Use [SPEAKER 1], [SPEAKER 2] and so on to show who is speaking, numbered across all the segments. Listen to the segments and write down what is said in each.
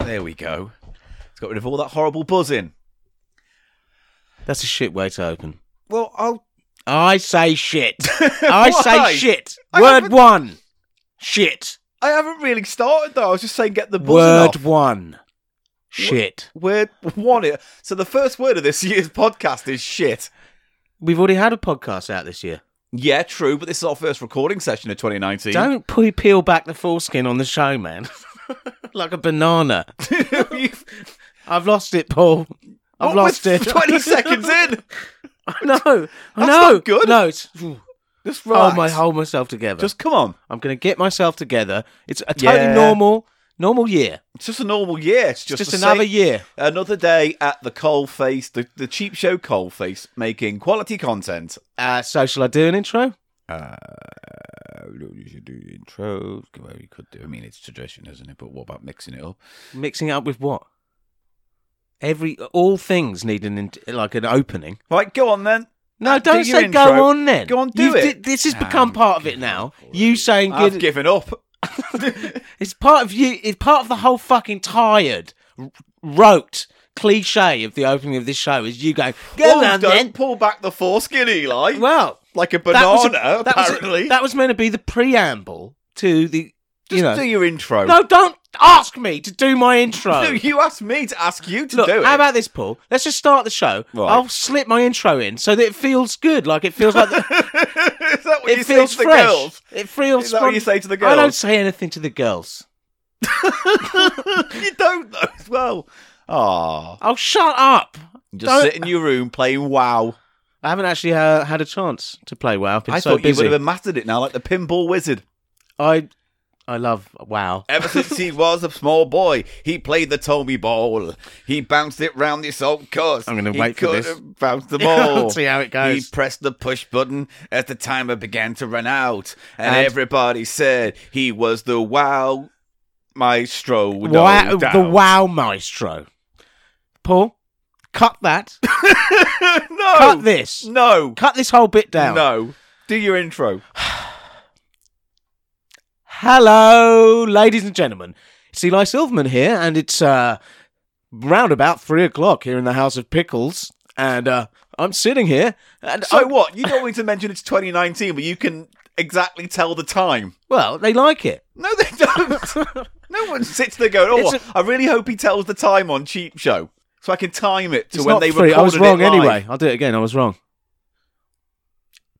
[SPEAKER 1] There we go. It's got rid of all that horrible buzzing.
[SPEAKER 2] That's a shit way to open.
[SPEAKER 1] Well, I'll.
[SPEAKER 2] I say shit.
[SPEAKER 1] Why?
[SPEAKER 2] I say shit.
[SPEAKER 1] I
[SPEAKER 2] Word
[SPEAKER 1] haven't-
[SPEAKER 2] one. Shit.
[SPEAKER 1] I haven't really started though. I was just saying get the buzzing
[SPEAKER 2] Word
[SPEAKER 1] off.
[SPEAKER 2] one. Shit.
[SPEAKER 1] Word one. it- So the first word of this year's podcast is shit.
[SPEAKER 2] We've already had a podcast out this year.
[SPEAKER 1] Yeah, true, but this is our first recording session of 2019.
[SPEAKER 2] Don't pe- peel back the foreskin on the show, man. like a banana.
[SPEAKER 1] You've-
[SPEAKER 2] I've lost it, Paul. I've
[SPEAKER 1] What,
[SPEAKER 2] lost
[SPEAKER 1] we're
[SPEAKER 2] it.
[SPEAKER 1] 20 seconds in.
[SPEAKER 2] No, no,
[SPEAKER 1] not good.
[SPEAKER 2] No, it's, oh
[SPEAKER 1] Just relax.
[SPEAKER 2] my, hold myself together.
[SPEAKER 1] Just come on.
[SPEAKER 2] I'm going to get myself together. It's a totally
[SPEAKER 1] Yeah.
[SPEAKER 2] normal, normal year.
[SPEAKER 1] It's just a normal year. It's just,
[SPEAKER 2] Just,
[SPEAKER 1] the
[SPEAKER 2] another
[SPEAKER 1] same-
[SPEAKER 2] year.
[SPEAKER 1] another day at the coalface, the, the cheap show coalface, making quality content.
[SPEAKER 2] Uh, so shall I do an intro?
[SPEAKER 1] Oh, You should do intro. Well, you could do. I mean, it's tradition, isn't it? But what about mixing it up?
[SPEAKER 2] Mixing it up with what? Every all things need an int- like an opening.
[SPEAKER 1] Right, go on then.
[SPEAKER 2] No,
[SPEAKER 1] Uh, do
[SPEAKER 2] don't
[SPEAKER 1] your
[SPEAKER 2] say
[SPEAKER 1] intro.
[SPEAKER 2] go on then.
[SPEAKER 1] Go on, do
[SPEAKER 2] You've
[SPEAKER 1] it. Ah,
[SPEAKER 2] di- this has become part of it now. You saying
[SPEAKER 1] I've
[SPEAKER 2] good?
[SPEAKER 1] given up.
[SPEAKER 2] it's part of you. It's part of the whole fucking tired, r- rote cliche of the opening of this show. Is you go go
[SPEAKER 1] Oh,
[SPEAKER 2] on
[SPEAKER 1] don't
[SPEAKER 2] then?
[SPEAKER 1] pull back the foreskin, Eli.
[SPEAKER 2] Well,
[SPEAKER 1] like a
[SPEAKER 2] that
[SPEAKER 1] banana,
[SPEAKER 2] was a- that was a-
[SPEAKER 1] apparently.
[SPEAKER 2] that was meant to be the preamble to the.
[SPEAKER 1] Just
[SPEAKER 2] you know,
[SPEAKER 1] do your intro.
[SPEAKER 2] no, don't ask me to do my intro.
[SPEAKER 1] No, you asked me to ask you to
[SPEAKER 2] Look,
[SPEAKER 1] do it.
[SPEAKER 2] how about this, Paul? Let's just start the show.
[SPEAKER 1] Right.
[SPEAKER 2] I'll slip my intro in so that it feels good, like it feels like the,
[SPEAKER 1] Is that what you
[SPEAKER 2] it
[SPEAKER 1] say
[SPEAKER 2] feels
[SPEAKER 1] to the
[SPEAKER 2] fresh.
[SPEAKER 1] girls?
[SPEAKER 2] It feels.
[SPEAKER 1] Is that what you say to the girls?
[SPEAKER 2] I don't say anything to the girls.
[SPEAKER 1] you don't know as well. Ah,
[SPEAKER 2] Oh, shut up!
[SPEAKER 1] just
[SPEAKER 2] Don't-
[SPEAKER 1] sit in your room playing WoW.
[SPEAKER 2] I haven't actually uh, had a chance to play WoW. I've been
[SPEAKER 1] I
[SPEAKER 2] so
[SPEAKER 1] thought you
[SPEAKER 2] busy.
[SPEAKER 1] would have mastered it now, like the pinball wizard.
[SPEAKER 2] I, I love WoW.
[SPEAKER 1] Ever since he was a small boy, he played the Tommy Ball. He bounced it round this old course.
[SPEAKER 2] I'm gonna
[SPEAKER 1] He
[SPEAKER 2] wait for
[SPEAKER 1] could
[SPEAKER 2] this.
[SPEAKER 1] have Bounced the ball.
[SPEAKER 2] See how it goes.
[SPEAKER 1] He pressed the push button as the timer began to run out, and,
[SPEAKER 2] And-
[SPEAKER 1] everybody said he was the wow maestro. no
[SPEAKER 2] Wow,
[SPEAKER 1] doubt.
[SPEAKER 2] the WoW maestro, Paul. Cut that.
[SPEAKER 1] no,
[SPEAKER 2] Cut this.
[SPEAKER 1] no,
[SPEAKER 2] Cut this whole bit down.
[SPEAKER 1] no. Do your intro.
[SPEAKER 2] Hello, ladies and gentlemen. It's Eli Silverman here, and it's uh, round about three o'clock here in the House of Pickles, and uh, I'm sitting here. And
[SPEAKER 1] So
[SPEAKER 2] I-
[SPEAKER 1] what? You don't want me to mention it's 2019, but you can exactly tell the time.
[SPEAKER 2] well, they like it.
[SPEAKER 1] No, they don't. no one sits there going, "Oh,
[SPEAKER 2] It's
[SPEAKER 1] I really hope he tells the time on Cheap Show, so I can time it to
[SPEAKER 2] It's
[SPEAKER 1] when
[SPEAKER 2] not
[SPEAKER 1] they
[SPEAKER 2] three.
[SPEAKER 1] recorded
[SPEAKER 2] I was wrong
[SPEAKER 1] it live."
[SPEAKER 2] anyway. I'll do it again. I was wrong.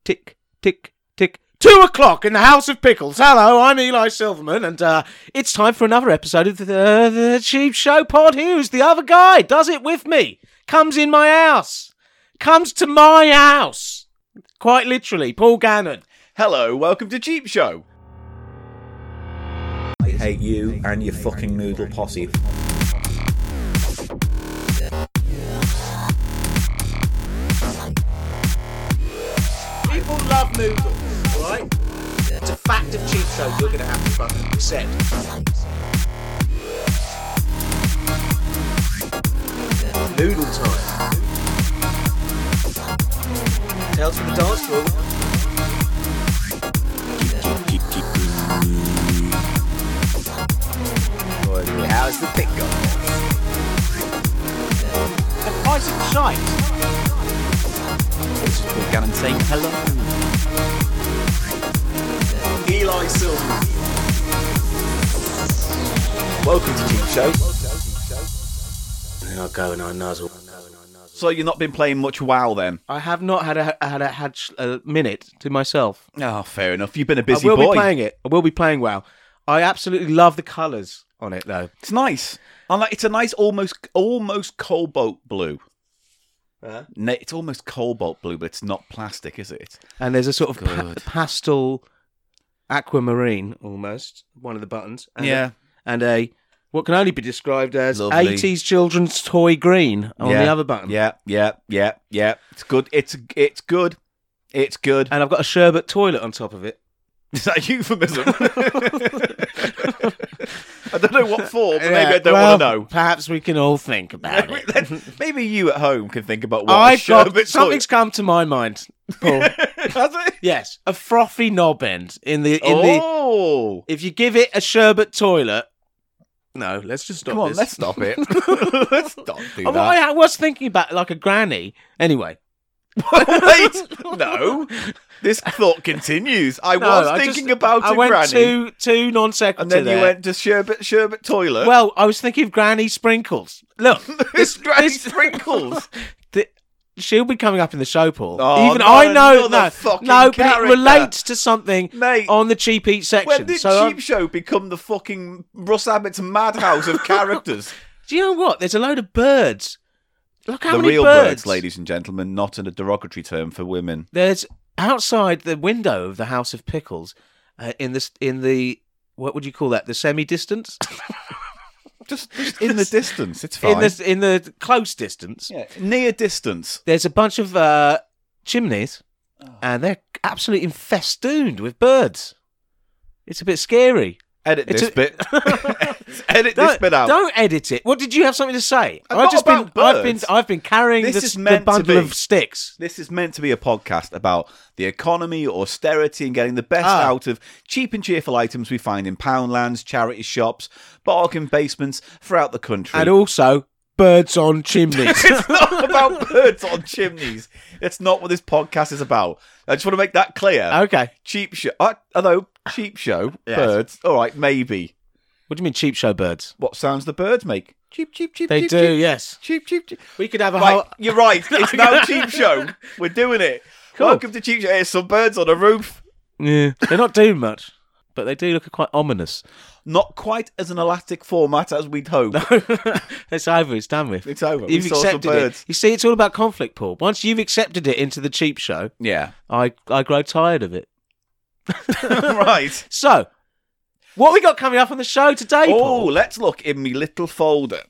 [SPEAKER 2] Tick, tick, tick. Two o'clock in the House of Pickles. Hello, I'm Eli Silverman, and uh, it's time for another episode of the, the Cheap Show Pod. Who's the other guy? Does it with me. Comes in my house. Comes to my house. Quite literally, Paul Gannon.
[SPEAKER 1] Hello, welcome to Cheap Show.
[SPEAKER 3] I hate you and your fucking noodle posse.
[SPEAKER 2] People love noodles, right? It's a fact of Cheap Show. You're going to have to fucking accept. Noodle time. Tales from the dance floor.
[SPEAKER 3] How's the pick
[SPEAKER 2] The price of shite.
[SPEAKER 1] This is Paul Gannon saying hello.
[SPEAKER 3] Eli Silver. Welcome to Cheap Show.
[SPEAKER 2] Then I'll go and I nuzzle.
[SPEAKER 1] So you've not been playing much WoW then?
[SPEAKER 2] I have not had a had a, had sh- a minute to myself.
[SPEAKER 1] Oh, fair enough. You've been a busy
[SPEAKER 2] I will
[SPEAKER 1] boy.
[SPEAKER 2] be playing it. I will be playing WoW. I absolutely love the colours on it though.
[SPEAKER 1] It's nice. I like. It's a nice, almost almost cobalt blue. No, it's almost cobalt blue, but it's not plastic, is it? It's-
[SPEAKER 2] and there's a sort of pa-
[SPEAKER 1] Good.
[SPEAKER 2] pastel aquamarine almost one of the buttons and
[SPEAKER 1] Yeah.
[SPEAKER 2] a, and a what can only be described as
[SPEAKER 1] Lovely.
[SPEAKER 2] 80s children's toy green on the
[SPEAKER 1] Yeah,
[SPEAKER 2] other button
[SPEAKER 1] Yeah, yeah, yeah, yeah. It's good. It's it's good. It's good.
[SPEAKER 2] and i've got a sherbet toilet on top of it
[SPEAKER 1] Is that a euphemism? I don't know what for, but maybe I
[SPEAKER 2] Yeah,
[SPEAKER 1] don't
[SPEAKER 2] well,
[SPEAKER 1] want to know.
[SPEAKER 2] perhaps we can all think about it
[SPEAKER 1] Let- maybe you at home can think about what a
[SPEAKER 2] i've got
[SPEAKER 1] sherbet
[SPEAKER 2] something's come to my mind paul
[SPEAKER 1] toilet- Has it?
[SPEAKER 2] yes a frothy knob end in the in the
[SPEAKER 1] oh,
[SPEAKER 2] if you give it a sherbet toilet No, let's just stop
[SPEAKER 1] Come on,
[SPEAKER 2] this.
[SPEAKER 1] let's stop it. let's not do
[SPEAKER 2] Oh, well,
[SPEAKER 1] that.
[SPEAKER 2] I was thinking about like a granny. Anyway,
[SPEAKER 1] Wait, no. This thought continues. I
[SPEAKER 2] No,
[SPEAKER 1] was
[SPEAKER 2] I
[SPEAKER 1] thinking
[SPEAKER 2] just-
[SPEAKER 1] about
[SPEAKER 2] I
[SPEAKER 1] it,
[SPEAKER 2] went
[SPEAKER 1] Granny,
[SPEAKER 2] too too non
[SPEAKER 1] and
[SPEAKER 2] sequitur
[SPEAKER 1] then
[SPEAKER 2] there.
[SPEAKER 1] you went to sherbet sherbet toilet.
[SPEAKER 2] well, I was thinking of Granny Sprinkles. Look,
[SPEAKER 1] this Granny
[SPEAKER 2] this-
[SPEAKER 1] sprinkles.
[SPEAKER 2] th- she'll be coming up in the show, Paul.
[SPEAKER 1] Oh,
[SPEAKER 2] Even
[SPEAKER 1] not
[SPEAKER 2] I know
[SPEAKER 1] another
[SPEAKER 2] no,
[SPEAKER 1] fucking
[SPEAKER 2] no, but
[SPEAKER 1] character.
[SPEAKER 2] it relates to something
[SPEAKER 1] Mate.
[SPEAKER 2] on the cheap eat section.
[SPEAKER 1] When did
[SPEAKER 2] so um,
[SPEAKER 1] Cheap
[SPEAKER 2] I'm-
[SPEAKER 1] Show become the fucking Russ Abbott's madhouse of characters?
[SPEAKER 2] do you know what? There's a load of birds. Look how
[SPEAKER 1] the
[SPEAKER 2] many
[SPEAKER 1] real
[SPEAKER 2] birds.
[SPEAKER 1] ladies and gentlemen, not in a derogatory term for women.
[SPEAKER 2] There's outside the window of the House of Pickles, uh, in this in the what would you call that? The semi distance.
[SPEAKER 1] Just, just in the distance, it's fine.
[SPEAKER 2] in the in the close distance.
[SPEAKER 1] Yeah, near distance.
[SPEAKER 2] There's a bunch of uh, chimneys, and they're absolutely infestooned with birds. It's a bit scary.
[SPEAKER 1] Edit
[SPEAKER 2] It's
[SPEAKER 1] this
[SPEAKER 2] a-
[SPEAKER 1] bit. Edit this
[SPEAKER 2] Don't,
[SPEAKER 1] bit out.
[SPEAKER 2] don't edit it. What did you have something to say?
[SPEAKER 1] I'm
[SPEAKER 2] I've
[SPEAKER 1] not
[SPEAKER 2] just
[SPEAKER 1] about
[SPEAKER 2] been, I've been,
[SPEAKER 1] birds.
[SPEAKER 2] I've been carrying
[SPEAKER 1] This
[SPEAKER 2] this
[SPEAKER 1] is
[SPEAKER 2] the
[SPEAKER 1] meant to
[SPEAKER 2] bundle
[SPEAKER 1] be.
[SPEAKER 2] of sticks.
[SPEAKER 1] This is meant to be a podcast about the economy, austerity, and getting the best
[SPEAKER 2] Ah.
[SPEAKER 1] out of cheap and cheerful items we find in poundlands, charity shops, bargain basements throughout the country.
[SPEAKER 2] And also, birds on chimneys.
[SPEAKER 1] it's not about birds on chimneys. It's not what this podcast is about. I just want to make that clear.
[SPEAKER 2] okay.
[SPEAKER 1] Cheap show. Uh, although, cheap show,
[SPEAKER 2] Yes.
[SPEAKER 1] birds. All right, maybe.
[SPEAKER 2] What do you mean cheap show birds?
[SPEAKER 1] What sounds the birds make? Cheep, cheep, cheep,
[SPEAKER 2] They
[SPEAKER 1] cheep,
[SPEAKER 2] do,
[SPEAKER 1] cheep.
[SPEAKER 2] yes.
[SPEAKER 1] Cheep, cheep, cheep.
[SPEAKER 2] We could have a
[SPEAKER 1] Right,
[SPEAKER 2] whole.
[SPEAKER 1] you're right. It's now Cheap Show. We're doing it.
[SPEAKER 2] Cool.
[SPEAKER 1] Welcome to Cheap Show. Here's some birds on a roof.
[SPEAKER 2] Yeah. They're not doing much, but they do look quite ominous.
[SPEAKER 1] Not quite as an elastic format as we'd hope.
[SPEAKER 2] it's over. It's done with.
[SPEAKER 1] It's over.
[SPEAKER 2] You've
[SPEAKER 1] we saw some
[SPEAKER 2] accepted it.
[SPEAKER 1] birds.
[SPEAKER 2] You see, it's all about conflict, Paul. Once you've accepted it into the cheap show,
[SPEAKER 1] Yeah.
[SPEAKER 2] I I grow tired of it.
[SPEAKER 1] right.
[SPEAKER 2] So, what we got coming up on the show today,
[SPEAKER 1] Oh,
[SPEAKER 2] Paul?
[SPEAKER 1] let's look in my little folder.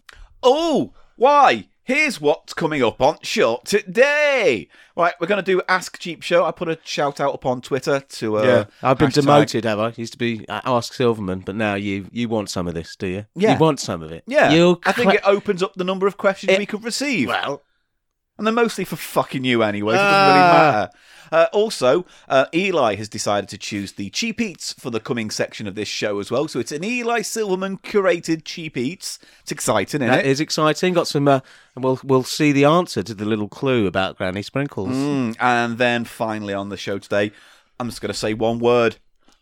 [SPEAKER 1] Oh, why? Here's what's coming up on short today. Right, we're going to do Ask Cheap Show. I put a shout out up on Twitter to. Uh,
[SPEAKER 2] I've been
[SPEAKER 1] hashtag-
[SPEAKER 2] demoted, have I? Used to be uh, Ask Silverman, but now you you want some of this, do you?
[SPEAKER 1] Yeah.
[SPEAKER 2] You want some of it?
[SPEAKER 1] Yeah.
[SPEAKER 2] You
[SPEAKER 1] I think
[SPEAKER 2] cla-
[SPEAKER 1] it opens up the number of questions
[SPEAKER 2] It-
[SPEAKER 1] we could receive.
[SPEAKER 2] well.
[SPEAKER 1] And they're mostly for fucking you anyway, so it doesn't really
[SPEAKER 2] Ah.
[SPEAKER 1] matter. Uh, also, uh, Eli has decided to choose the cheap eats for the coming section of this show as well. So it's an Eli Silverman curated cheap eats. It's exciting, isn't
[SPEAKER 2] That
[SPEAKER 1] it?
[SPEAKER 2] is exciting. Got some, uh, and we'll we'll see the answer to the little clue about Granny Sprinkles.
[SPEAKER 1] Mm, and then finally on the show today, I'm just going to say one word: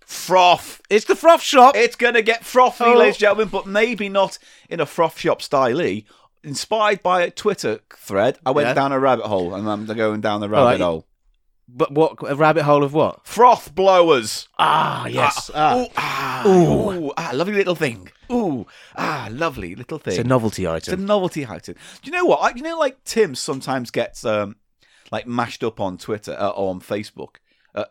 [SPEAKER 1] froth.
[SPEAKER 2] It's the froth shop.
[SPEAKER 1] It's going to get frothy,
[SPEAKER 2] Oh.
[SPEAKER 1] ladies and gentlemen, but maybe not in a froth shop style. E. Inspired by a Twitter thread, I went
[SPEAKER 2] Yeah.
[SPEAKER 1] down a rabbit hole, and I'm going down the rabbit
[SPEAKER 2] right.
[SPEAKER 1] hole.
[SPEAKER 2] but what a rabbit hole of what?
[SPEAKER 1] Froth blowers.
[SPEAKER 2] Ah, yes. Ah,
[SPEAKER 1] Ooh, ah, ooh, ah, lovely little thing. Ooh, ah, lovely little thing.
[SPEAKER 2] it's a novelty
[SPEAKER 1] It's a
[SPEAKER 2] item.
[SPEAKER 1] novelty item. Do you know what? I, you know, like Tim sometimes gets um, like mashed up on Twitter uh, or on Facebook, uh,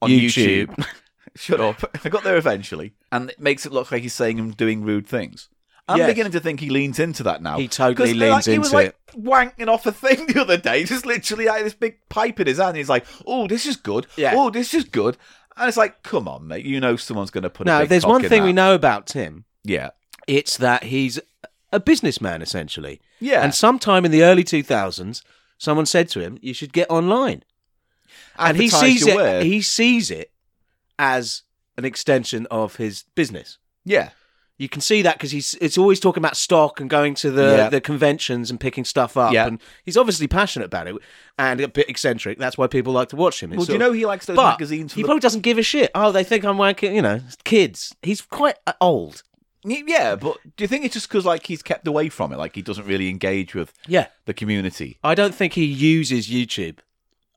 [SPEAKER 1] on
[SPEAKER 2] YouTube.
[SPEAKER 1] YouTube. Shut up! I got there eventually, and it makes it look like he's saying and doing rude things. I'm
[SPEAKER 2] Yes.
[SPEAKER 1] beginning to think he leans into that now.
[SPEAKER 2] He totally
[SPEAKER 1] 'Cause, like,
[SPEAKER 2] leans
[SPEAKER 1] he was,
[SPEAKER 2] into
[SPEAKER 1] like,
[SPEAKER 2] it.
[SPEAKER 1] Wanking off a thing the other day, just literally had this big pipe in his hand. He's like, "Oh, this is good.
[SPEAKER 2] Yeah.
[SPEAKER 1] Oh, this is good." And it's like, "Come on, mate. You know someone's going to put." a
[SPEAKER 2] Now,
[SPEAKER 1] big
[SPEAKER 2] if there's
[SPEAKER 1] cock
[SPEAKER 2] one
[SPEAKER 1] in
[SPEAKER 2] thing
[SPEAKER 1] that.
[SPEAKER 2] we know about Tim,
[SPEAKER 1] Yeah.
[SPEAKER 2] it's that he's a businessman essentially.
[SPEAKER 1] Yeah.
[SPEAKER 2] And sometime in the early 2000s, someone said to him, "You should get online." And he
[SPEAKER 1] Advertise
[SPEAKER 2] sees
[SPEAKER 1] your
[SPEAKER 2] it.
[SPEAKER 1] word.
[SPEAKER 2] He sees it as an extension of his business.
[SPEAKER 1] yeah.
[SPEAKER 2] You can see that because he's it's always talking about stock and going to the,
[SPEAKER 1] Yeah.
[SPEAKER 2] the conventions and picking stuff up.
[SPEAKER 1] Yeah.
[SPEAKER 2] And he's obviously passionate about it and a bit eccentric. That's why people like to watch him. It's
[SPEAKER 1] Well, do you
[SPEAKER 2] sort of-
[SPEAKER 1] know he likes those
[SPEAKER 2] but
[SPEAKER 1] magazines? For
[SPEAKER 2] he
[SPEAKER 1] the...
[SPEAKER 2] probably doesn't give a shit. Oh, they think I'm wanking. You know, kids. He's quite uh, old.
[SPEAKER 1] Yeah, but do you think it's just because like he's kept away from it, like he doesn't really engage with
[SPEAKER 2] Yeah,
[SPEAKER 1] the community?
[SPEAKER 2] I don't think he uses YouTube.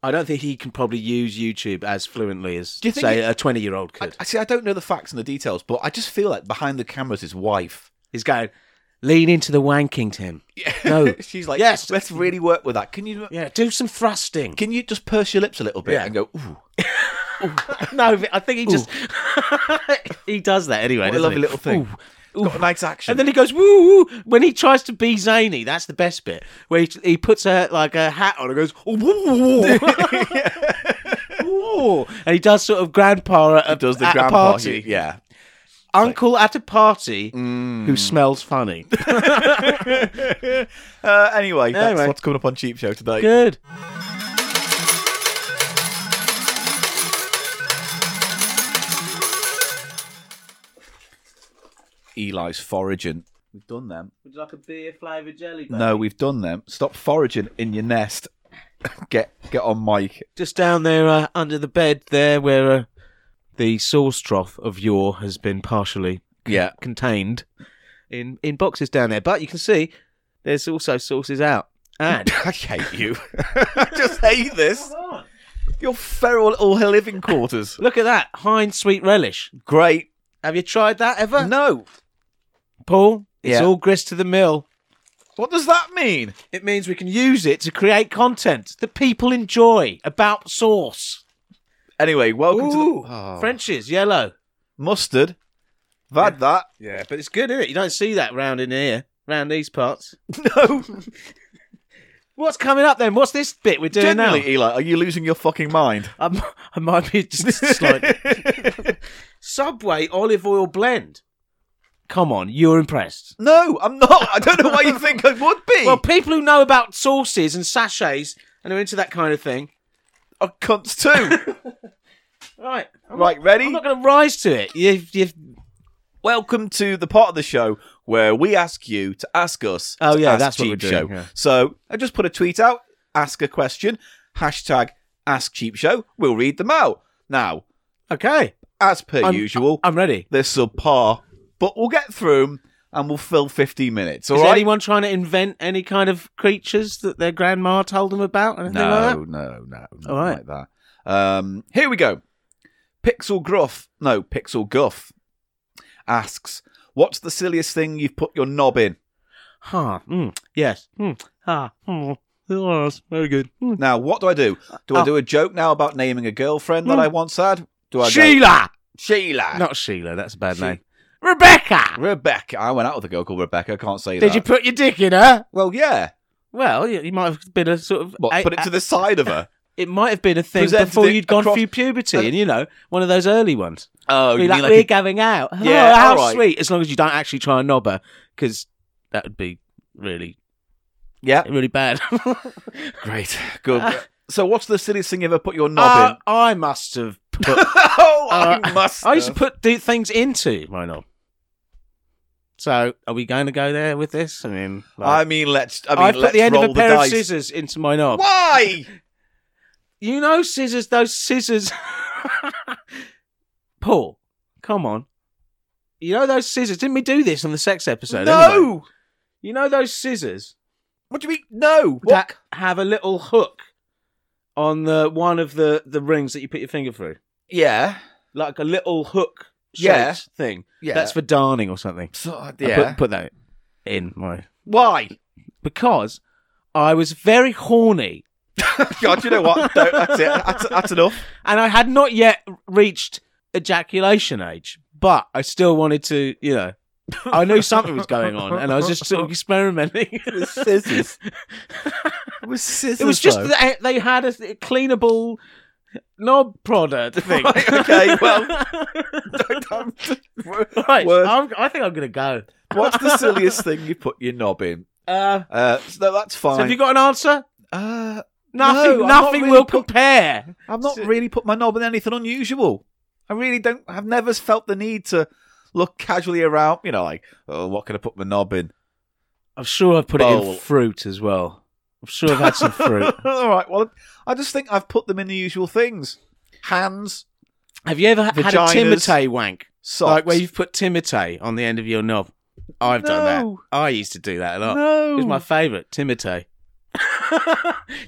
[SPEAKER 2] I don't think he can probably use YouTube as fluently as
[SPEAKER 1] Do you think
[SPEAKER 2] say
[SPEAKER 1] he-
[SPEAKER 2] a twenty-year-old could.
[SPEAKER 1] I see. I don't know the facts and the details, but I just feel like behind the cameras, his wife.
[SPEAKER 2] He's going lean into the wanking, Tim. Yeah. No,
[SPEAKER 1] She's like,
[SPEAKER 2] Yes.
[SPEAKER 1] let's really work with that. Can you
[SPEAKER 2] yeah, do some thrusting.
[SPEAKER 1] can you just purse your lips a little bit
[SPEAKER 2] Yeah.
[SPEAKER 1] and go? Ooh,
[SPEAKER 2] no, I think he just he does that anyway.
[SPEAKER 1] what a
[SPEAKER 2] doesn't
[SPEAKER 1] lovely
[SPEAKER 2] he?
[SPEAKER 1] little thing.
[SPEAKER 2] Ooh.
[SPEAKER 1] It's Got a nice action.
[SPEAKER 2] And then he goes woo woo when he tries to be zany. That's the best bit where he, he puts a like a hat on and goes "Ooh, woo woo woo," Ooh. and he does sort of grandpa at a,
[SPEAKER 1] he does the
[SPEAKER 2] at
[SPEAKER 1] grand
[SPEAKER 2] a party,
[SPEAKER 1] Yeah,
[SPEAKER 2] uncle at a party
[SPEAKER 1] Mm.
[SPEAKER 2] who smells funny.
[SPEAKER 1] Uh, anyway, that's
[SPEAKER 2] Anyway.
[SPEAKER 1] what's coming up on Cheap Show today.
[SPEAKER 2] Good.
[SPEAKER 1] Eli's foraging. We've done them.
[SPEAKER 2] Would you like a beer flavoured jelly?
[SPEAKER 1] No, we've done them. Stop foraging in your nest. get get on mic.
[SPEAKER 2] Just down there uh, under the bed, there where uh, the sauce trough of yore has been partially
[SPEAKER 1] Yeah.
[SPEAKER 2] contained in, in boxes down there. But you can see there's also sauces out. And
[SPEAKER 1] I hate you. I just hate this.
[SPEAKER 2] Oh.
[SPEAKER 1] Your feral little living quarters.
[SPEAKER 2] look at that Heinz sweet relish.
[SPEAKER 1] Great.
[SPEAKER 2] Have you tried that ever,
[SPEAKER 1] No.
[SPEAKER 2] Paul? It's
[SPEAKER 1] Yeah.
[SPEAKER 2] all grist to the mill.
[SPEAKER 1] What does that mean?
[SPEAKER 2] It means we can use it to create content that people enjoy about sauce.
[SPEAKER 1] Anyway, welcome
[SPEAKER 2] Ooh,
[SPEAKER 1] to the Oh.
[SPEAKER 2] French's yellow.
[SPEAKER 1] mustard. I've had that.
[SPEAKER 2] Yeah, but it's good, isn't it? You don't see that round in here, round these parts.
[SPEAKER 1] No.
[SPEAKER 2] What's coming up then? What's this bit we're doing
[SPEAKER 1] Generally, Eli, are you losing your fucking mind?
[SPEAKER 2] now? I'm, I might be just slightly. Subway olive oil blend. Come on, you're impressed.
[SPEAKER 1] no, I'm not. I don't know why you think I would be.
[SPEAKER 2] Well, people who know about sauces and sachets and are into that kind of thing.
[SPEAKER 1] a cunts too.
[SPEAKER 2] Right. I'm
[SPEAKER 1] right,
[SPEAKER 2] I'm
[SPEAKER 1] ready?
[SPEAKER 2] not going to rise to it. You've, you've,
[SPEAKER 1] Welcome to the part of the show where we ask you to ask us.
[SPEAKER 2] Oh,
[SPEAKER 1] to
[SPEAKER 2] yeah,
[SPEAKER 1] ask
[SPEAKER 2] that's what
[SPEAKER 1] cheap
[SPEAKER 2] we're doing,
[SPEAKER 1] Show.
[SPEAKER 2] yeah.
[SPEAKER 1] So I just put a tweet out, ask a question, hashtag ask cheap show. We'll read them out now.
[SPEAKER 2] okay.
[SPEAKER 1] As per
[SPEAKER 2] I'm-
[SPEAKER 1] usual,
[SPEAKER 2] I'm ready.
[SPEAKER 1] they're subpar, but we'll get through 'em and we'll fill 15 minutes. All
[SPEAKER 2] Is
[SPEAKER 1] right.
[SPEAKER 2] anyone trying to invent any kind of creatures that their grandma told them about? Anything like that?
[SPEAKER 1] No, no, no, not
[SPEAKER 2] All right.
[SPEAKER 1] like that. Um, here we go. Pixel Gruff, no, Pixel Guff asks, "What's the silliest thing you've put your knob in?"
[SPEAKER 2] Ha. Mm, yes. Mm, ha. Mm, yes. Very good. Mm.
[SPEAKER 1] Now, what do I do? Do I
[SPEAKER 2] Oh.
[SPEAKER 1] do a joke now about naming a girlfriend that
[SPEAKER 2] Hmm.
[SPEAKER 1] I once had? Do I go,
[SPEAKER 2] Sheila.
[SPEAKER 1] Sheila,
[SPEAKER 2] Not Sheila. That's a bad
[SPEAKER 1] She-
[SPEAKER 2] name. Rebecca.
[SPEAKER 1] Rebecca? I went out with a girl called Rebecca. I can't say
[SPEAKER 2] Did
[SPEAKER 1] that.
[SPEAKER 2] you put your dick in her?
[SPEAKER 1] Well, yeah.
[SPEAKER 2] Well, you, you might have been a sort of.
[SPEAKER 1] What,
[SPEAKER 2] a-
[SPEAKER 1] put it to the side of her.
[SPEAKER 2] it might have been a thing
[SPEAKER 1] Presented
[SPEAKER 2] before
[SPEAKER 1] it
[SPEAKER 2] you'd gone
[SPEAKER 1] across-
[SPEAKER 2] through puberty, and you know, one of those early ones.
[SPEAKER 1] Oh,
[SPEAKER 2] Be
[SPEAKER 1] you
[SPEAKER 2] like,
[SPEAKER 1] mean
[SPEAKER 2] we're
[SPEAKER 1] like?
[SPEAKER 2] going out.
[SPEAKER 1] Yeah,
[SPEAKER 2] oh, how
[SPEAKER 1] all right.
[SPEAKER 2] sweet. As long as you don't actually try and knob her, because that would be really,
[SPEAKER 1] a- yeah.
[SPEAKER 2] really bad.
[SPEAKER 1] Great. Good. so, what's the silliest thing you ever put your knob
[SPEAKER 2] Uh, I must have put.
[SPEAKER 1] in? oh, I
[SPEAKER 2] uh,
[SPEAKER 1] must.
[SPEAKER 2] I used to
[SPEAKER 1] have.
[SPEAKER 2] put do things into my knob. So, are we going to go there with this? I mean,
[SPEAKER 1] I
[SPEAKER 2] like,
[SPEAKER 1] mean, let's. I mean,
[SPEAKER 2] have put
[SPEAKER 1] let's
[SPEAKER 2] the end of
[SPEAKER 1] roll
[SPEAKER 2] a pair
[SPEAKER 1] the
[SPEAKER 2] of
[SPEAKER 1] dice.
[SPEAKER 2] scissors into my knob.
[SPEAKER 1] Why?
[SPEAKER 2] You know, scissors, those scissors. Paul, come on. You know those scissors. Didn't we do this on the sex episode? anyway?
[SPEAKER 1] no.
[SPEAKER 2] You know those scissors
[SPEAKER 1] What do you mean? No. What?
[SPEAKER 2] that have a little hook on the one of the the rings that you put your finger through,
[SPEAKER 1] Yeah.
[SPEAKER 2] like a little hook.
[SPEAKER 1] Yeah.
[SPEAKER 2] shaped thing.
[SPEAKER 1] Yeah.
[SPEAKER 2] That's for darning or something.
[SPEAKER 1] So, uh,
[SPEAKER 2] I
[SPEAKER 1] yeah.
[SPEAKER 2] Put, put that in my
[SPEAKER 1] Why?
[SPEAKER 2] because I was very horny
[SPEAKER 1] God, you know what? No, that's it. That's, that's enough.
[SPEAKER 2] and I had not yet reached ejaculation age, but I still wanted to, you know, I knew something was going on, and I was just sort of experimenting.
[SPEAKER 1] With scissors. With scissors.
[SPEAKER 2] it was just
[SPEAKER 1] though.
[SPEAKER 2] that they had a cleanable knob product thing.
[SPEAKER 1] Right, okay, well,
[SPEAKER 2] right,
[SPEAKER 1] Word.
[SPEAKER 2] I'm, I think I'm gonna go.
[SPEAKER 1] What's the silliest thing you put your knob in?
[SPEAKER 2] Uh,
[SPEAKER 1] Uh, so that's fine.
[SPEAKER 2] so have you got an answer?
[SPEAKER 1] uh,
[SPEAKER 2] Nothing.
[SPEAKER 1] I'm not
[SPEAKER 2] nothing
[SPEAKER 1] really
[SPEAKER 2] will
[SPEAKER 1] put-
[SPEAKER 2] compare.
[SPEAKER 1] I've not really put my knob in anything unusual. I really don't. I've never felt the need to look casually around. You know, like, oh, what can I put my knob in?
[SPEAKER 2] I'm sure I've put it
[SPEAKER 1] Bowl.
[SPEAKER 2] in fruit as well. I'm sure I've had some fruit.
[SPEAKER 1] All right. Well, I just think I've put them in the usual things: hands,
[SPEAKER 2] Have you ever had a
[SPEAKER 1] Vaginas.
[SPEAKER 2] Timotei wank?
[SPEAKER 1] socks.
[SPEAKER 2] Like where you've put Timotei on the end of your knob. I've done
[SPEAKER 1] No.
[SPEAKER 2] that. I used to do that a lot.
[SPEAKER 1] no.
[SPEAKER 2] It was my favourite, Timotei. do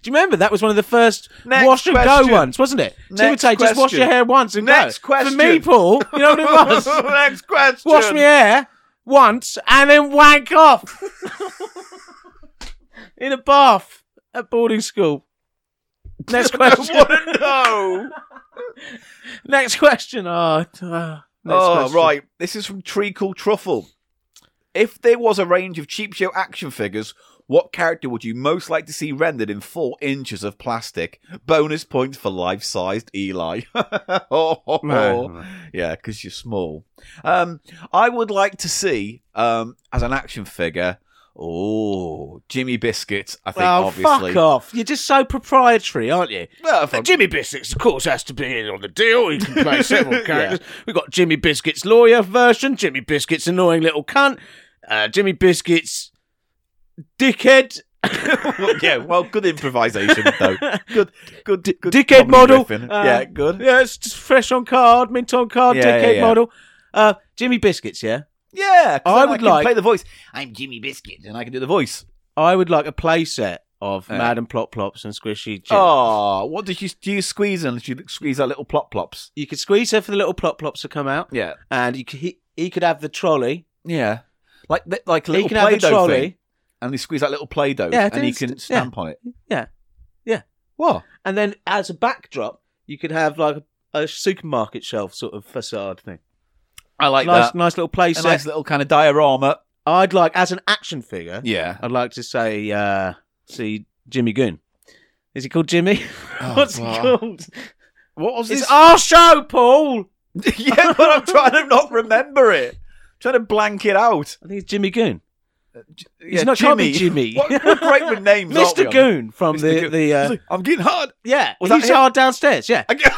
[SPEAKER 2] you remember that was one of the first
[SPEAKER 1] Next
[SPEAKER 2] wash and
[SPEAKER 1] question.
[SPEAKER 2] go ones, wasn't it?
[SPEAKER 1] Next
[SPEAKER 2] Timotei, just wash
[SPEAKER 1] question.
[SPEAKER 2] your hair once and
[SPEAKER 1] Next
[SPEAKER 2] go.
[SPEAKER 1] question.
[SPEAKER 2] For me, Paul, you know what it was?
[SPEAKER 1] Next question.
[SPEAKER 2] wash my hair once and then wank off in a bath at boarding school. Next question.
[SPEAKER 1] want to know.
[SPEAKER 2] Next question. Oh, t- uh, next
[SPEAKER 1] oh,
[SPEAKER 2] question.
[SPEAKER 1] right. This is from Treacle Truffle. If there was a range of cheap show action figures, what character would you most like to see rendered in four inches of plastic? Bonus points for life-sized Eli.
[SPEAKER 2] No, no.
[SPEAKER 1] Yeah, because you're small. Um, I would like to see um, as an action figure. Oh, Jimmy Biscuits, I think,
[SPEAKER 2] Oh,
[SPEAKER 1] obviously.
[SPEAKER 2] fuck off. You're just so proprietary, aren't you?
[SPEAKER 1] Well, if I'm-
[SPEAKER 2] Uh, Jimmy Biscuits, of course, has to be in on the deal. He can play several characters. We've got Jimmy Biscuits lawyer version, Jimmy Biscuits annoying little cunt, uh, Jimmy Biscuits dickhead,
[SPEAKER 1] well, yeah, well, good improvisation, though. Good, good, good
[SPEAKER 2] dickhead
[SPEAKER 1] comedy
[SPEAKER 2] model.
[SPEAKER 1] riffing.
[SPEAKER 2] Uh,
[SPEAKER 1] yeah, good.
[SPEAKER 2] Yeah, it's just fresh on card, mint on card,
[SPEAKER 1] Yeah,
[SPEAKER 2] dickhead
[SPEAKER 1] yeah, yeah.
[SPEAKER 2] model. Uh, Jimmy Biscuits, yeah.
[SPEAKER 1] Yeah, 'cause
[SPEAKER 2] I
[SPEAKER 1] then
[SPEAKER 2] would
[SPEAKER 1] can
[SPEAKER 2] like-
[SPEAKER 1] play the voice. I'm Jimmy Biscuit, and I can do the voice.
[SPEAKER 2] I would like a playset of
[SPEAKER 1] Yeah.
[SPEAKER 2] Madam Plop Plops and Squishy Jim.
[SPEAKER 1] Oh, what did you do? You squeeze and you squeeze that little plop plops.
[SPEAKER 2] You could squeeze her for the little Plop Plops to come out,
[SPEAKER 1] Yeah,
[SPEAKER 2] and you could, he, he could have the trolley.
[SPEAKER 1] yeah. Like th- like a
[SPEAKER 2] He
[SPEAKER 1] little
[SPEAKER 2] can have
[SPEAKER 1] play
[SPEAKER 2] the
[SPEAKER 1] doh
[SPEAKER 2] trolley.
[SPEAKER 1] thing, and you squeeze that little play doh,
[SPEAKER 2] Yeah,
[SPEAKER 1] and you
[SPEAKER 2] it's-
[SPEAKER 1] can
[SPEAKER 2] yeah.
[SPEAKER 1] stamp on it.
[SPEAKER 2] Yeah. Yeah.
[SPEAKER 1] What?
[SPEAKER 2] And then as a backdrop, you could have like a, a supermarket shelf sort of facade thing.
[SPEAKER 1] I like
[SPEAKER 2] nice,
[SPEAKER 1] that.
[SPEAKER 2] nice little place.
[SPEAKER 1] A nice little kind of diorama.
[SPEAKER 2] I'd like, as an action figure,
[SPEAKER 1] Yeah.
[SPEAKER 2] I'd like to say, uh, see Jimmy Goon. Is he called Jimmy?
[SPEAKER 1] Oh,
[SPEAKER 2] What's he
[SPEAKER 1] God.
[SPEAKER 2] called?
[SPEAKER 1] What was
[SPEAKER 2] It's our show, Paul.
[SPEAKER 1] yeah, but I'm trying to not remember it. trying to blank it out.
[SPEAKER 2] I think it's Jimmy Goon.
[SPEAKER 1] Yeah,
[SPEAKER 2] He's not called
[SPEAKER 1] Jimmy.
[SPEAKER 2] me Jimmy.
[SPEAKER 1] What, what great with names, aren't we
[SPEAKER 2] Mr.
[SPEAKER 1] on
[SPEAKER 2] Goon from
[SPEAKER 1] Mr.
[SPEAKER 2] the
[SPEAKER 1] Goon.
[SPEAKER 2] the uh,
[SPEAKER 1] He's like, I'm getting hard.
[SPEAKER 2] yeah.
[SPEAKER 1] Was that
[SPEAKER 2] he's
[SPEAKER 1] him?
[SPEAKER 2] hard downstairs. Yeah,
[SPEAKER 1] I get-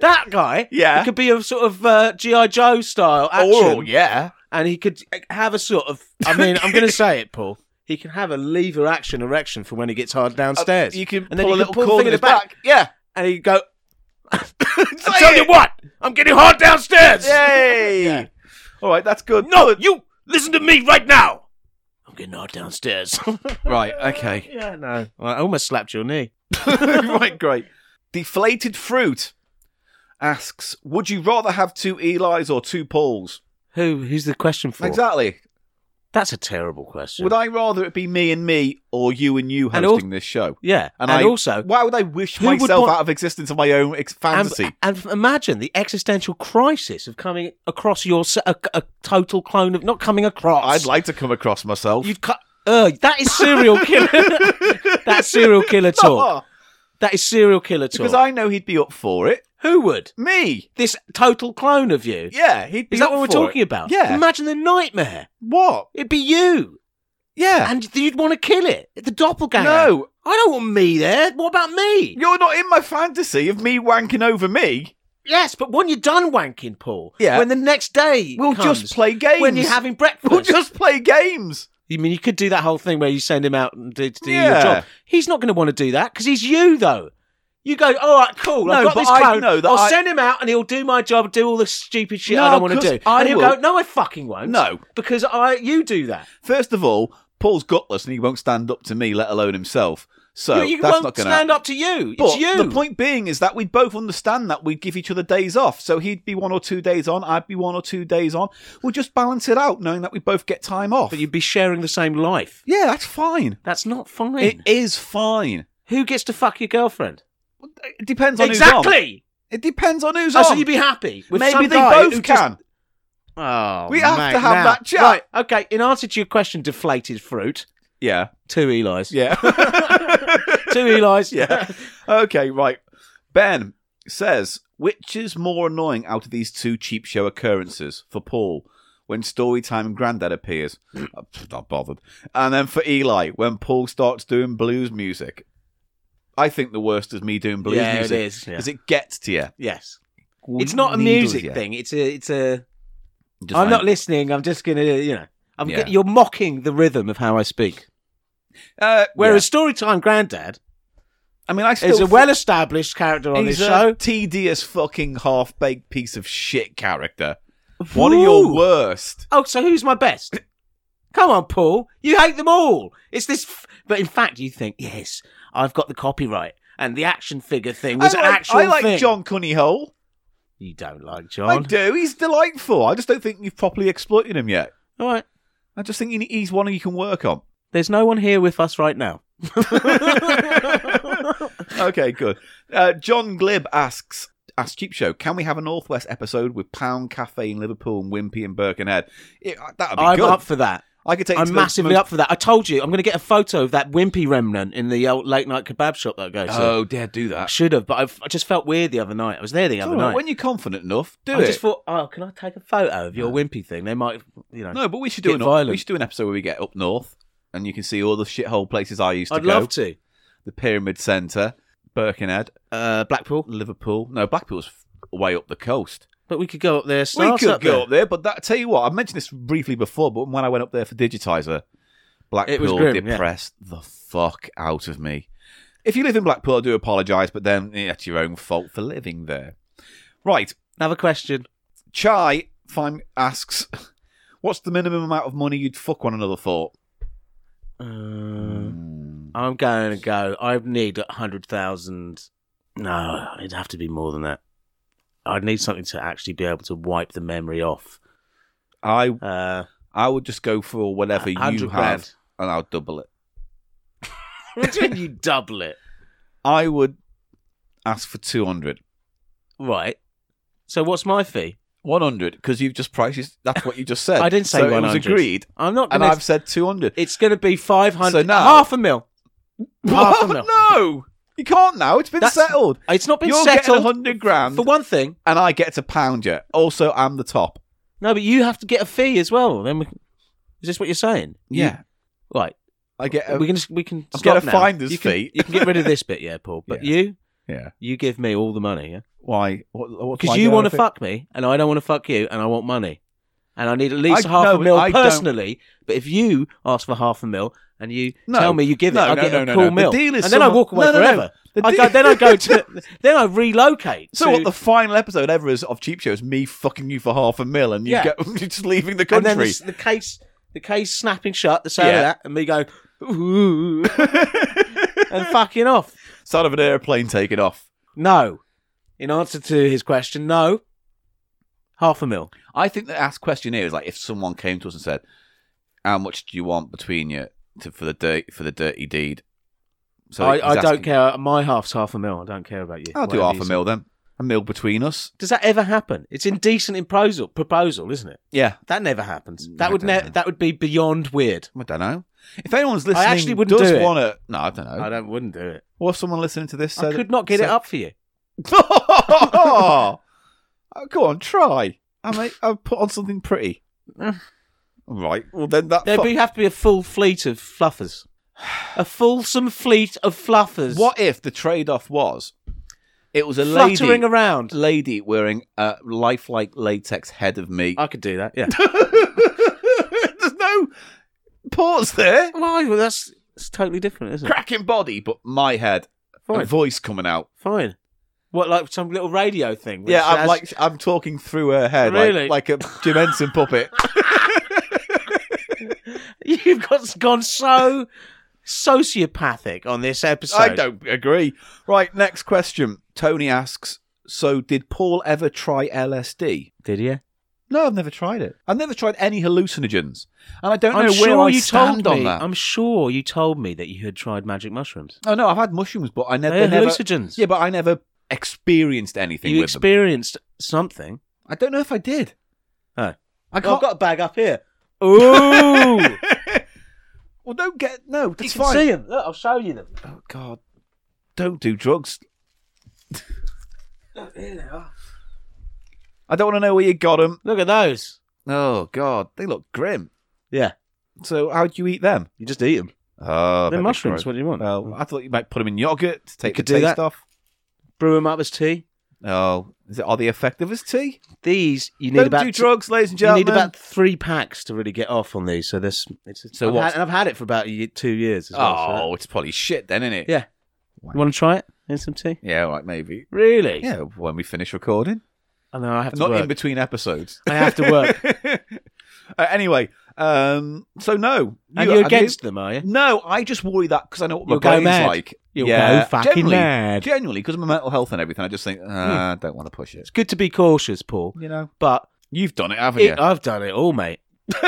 [SPEAKER 2] that guy.
[SPEAKER 1] yeah.
[SPEAKER 2] He could be a sort of uh, GI Joe style action.
[SPEAKER 1] Oh, yeah.
[SPEAKER 2] and he could have a sort of. I mean, I'm going to say it, Paul. He can have a lever action erection for when he gets hard downstairs.
[SPEAKER 1] Uh, You can
[SPEAKER 2] and
[SPEAKER 1] pull
[SPEAKER 2] then
[SPEAKER 1] a
[SPEAKER 2] he
[SPEAKER 1] little
[SPEAKER 2] can pull
[SPEAKER 1] cord
[SPEAKER 2] the
[SPEAKER 1] in
[SPEAKER 2] thing in
[SPEAKER 1] his
[SPEAKER 2] the
[SPEAKER 1] back.
[SPEAKER 2] back.
[SPEAKER 1] Yeah.
[SPEAKER 2] and he go. I
[SPEAKER 1] Say
[SPEAKER 2] tell
[SPEAKER 1] it.
[SPEAKER 2] you what, I'm getting hard downstairs.
[SPEAKER 1] Yay.
[SPEAKER 2] Yeah.
[SPEAKER 1] All right, that's good.
[SPEAKER 2] No, you listen to me right now. I'm getting hard downstairs.
[SPEAKER 1] Right, okay.
[SPEAKER 2] yeah, no. I almost slapped your knee.
[SPEAKER 1] right, great. Deflated Fruit asks Would you rather have two Eli's or two Pauls?
[SPEAKER 2] Who? Who's the question for?
[SPEAKER 1] Exactly.
[SPEAKER 2] That's a terrible question.
[SPEAKER 1] Would I rather it be me and me or you and you
[SPEAKER 2] And
[SPEAKER 1] hosting
[SPEAKER 2] al-
[SPEAKER 1] this show?
[SPEAKER 2] yeah, and,
[SPEAKER 1] I,
[SPEAKER 2] also,
[SPEAKER 1] why would I wish
[SPEAKER 2] who would
[SPEAKER 1] myself
[SPEAKER 2] want-
[SPEAKER 1] out of existence of my own ex-
[SPEAKER 2] and,
[SPEAKER 1] fantasy?
[SPEAKER 2] and imagine the existential crisis of coming across your se- a, a total clone of not coming across.
[SPEAKER 1] I'd like to come across myself.
[SPEAKER 2] You'd cut. Uh, that is serial killer. That's serial killer talk.
[SPEAKER 1] Oh,
[SPEAKER 2] That is serial killer talk.
[SPEAKER 1] because I know he'd be up for it.
[SPEAKER 2] Who would?
[SPEAKER 1] Me.
[SPEAKER 2] This total clone of you.
[SPEAKER 1] Yeah, he'd be
[SPEAKER 2] Is that
[SPEAKER 1] up
[SPEAKER 2] what we're
[SPEAKER 1] for
[SPEAKER 2] talking
[SPEAKER 1] it.
[SPEAKER 2] about?
[SPEAKER 1] Yeah.
[SPEAKER 2] Imagine the nightmare.
[SPEAKER 1] What?
[SPEAKER 2] It'd be you.
[SPEAKER 1] Yeah.
[SPEAKER 2] And you'd want to kill it. The doppelganger.
[SPEAKER 1] No,
[SPEAKER 2] I don't want me there. What about me?
[SPEAKER 1] you're not in my fantasy of me wanking over me.
[SPEAKER 2] Yes, but when you're done wanking, Paul,
[SPEAKER 1] Yeah.
[SPEAKER 2] when the next day
[SPEAKER 1] We'll
[SPEAKER 2] comes,
[SPEAKER 1] just play games.
[SPEAKER 2] when you're having breakfast,
[SPEAKER 1] we'll just play games.
[SPEAKER 2] You mean you could do that whole thing where you send him out and do, to do your
[SPEAKER 1] Yeah.
[SPEAKER 2] job? He's not going to want to do that because he's you, though. You go, all right, cool.
[SPEAKER 1] No,
[SPEAKER 2] I've got
[SPEAKER 1] but
[SPEAKER 2] this
[SPEAKER 1] I
[SPEAKER 2] clone.
[SPEAKER 1] know that
[SPEAKER 2] I'll
[SPEAKER 1] I-
[SPEAKER 2] send him out and he'll do my job, do all the stupid shit
[SPEAKER 1] No,
[SPEAKER 2] I don't want to
[SPEAKER 1] 'cause
[SPEAKER 2] do.
[SPEAKER 1] I
[SPEAKER 2] and he'll
[SPEAKER 1] will.
[SPEAKER 2] go, no, I fucking won't.
[SPEAKER 1] No.
[SPEAKER 2] because I, you do that.
[SPEAKER 1] First of all, Paul's gutless and he won't stand up to me, let alone himself. So
[SPEAKER 2] you you
[SPEAKER 1] that's
[SPEAKER 2] won't
[SPEAKER 1] not going to
[SPEAKER 2] stand up to you.
[SPEAKER 1] But
[SPEAKER 2] it's you.
[SPEAKER 1] the point being is that we'd both understand that we'd give each other days off. So he'd be one or two days on, I'd be one or two days on. We'll just balance it out, knowing that we both get time off.
[SPEAKER 2] but you'd be sharing the same life.
[SPEAKER 1] yeah, that's fine.
[SPEAKER 2] That's not fine.
[SPEAKER 1] It is fine.
[SPEAKER 2] Who gets to fuck your girlfriend?
[SPEAKER 1] It depends on who's on.
[SPEAKER 2] Exactly.
[SPEAKER 1] It depends on who's
[SPEAKER 2] Oh,
[SPEAKER 1] on.
[SPEAKER 2] so you'd be happy. With
[SPEAKER 1] Maybe
[SPEAKER 2] some
[SPEAKER 1] they
[SPEAKER 2] guy
[SPEAKER 1] both
[SPEAKER 2] who
[SPEAKER 1] can.
[SPEAKER 2] just- Oh,
[SPEAKER 1] We have
[SPEAKER 2] mate,
[SPEAKER 1] to have
[SPEAKER 2] now-
[SPEAKER 1] that chat.
[SPEAKER 2] Right, okay. In answer to your question, deflated fruit,
[SPEAKER 1] Yeah,
[SPEAKER 2] two Eli's.
[SPEAKER 1] yeah,
[SPEAKER 2] two Eli's.
[SPEAKER 1] yeah. Okay, right. Ben says, which is more annoying out of these two cheap show occurrences for Paul? When Storytime Grandad appears, I'm not bothered. And then for Eli, when Paul starts doing blues music. I think the worst is me doing blues
[SPEAKER 2] Yeah, it
[SPEAKER 1] music.
[SPEAKER 2] is, yeah.
[SPEAKER 1] Because it gets to you.
[SPEAKER 2] Yes. It's not a music thing. It's a. It's a. I'm not listening. I'm just gonna. You know. I'm.
[SPEAKER 1] Yeah.
[SPEAKER 2] Get, you're mocking the rhythm of how I speak.
[SPEAKER 1] Uh,
[SPEAKER 2] Whereas Storytime Granddad
[SPEAKER 1] I mean, I still
[SPEAKER 2] is a
[SPEAKER 1] think
[SPEAKER 2] well-established character on
[SPEAKER 1] he's
[SPEAKER 2] this
[SPEAKER 1] a
[SPEAKER 2] show.
[SPEAKER 1] tedious fucking half-baked piece of shit character. One of your
[SPEAKER 2] Ooh.
[SPEAKER 1] worst.
[SPEAKER 2] Oh, so who's my best? Come on, Paul. You hate them all. It's this. F- but in fact, you think yes, I've got the copyright. And the action figure thing was
[SPEAKER 1] I
[SPEAKER 2] an
[SPEAKER 1] like,
[SPEAKER 2] actual
[SPEAKER 1] I like
[SPEAKER 2] thing.
[SPEAKER 1] John Cunnyhole.
[SPEAKER 2] You don't like
[SPEAKER 1] I
[SPEAKER 2] John.
[SPEAKER 1] do. He's delightful. I just don't think you've properly exploited him yet.
[SPEAKER 2] All right.
[SPEAKER 1] I just think you need- he's one you can work on.
[SPEAKER 2] There's no one here with us right now.
[SPEAKER 1] Okay, good. Uh, John Glib asks, Ask Cheap Show, can we have a Northwest episode with Pound Cafe in Liverpool and Wimpy in Birkenhead? It, uh, that'd be
[SPEAKER 2] I'm
[SPEAKER 1] good.
[SPEAKER 2] up for that.
[SPEAKER 1] I could take. it to
[SPEAKER 2] I'm
[SPEAKER 1] the
[SPEAKER 2] massively
[SPEAKER 1] most-
[SPEAKER 2] up for that. I told you, I'm going to get a photo of that wimpy remnant in the old late night kebab shop that I go to.
[SPEAKER 1] Oh, dare do that.
[SPEAKER 2] I should have, but I've, I just felt weird the other night. I was there the
[SPEAKER 1] It's
[SPEAKER 2] other
[SPEAKER 1] all right,
[SPEAKER 2] night.
[SPEAKER 1] When you're confident enough, do
[SPEAKER 2] I
[SPEAKER 1] it.
[SPEAKER 2] just thought, oh, can I take a photo of your wimpy thing? They might, you know.
[SPEAKER 1] no, but we should do an
[SPEAKER 2] get
[SPEAKER 1] we
[SPEAKER 2] violent.
[SPEAKER 1] should do an episode where we get up north and you can see all the shithole places I used to
[SPEAKER 2] I'd
[SPEAKER 1] go.
[SPEAKER 2] love to.
[SPEAKER 1] The Pyramid Centre, Birkenhead,
[SPEAKER 2] Uh, Blackpool,
[SPEAKER 1] Liverpool. No, Blackpool's f- way up the coast.
[SPEAKER 2] but we could go up there.
[SPEAKER 1] We
[SPEAKER 2] start
[SPEAKER 1] could
[SPEAKER 2] up
[SPEAKER 1] go
[SPEAKER 2] there.
[SPEAKER 1] up there, but that, I tell you what, I mentioned this briefly before, but when I went up there for Digitizer, Blackpool
[SPEAKER 2] grim, yeah.
[SPEAKER 1] depressed the fuck out of me. If you live in Blackpool, I do apologise, but then eh, it's your own fault for living there. Right,
[SPEAKER 2] Another question.
[SPEAKER 1] Chai fine, asks, "What's the minimum amount of money you'd fuck one another for?"
[SPEAKER 2] Uh, I'm going to go. I need a hundred thousand. No, it'd have to be more than that. I'd need something to actually be able to wipe the memory off.
[SPEAKER 1] I
[SPEAKER 2] Uh,
[SPEAKER 1] I would just go for whatever you have,
[SPEAKER 2] 100 grand.
[SPEAKER 1] and I'll double it.
[SPEAKER 2] what do you mean you double it?
[SPEAKER 1] I would ask for two hundred.
[SPEAKER 2] Right. So what's my fee?
[SPEAKER 1] 100 because you've just prices. That's what you just said.
[SPEAKER 2] I didn't say
[SPEAKER 1] so It was
[SPEAKER 2] 100.
[SPEAKER 1] agreed,
[SPEAKER 2] I'm not
[SPEAKER 1] and
[SPEAKER 2] going to.
[SPEAKER 1] I've said 200.
[SPEAKER 2] It's going to be 500.
[SPEAKER 1] So now-
[SPEAKER 2] half a mil. Half a mil.
[SPEAKER 1] No, you can't now. It's been
[SPEAKER 2] That's-
[SPEAKER 1] settled.
[SPEAKER 2] It's not been
[SPEAKER 1] You're getting
[SPEAKER 2] settled.
[SPEAKER 1] 100 grand,
[SPEAKER 2] For one thing.
[SPEAKER 1] and I get to pound you. Also, I'm the top.
[SPEAKER 2] No, but you have to get a fee as well. Then we... Is this what you're saying?
[SPEAKER 1] Yeah, Uh,
[SPEAKER 2] You- Right.
[SPEAKER 1] I get. A,
[SPEAKER 2] we can just, we can
[SPEAKER 1] I'll
[SPEAKER 2] stop
[SPEAKER 1] get a
[SPEAKER 2] now.
[SPEAKER 1] finder's
[SPEAKER 2] you can,
[SPEAKER 1] fee.
[SPEAKER 2] you can get rid of this bit, yeah, Paul. But you,
[SPEAKER 1] yeah.
[SPEAKER 2] you give me all the money, yeah?
[SPEAKER 1] Why? What? what's my
[SPEAKER 2] Because you
[SPEAKER 1] deal
[SPEAKER 2] want to
[SPEAKER 1] with it?
[SPEAKER 2] fuck me, and I don't want to fuck you, and I want money, and I need at least
[SPEAKER 1] I-
[SPEAKER 2] half
[SPEAKER 1] no,
[SPEAKER 2] a mil
[SPEAKER 1] I don't-
[SPEAKER 2] personally. But if you ask for half a mil and you
[SPEAKER 1] No.
[SPEAKER 2] tell me you give
[SPEAKER 1] No,
[SPEAKER 2] it, I
[SPEAKER 1] no,
[SPEAKER 2] get
[SPEAKER 1] no,
[SPEAKER 2] a
[SPEAKER 1] no,
[SPEAKER 2] cool
[SPEAKER 1] no. The
[SPEAKER 2] mil,
[SPEAKER 1] deal is
[SPEAKER 2] and then I
[SPEAKER 1] someone-
[SPEAKER 2] walk away
[SPEAKER 1] No, no, no.
[SPEAKER 2] forever.
[SPEAKER 1] The
[SPEAKER 2] I
[SPEAKER 1] deal-
[SPEAKER 2] go, then I go to, then I relocate.
[SPEAKER 1] So
[SPEAKER 2] to-
[SPEAKER 1] what? The final episode ever is of Cheap Show is me fucking you for half a mil, and you
[SPEAKER 2] Yeah.
[SPEAKER 1] get you're just leaving the
[SPEAKER 2] and then
[SPEAKER 1] country.
[SPEAKER 2] this- the case, the case snapping shut, the sound
[SPEAKER 1] Yeah.
[SPEAKER 2] of that, and me going, ooh, and fucking off.
[SPEAKER 1] Sound of an airplane taking off.
[SPEAKER 2] No. In answer to his question, no. Half a mil.
[SPEAKER 1] I think the ask question here is like if someone came to us and said, "How much do you want between you to, for the dirt for the dirty deed?" So
[SPEAKER 2] I,
[SPEAKER 1] he's
[SPEAKER 2] I don't
[SPEAKER 1] asking,
[SPEAKER 2] care. My half's half a mil. I don't care about you.
[SPEAKER 1] I'll do
[SPEAKER 2] Whatever
[SPEAKER 1] half
[SPEAKER 2] you
[SPEAKER 1] a
[SPEAKER 2] say.
[SPEAKER 1] mil then. A mil between us.
[SPEAKER 2] Does that ever happen? It's indecent in proposal, proposal, isn't it?
[SPEAKER 1] Yeah,
[SPEAKER 2] That never happens.
[SPEAKER 1] Mm, I
[SPEAKER 2] That would
[SPEAKER 1] don't
[SPEAKER 2] ne-
[SPEAKER 1] know.
[SPEAKER 2] that would be beyond weird.
[SPEAKER 1] I don't know. If anyone's listening,
[SPEAKER 2] actually wouldn't
[SPEAKER 1] does
[SPEAKER 2] do it.
[SPEAKER 1] want to. No, I don't know.
[SPEAKER 2] I don't wouldn't do it.
[SPEAKER 1] Or if someone listening to this,
[SPEAKER 2] I
[SPEAKER 1] said-
[SPEAKER 2] could not get
[SPEAKER 1] said-
[SPEAKER 2] it up for you.
[SPEAKER 1] oh, go on, try. I may, I'll put on something pretty. All right. Well, then that.
[SPEAKER 2] There'd
[SPEAKER 1] fu-
[SPEAKER 2] be, have to be a full fleet of fluffers. A fulsome fleet of fluffers.
[SPEAKER 1] what if the trade-off was it was a
[SPEAKER 2] fluttering
[SPEAKER 1] lady
[SPEAKER 2] around?
[SPEAKER 1] lady wearing a lifelike latex head of meat.
[SPEAKER 2] I could do that. Yeah.
[SPEAKER 1] There's no pause there.
[SPEAKER 2] Why? Well, that's it's totally different, isn't it?
[SPEAKER 1] Cracking body, but my head. A
[SPEAKER 2] Fine.
[SPEAKER 1] voice coming out.
[SPEAKER 2] Fine. What, like some little radio thing? which
[SPEAKER 1] yeah, I'm
[SPEAKER 2] has-
[SPEAKER 1] like I'm talking through her head, like-
[SPEAKER 2] Really?
[SPEAKER 1] like, a Jim Henson puppet.
[SPEAKER 2] You've got gone so sociopathic on this episode.
[SPEAKER 1] I don't agree. Right, next question. Tony asks, so did Paul ever try LSD?
[SPEAKER 2] Did you?
[SPEAKER 1] No, I've never tried it. I've never tried any hallucinogens, and I don't
[SPEAKER 2] I'm
[SPEAKER 1] know
[SPEAKER 2] sure
[SPEAKER 1] where I
[SPEAKER 2] you
[SPEAKER 1] stand on
[SPEAKER 2] told me.
[SPEAKER 1] that.
[SPEAKER 2] I'm sure you told me that you had tried magic mushrooms.
[SPEAKER 1] Oh no, I've had mushrooms, but I never
[SPEAKER 2] They're
[SPEAKER 1] never-
[SPEAKER 2] hallucinogens.
[SPEAKER 1] Yeah, but I never experienced anything
[SPEAKER 2] You
[SPEAKER 1] with them.
[SPEAKER 2] experienced something.
[SPEAKER 1] I don't know if I did.
[SPEAKER 2] Oh.
[SPEAKER 1] I
[SPEAKER 2] Well, I've
[SPEAKER 1] can't.
[SPEAKER 2] got a bag up here. Ooh,
[SPEAKER 1] well, don't get no. That's
[SPEAKER 2] you can
[SPEAKER 1] fine.
[SPEAKER 2] see them. Look, I'll show you them.
[SPEAKER 1] Oh God, don't do drugs. I don't want to know where you got them.
[SPEAKER 2] Look at those.
[SPEAKER 1] Oh God, they look grim.
[SPEAKER 2] Yeah,
[SPEAKER 1] So how'd you eat them?
[SPEAKER 2] you just eat them.
[SPEAKER 1] Oh,
[SPEAKER 2] They're mushrooms. What do you want?
[SPEAKER 1] Well, I thought you might put them in yogurt to take
[SPEAKER 2] could
[SPEAKER 1] the
[SPEAKER 2] do
[SPEAKER 1] taste
[SPEAKER 2] that.
[SPEAKER 1] off.
[SPEAKER 2] Brew them up as tea.
[SPEAKER 1] Oh, is it, are they effective as tea?
[SPEAKER 2] These you need
[SPEAKER 1] Don't
[SPEAKER 2] about
[SPEAKER 1] do drugs, ladies and
[SPEAKER 2] You
[SPEAKER 1] gentlemen.
[SPEAKER 2] need about three packs to really get off on these. So this, it's,
[SPEAKER 1] So
[SPEAKER 2] I've
[SPEAKER 1] what's-
[SPEAKER 2] had- and I've had it for about a ye- two years. As well, so that-
[SPEAKER 1] oh, it's probably shit then, isn't it?
[SPEAKER 2] yeah. You want to try it in some tea?
[SPEAKER 1] Yeah, all right, maybe.
[SPEAKER 2] Really?
[SPEAKER 1] Yeah, when we finish recording.
[SPEAKER 2] I know. I have to
[SPEAKER 1] Not in
[SPEAKER 2] work.
[SPEAKER 1] between episodes.
[SPEAKER 2] I have to work.
[SPEAKER 1] Uh, anyway, um, so no.
[SPEAKER 2] and
[SPEAKER 1] you-
[SPEAKER 2] you're
[SPEAKER 1] I
[SPEAKER 2] against
[SPEAKER 1] mean-
[SPEAKER 2] them, are you?
[SPEAKER 1] No, I just worry that because I know what my
[SPEAKER 2] You'll go
[SPEAKER 1] brain's
[SPEAKER 2] mad.
[SPEAKER 1] like.
[SPEAKER 2] You'll
[SPEAKER 1] yeah,
[SPEAKER 2] go fucking
[SPEAKER 1] generally,
[SPEAKER 2] mad. Hmm.
[SPEAKER 1] Genuinely, because of my mental health and everything, I just think, uh, I don't want to push it.
[SPEAKER 2] It's good to be cautious, Paul.
[SPEAKER 1] You know?
[SPEAKER 2] But
[SPEAKER 1] You've done it, haven't
[SPEAKER 2] it, I've done it all, mate.
[SPEAKER 1] you?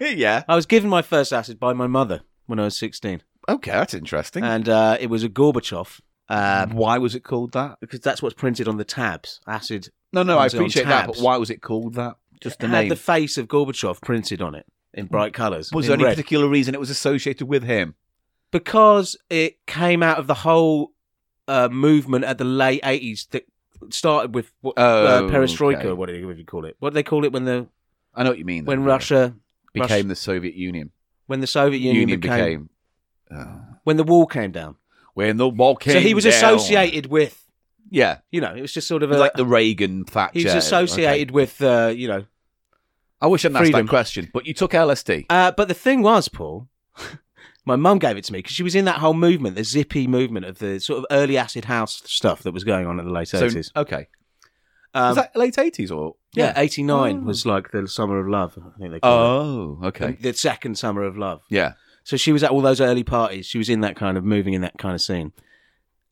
[SPEAKER 1] yeah.
[SPEAKER 2] I was given my first acid by my mother when I was 16,
[SPEAKER 1] Okay, that's interesting.
[SPEAKER 2] and uh, it was a Gorbachev. Um,
[SPEAKER 1] why was it called that?
[SPEAKER 2] because that's what's printed on the tabs. Acid
[SPEAKER 1] No, no, I
[SPEAKER 2] Comes on
[SPEAKER 1] appreciate that, but
[SPEAKER 2] tabs.
[SPEAKER 1] why was it called that? Just the
[SPEAKER 2] had
[SPEAKER 1] name.
[SPEAKER 2] the face of Gorbachev printed on it. in bright colours.
[SPEAKER 1] Was
[SPEAKER 2] in
[SPEAKER 1] there any
[SPEAKER 2] red.
[SPEAKER 1] particular reason it was associated with him?
[SPEAKER 2] because it came out of the whole uh, movement at the late eighties that started with uh,
[SPEAKER 1] Oh,
[SPEAKER 2] perestroika.
[SPEAKER 1] okay.
[SPEAKER 2] What do you what do you call it? What do they call it when the
[SPEAKER 1] I know what you mean.
[SPEAKER 2] when
[SPEAKER 1] though.
[SPEAKER 2] Russia
[SPEAKER 1] became
[SPEAKER 2] Russia-
[SPEAKER 1] the Soviet Union,
[SPEAKER 2] when the Soviet Union,
[SPEAKER 1] Union
[SPEAKER 2] became,
[SPEAKER 1] became, uh,
[SPEAKER 2] when the wall came down.
[SPEAKER 1] when the wall came.
[SPEAKER 2] so he was
[SPEAKER 1] down.
[SPEAKER 2] associated with
[SPEAKER 1] Yeah,
[SPEAKER 2] you know it was just sort of
[SPEAKER 1] it was
[SPEAKER 2] a-
[SPEAKER 1] like the Reagan Thatcher.
[SPEAKER 2] he was associated
[SPEAKER 1] Okay.
[SPEAKER 2] with uh, you know.
[SPEAKER 1] I wish I'd asked that
[SPEAKER 2] freedom.
[SPEAKER 1] question, but you took LSD.
[SPEAKER 2] Uh, but the thing was, Paul. My mum gave it to me because she was in that whole movement, the zippy movement of the sort of early acid house stuff that was going on in the late
[SPEAKER 1] So
[SPEAKER 2] eighties.
[SPEAKER 1] okay,
[SPEAKER 2] um,
[SPEAKER 1] was that late eighties or?
[SPEAKER 2] Yeah, 89 was like the summer of love, I think they call
[SPEAKER 1] Oh,
[SPEAKER 2] it.
[SPEAKER 1] okay.
[SPEAKER 2] The second summer of love.
[SPEAKER 1] Yeah.
[SPEAKER 2] So she was at all those early parties. She was in that kind of moving in that kind of scene.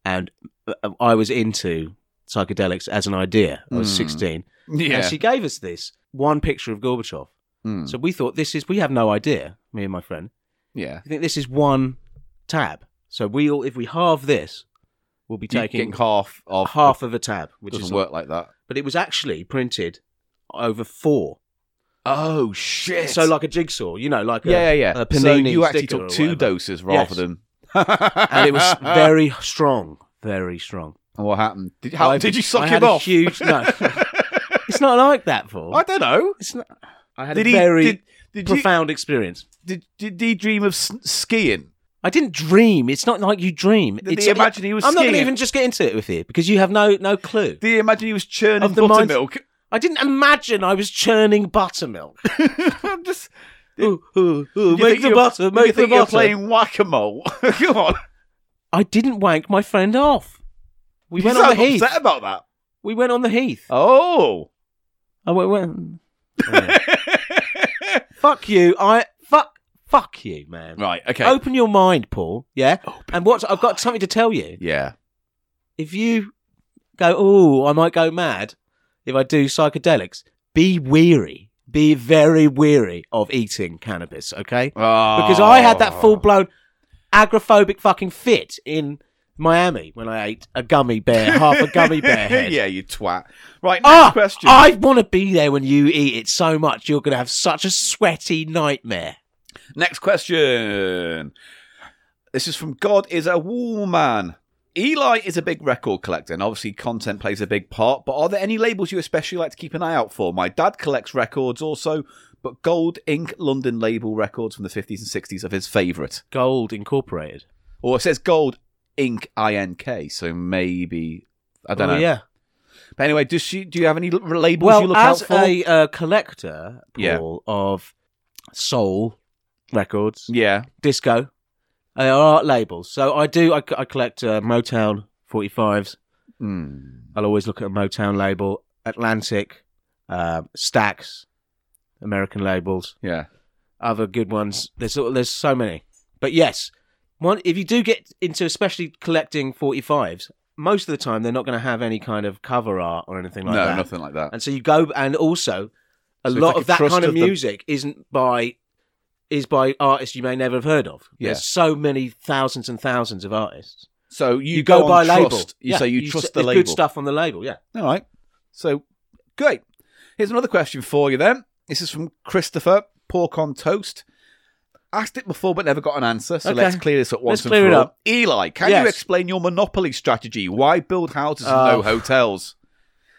[SPEAKER 2] And uh, I was into psychedelics as an idea. I was
[SPEAKER 1] Hmm.
[SPEAKER 2] 16.
[SPEAKER 1] Yeah.
[SPEAKER 2] And she gave us this one picture of Gorbachev.
[SPEAKER 1] Mm.
[SPEAKER 2] So we thought this is, we have no idea, me and my friend.
[SPEAKER 1] yeah.
[SPEAKER 2] I think this is one tab. So we all, if we halve this, we'll be
[SPEAKER 1] You
[SPEAKER 2] taking
[SPEAKER 1] getting half of
[SPEAKER 2] half of a tab, which
[SPEAKER 1] doesn't
[SPEAKER 2] is
[SPEAKER 1] work like that.
[SPEAKER 2] But it was actually printed over four.
[SPEAKER 1] Oh shit!
[SPEAKER 2] So like a jigsaw, you know, like a,
[SPEAKER 1] yeah, yeah, yeah.
[SPEAKER 2] a panini
[SPEAKER 1] so you actually
[SPEAKER 2] sticker or
[SPEAKER 1] took two
[SPEAKER 2] whatever.
[SPEAKER 1] doses rather
[SPEAKER 2] Yes.
[SPEAKER 1] than.
[SPEAKER 2] and it was very strong, very strong.
[SPEAKER 1] And what happened? Did, how,
[SPEAKER 2] I-
[SPEAKER 1] Oh, did you suck
[SPEAKER 2] I
[SPEAKER 1] him
[SPEAKER 2] had a
[SPEAKER 1] off?
[SPEAKER 2] huge- no. It's not like that, Paul.
[SPEAKER 1] I don't know.
[SPEAKER 2] It's not. I had
[SPEAKER 1] Did
[SPEAKER 2] a
[SPEAKER 1] he?
[SPEAKER 2] very
[SPEAKER 1] Did, did, you,
[SPEAKER 2] profound experience.
[SPEAKER 1] did, did he dream of s- skiing?
[SPEAKER 2] I didn't dream. It's not like you dream.
[SPEAKER 1] Did
[SPEAKER 2] it's,
[SPEAKER 1] he imagine he was
[SPEAKER 2] I'm not going to
[SPEAKER 1] skiing?
[SPEAKER 2] even just get into it with you because you have no no clue.
[SPEAKER 1] Did you imagine he was churning
[SPEAKER 2] Of the mind-
[SPEAKER 1] buttermilk?
[SPEAKER 2] I didn't imagine I was churning buttermilk.
[SPEAKER 1] I'm just.
[SPEAKER 2] Ooh, ooh, ooh,
[SPEAKER 1] you
[SPEAKER 2] make
[SPEAKER 1] think
[SPEAKER 2] the
[SPEAKER 1] you're-
[SPEAKER 2] butter,
[SPEAKER 1] you
[SPEAKER 2] make the eh?
[SPEAKER 1] think you're
[SPEAKER 2] butter.
[SPEAKER 1] playing whack a mole? Come on.
[SPEAKER 2] I didn't wank my friend off. We
[SPEAKER 1] you
[SPEAKER 2] went on
[SPEAKER 1] sound
[SPEAKER 2] the heath.
[SPEAKER 1] upset about that.
[SPEAKER 2] We went on the heath.
[SPEAKER 1] Oh.
[SPEAKER 2] I went. went fuck you. I fuck. Fuck you, man.
[SPEAKER 1] right. Okay.
[SPEAKER 2] Open your mind, Paul. Yeah. and what I've got something to tell you.
[SPEAKER 1] Yeah.
[SPEAKER 2] If you go, oh, I might go mad if I do psychedelics. Be weary. Be very weary of eating cannabis. Okay. Because I had
[SPEAKER 1] Oh.
[SPEAKER 2] that full blown agrophobic fucking fit in Miami when I ate a gummy bear, half a gummy bear head.
[SPEAKER 1] Oh. yeah, you twat. Right. Next
[SPEAKER 2] Ah,
[SPEAKER 1] question.
[SPEAKER 2] I want to be there when you eat it so much you're going to have such a sweaty nightmare.
[SPEAKER 1] Next question. This is from God is a Woman. Eli is a big record collector, and obviously content plays a big part. But are there any labels you especially like to keep an eye out for? My dad collects records also, but Gold Inc. London label records from the 50s and 60s are his favourite.
[SPEAKER 2] Gold Incorporated.
[SPEAKER 1] Or it says Gold Inc. I N K, so maybe. I don't
[SPEAKER 2] Oh,
[SPEAKER 1] know.
[SPEAKER 2] Yeah.
[SPEAKER 1] But anyway, does she, do you have any l- labels
[SPEAKER 2] well,
[SPEAKER 1] you look
[SPEAKER 2] as
[SPEAKER 1] out for?
[SPEAKER 2] a uh, collector,
[SPEAKER 1] Yeah.
[SPEAKER 2] Paul, of soul records,
[SPEAKER 1] Yeah.
[SPEAKER 2] disco, they are labels. So I do. I, I collect uh, Motown 45s.
[SPEAKER 1] Hmm.
[SPEAKER 2] I'll always look at a Motown label, Atlantic, uh, Stax, American labels,
[SPEAKER 1] Yeah.
[SPEAKER 2] other good ones. There's there's so many. But yes, one if you do get into especially collecting 45s, most of the time they're not going to have any kind of cover art or anything like
[SPEAKER 1] no,
[SPEAKER 2] that.
[SPEAKER 1] nothing like that.
[SPEAKER 2] And so you go, and also a
[SPEAKER 1] So it's
[SPEAKER 2] lot
[SPEAKER 1] like a
[SPEAKER 2] of that
[SPEAKER 1] trust
[SPEAKER 2] kind of
[SPEAKER 1] of the-
[SPEAKER 2] music isn't by is by artists you may never have heard of.
[SPEAKER 1] Yeah.
[SPEAKER 2] There's so many thousands and thousands of artists.
[SPEAKER 1] So you,
[SPEAKER 2] You, go, by
[SPEAKER 1] on
[SPEAKER 2] label.
[SPEAKER 1] trust. You
[SPEAKER 2] Yeah,
[SPEAKER 1] say you,
[SPEAKER 2] s-
[SPEAKER 1] trust the
[SPEAKER 2] there's
[SPEAKER 1] label.
[SPEAKER 2] Good stuff on the label. Yeah.
[SPEAKER 1] All right. So great. Here's another question for you then. This is from Christopher Pork on Toast. Asked it before but never got an answer, so
[SPEAKER 2] Okay.
[SPEAKER 1] let's clear this up once
[SPEAKER 2] Let's
[SPEAKER 1] and
[SPEAKER 2] clear
[SPEAKER 1] for
[SPEAKER 2] it
[SPEAKER 1] all.
[SPEAKER 2] up.
[SPEAKER 1] Eli, can
[SPEAKER 2] Yes.
[SPEAKER 1] you explain your monopoly strategy? Why build houses and
[SPEAKER 2] Oh.
[SPEAKER 1] no hotels?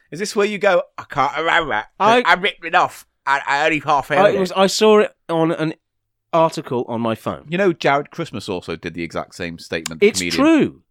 [SPEAKER 1] Is this where you go? I can't remember. that.
[SPEAKER 2] I-
[SPEAKER 1] I ripped it off. I, I only half
[SPEAKER 2] I,
[SPEAKER 1] heard
[SPEAKER 2] it
[SPEAKER 1] it.
[SPEAKER 2] was, I saw it on an article on my phone.
[SPEAKER 1] You know, Jared Christmas also did the exact same statement. the
[SPEAKER 2] It's
[SPEAKER 1] comedian,
[SPEAKER 2] true.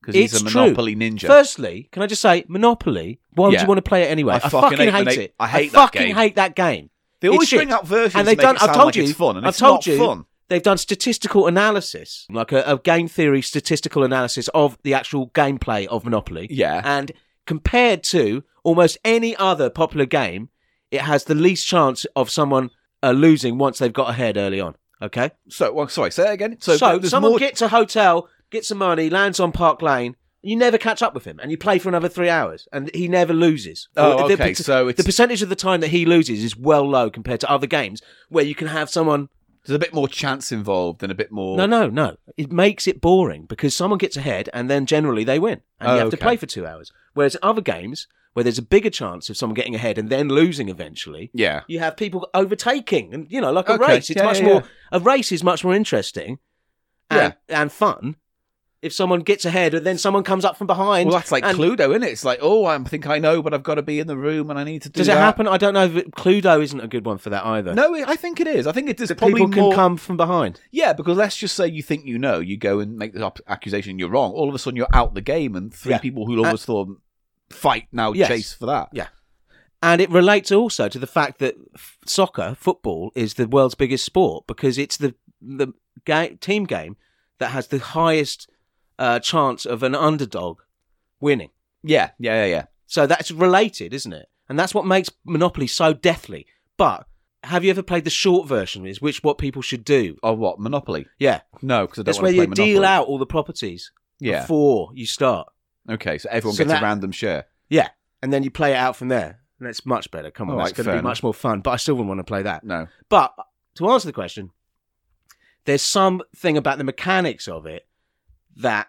[SPEAKER 1] because he's
[SPEAKER 2] it's
[SPEAKER 1] a
[SPEAKER 2] true.
[SPEAKER 1] monopoly ninja.
[SPEAKER 2] Firstly, can I just say, Monopoly. Why would
[SPEAKER 1] Yeah.
[SPEAKER 2] you want to play it anyway?
[SPEAKER 1] I fucking hate
[SPEAKER 2] hate,
[SPEAKER 1] Mono-
[SPEAKER 2] it.
[SPEAKER 1] I hate that
[SPEAKER 2] fucking
[SPEAKER 1] game.
[SPEAKER 2] hate that game.
[SPEAKER 1] they
[SPEAKER 2] It's
[SPEAKER 1] always
[SPEAKER 2] shit.
[SPEAKER 1] bring out versions
[SPEAKER 2] and
[SPEAKER 1] and
[SPEAKER 2] they've
[SPEAKER 1] make
[SPEAKER 2] done.
[SPEAKER 1] it sound
[SPEAKER 2] I've told
[SPEAKER 1] like
[SPEAKER 2] you,
[SPEAKER 1] it's fun, and
[SPEAKER 2] I've
[SPEAKER 1] it's
[SPEAKER 2] told
[SPEAKER 1] not
[SPEAKER 2] you,
[SPEAKER 1] fun.
[SPEAKER 2] they've done statistical analysis, like a, a game theory statistical analysis of the actual gameplay of Monopoly.
[SPEAKER 1] Yeah.
[SPEAKER 2] and compared to almost any other popular game, it has the least chance of someone uh, losing once they've got ahead early on. Okay,
[SPEAKER 1] So, well, sorry, say that again. So,
[SPEAKER 2] so,
[SPEAKER 1] there's
[SPEAKER 2] someone
[SPEAKER 1] more...
[SPEAKER 2] gets a hotel, gets some money, lands on Park Lane. You never catch up with him, and you play for another three hours, and he never loses.
[SPEAKER 1] Oh,
[SPEAKER 2] Or the
[SPEAKER 1] okay,
[SPEAKER 2] per-
[SPEAKER 1] so it's-
[SPEAKER 2] the percentage of the time that he loses is well low compared to other games where you can have someone
[SPEAKER 1] There's a bit more chance involved and a bit more.
[SPEAKER 2] No, no, no. It makes it boring because someone gets ahead and then generally they win and
[SPEAKER 1] Oh,
[SPEAKER 2] you have to
[SPEAKER 1] okay.
[SPEAKER 2] play for two hours. Whereas in other games, where there's a bigger chance of someone getting ahead and then losing eventually.
[SPEAKER 1] Yeah.
[SPEAKER 2] You have people overtaking, and you know, like a
[SPEAKER 1] Okay,
[SPEAKER 2] race, it's
[SPEAKER 1] yeah,
[SPEAKER 2] much
[SPEAKER 1] yeah,
[SPEAKER 2] more. A race is much more interesting, and, and fun. If someone gets ahead and then someone comes up from behind,
[SPEAKER 1] Well, that's like
[SPEAKER 2] and-
[SPEAKER 1] Cluedo, isn't it? It's like, oh, I think I know, but I've got to be in the room and I need to do
[SPEAKER 2] Does
[SPEAKER 1] that.
[SPEAKER 2] it happen? I don't know. But Cluedo isn't a good one for that either.
[SPEAKER 1] No, I think it is. I think it is
[SPEAKER 2] That
[SPEAKER 1] probably
[SPEAKER 2] people can
[SPEAKER 1] more.
[SPEAKER 2] come from behind.
[SPEAKER 1] Yeah, because let's just say you think you know, you go and make the op- accusation you're wrong. All of a sudden, you're out the game, and three
[SPEAKER 2] Yeah. Uh,
[SPEAKER 1] people who almost thought fight now
[SPEAKER 2] Yes.
[SPEAKER 1] chase for that.
[SPEAKER 2] Yeah. And it relates also to the fact that f- soccer, football, is the world's biggest sport because it's the the ga- team game that has the highest uh, chance of an underdog winning.
[SPEAKER 1] Yeah, yeah, yeah, yeah.
[SPEAKER 2] So that's related, isn't it? And that's what makes Monopoly so deathly. But have you ever played the short version? Is which what people should do?
[SPEAKER 1] Or what? Monopoly?
[SPEAKER 2] Yeah,
[SPEAKER 1] No, because I don't
[SPEAKER 2] that's
[SPEAKER 1] want
[SPEAKER 2] where
[SPEAKER 1] to
[SPEAKER 2] you
[SPEAKER 1] play
[SPEAKER 2] deal
[SPEAKER 1] Monopoly.
[SPEAKER 2] out all the properties
[SPEAKER 1] Yeah.
[SPEAKER 2] before you start.
[SPEAKER 1] Okay, so everyone
[SPEAKER 2] So
[SPEAKER 1] gets
[SPEAKER 2] that-
[SPEAKER 1] a random share.
[SPEAKER 2] Yeah, and then you play it out from there, and it's much better. Come on,
[SPEAKER 1] All
[SPEAKER 2] that's
[SPEAKER 1] right,
[SPEAKER 2] going to
[SPEAKER 1] fair
[SPEAKER 2] be much more fun. But I still wouldn't want to play that.
[SPEAKER 1] No.
[SPEAKER 2] But to answer the question, there's something about the mechanics of it that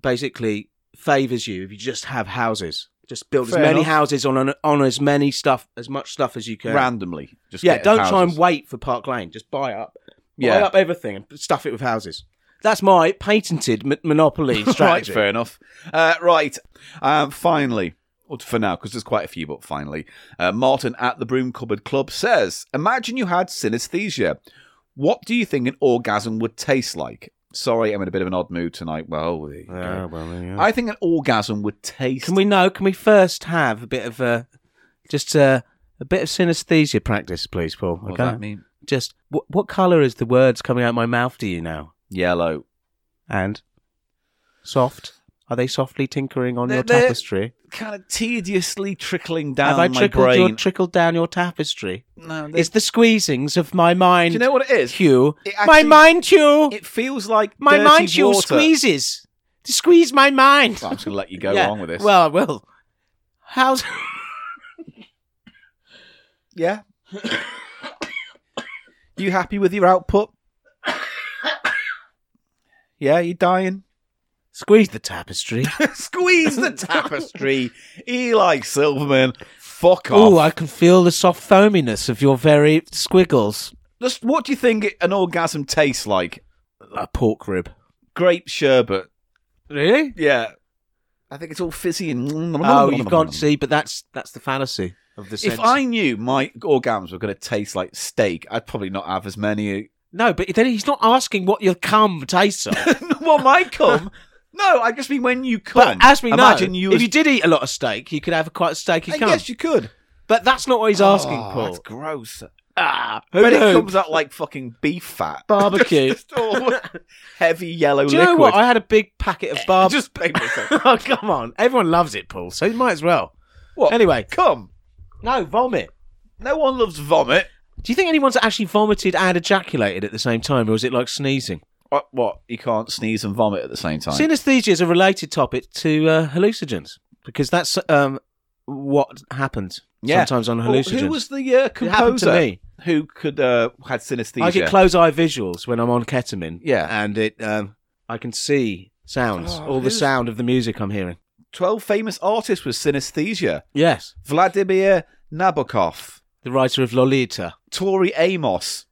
[SPEAKER 2] basically favors you if you just have houses. Just build as
[SPEAKER 1] Fair
[SPEAKER 2] many
[SPEAKER 1] enough.
[SPEAKER 2] houses on an, on as many stuff as much stuff as you can.
[SPEAKER 1] Randomly. Just
[SPEAKER 2] yeah,
[SPEAKER 1] get
[SPEAKER 2] don't try
[SPEAKER 1] houses.
[SPEAKER 2] and wait for Park Lane. Just buy up, buy
[SPEAKER 1] Yeah.
[SPEAKER 2] up everything and stuff it with houses. That's my patented m- monopoly
[SPEAKER 1] right,
[SPEAKER 2] strategy.
[SPEAKER 1] fair enough. Uh, right, um, finally, or for now, because there's quite a few, but finally, uh, Martin at the Broom Cupboard Club says, "Imagine you had synesthesia. What do you think an orgasm would taste like?" Sorry, I'm in a bit of an odd mood tonight. Well, there you go.
[SPEAKER 2] Yeah, well, there you go.
[SPEAKER 1] I think an orgasm would taste.
[SPEAKER 2] Can we know? Can we first have a bit of a just a, a bit of synesthesia practice, please, Paul?
[SPEAKER 1] What does that mean?
[SPEAKER 2] Just what, what color is the words coming out my mouth to you now?
[SPEAKER 1] Yellow.
[SPEAKER 2] And soft? Are they softly tinkering on your
[SPEAKER 1] They're- they're
[SPEAKER 2] tapestry?
[SPEAKER 1] Kind of tediously trickling down
[SPEAKER 2] have I
[SPEAKER 1] my
[SPEAKER 2] trickled
[SPEAKER 1] brain.
[SPEAKER 2] your trickled down your tapestry?
[SPEAKER 1] no, they-
[SPEAKER 2] It's the squeezings of my mind,
[SPEAKER 1] do you know what it is?
[SPEAKER 2] Hugh.
[SPEAKER 1] It actually-
[SPEAKER 2] my mind, Hugh.
[SPEAKER 1] It feels like
[SPEAKER 2] my
[SPEAKER 1] dirty
[SPEAKER 2] mind, Hugh
[SPEAKER 1] water.
[SPEAKER 2] squeezes. To squeeze my mind.
[SPEAKER 1] Well, I'm just gonna let you go
[SPEAKER 2] Yeah,
[SPEAKER 1] along with this.
[SPEAKER 2] Well, I will. How's
[SPEAKER 1] Yeah. you happy with your output? yeah, you dying?
[SPEAKER 2] squeeze the tapestry?
[SPEAKER 1] Squeeze the tapestry, Eli Silverman. Fuck off.
[SPEAKER 2] Oh, I can feel the soft foaminess of your very squiggles.
[SPEAKER 1] Just what do you think it- an orgasm tastes like?
[SPEAKER 2] A pork rib.
[SPEAKER 1] Grape sherbet.
[SPEAKER 2] Really?
[SPEAKER 1] Yeah. I think it's all fizzy and.
[SPEAKER 2] Oh, you've gone. See, but that's that's the fallacy of the.
[SPEAKER 1] If
[SPEAKER 2] Sense.
[SPEAKER 1] I knew my orgasms were going to taste like steak, I'd probably not have as many.
[SPEAKER 2] no, but then he's not asking what your cum tastes of.
[SPEAKER 1] well, my cum. No, I just mean when you
[SPEAKER 2] but
[SPEAKER 1] come.
[SPEAKER 2] as we know,
[SPEAKER 1] imagine you.
[SPEAKER 2] if
[SPEAKER 1] as-
[SPEAKER 2] you did eat a lot of steak, you could have a quite steaky
[SPEAKER 1] I
[SPEAKER 2] cum.
[SPEAKER 1] guess you could.
[SPEAKER 2] But that's not what he's asking,
[SPEAKER 1] Oh,
[SPEAKER 2] Paul.
[SPEAKER 1] That's gross.
[SPEAKER 2] Ah,
[SPEAKER 1] But it
[SPEAKER 2] who knew?
[SPEAKER 1] comes out like fucking beef fat.
[SPEAKER 2] Barbecue.
[SPEAKER 1] Just all heavy yellow
[SPEAKER 2] Do you
[SPEAKER 1] liquid.
[SPEAKER 2] know what? I had a big packet of
[SPEAKER 1] I
[SPEAKER 2] barbecue.
[SPEAKER 1] just made myself.
[SPEAKER 2] oh, come on! Everyone loves it, Paul. So you might as well.
[SPEAKER 1] What?
[SPEAKER 2] Anyway,
[SPEAKER 1] Come.
[SPEAKER 2] no vomit.
[SPEAKER 1] No one loves vomit.
[SPEAKER 2] Do you think anyone's actually vomited and ejaculated at the same time, or is it like sneezing?
[SPEAKER 1] What? Uh, what? You can't sneeze and vomit at the same time.
[SPEAKER 2] Synesthesia is a related topic to uh, hallucinogens because that's um, what happens
[SPEAKER 1] Yeah.
[SPEAKER 2] sometimes on
[SPEAKER 1] Well,
[SPEAKER 2] hallucinogens.
[SPEAKER 1] who was the uh,
[SPEAKER 2] It happened to
[SPEAKER 1] composer
[SPEAKER 2] me.
[SPEAKER 1] who could uh, had synesthesia?
[SPEAKER 2] I get close eye visuals when I'm on ketamine.
[SPEAKER 1] Yeah.
[SPEAKER 2] and it um, I can see sounds,
[SPEAKER 1] Oh,
[SPEAKER 2] all the
[SPEAKER 1] who's-
[SPEAKER 2] sound of the music I'm hearing.
[SPEAKER 1] Twelve famous artists with synesthesia:
[SPEAKER 2] Yes,
[SPEAKER 1] Vladimir Nabokov,
[SPEAKER 2] the writer of Lolita,
[SPEAKER 1] Tori Amos.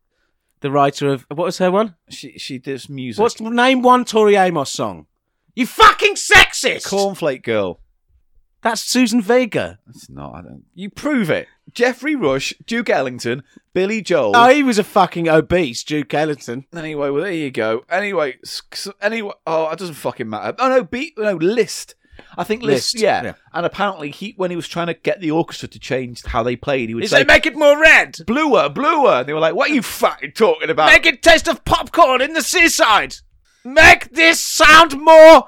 [SPEAKER 2] the writer of what was her one?
[SPEAKER 1] She she does music.
[SPEAKER 2] What's name one Tori Amos song? You fucking sexist!
[SPEAKER 1] Cornflake Girl?
[SPEAKER 2] That's Susan Vega.
[SPEAKER 1] It's not. I don't. You prove it. Jeffrey Rush, Duke Ellington, Billy Joel.
[SPEAKER 2] Oh, he was a fucking obese Duke Ellington.
[SPEAKER 1] Anyway, well there you go. Anyway, s- s- anyway, oh, it doesn't fucking matter. Oh no, beat no list. I think list,
[SPEAKER 2] Liszt,
[SPEAKER 1] yeah.
[SPEAKER 2] yeah.
[SPEAKER 1] And apparently, he when he was trying to get the orchestra to change how they played, he would
[SPEAKER 2] Is
[SPEAKER 1] say
[SPEAKER 2] they make it more red?
[SPEAKER 1] bluer, bluer. And they were like, "What are you fucking talking about?"
[SPEAKER 2] Make it taste of popcorn in the seaside. Make this sound more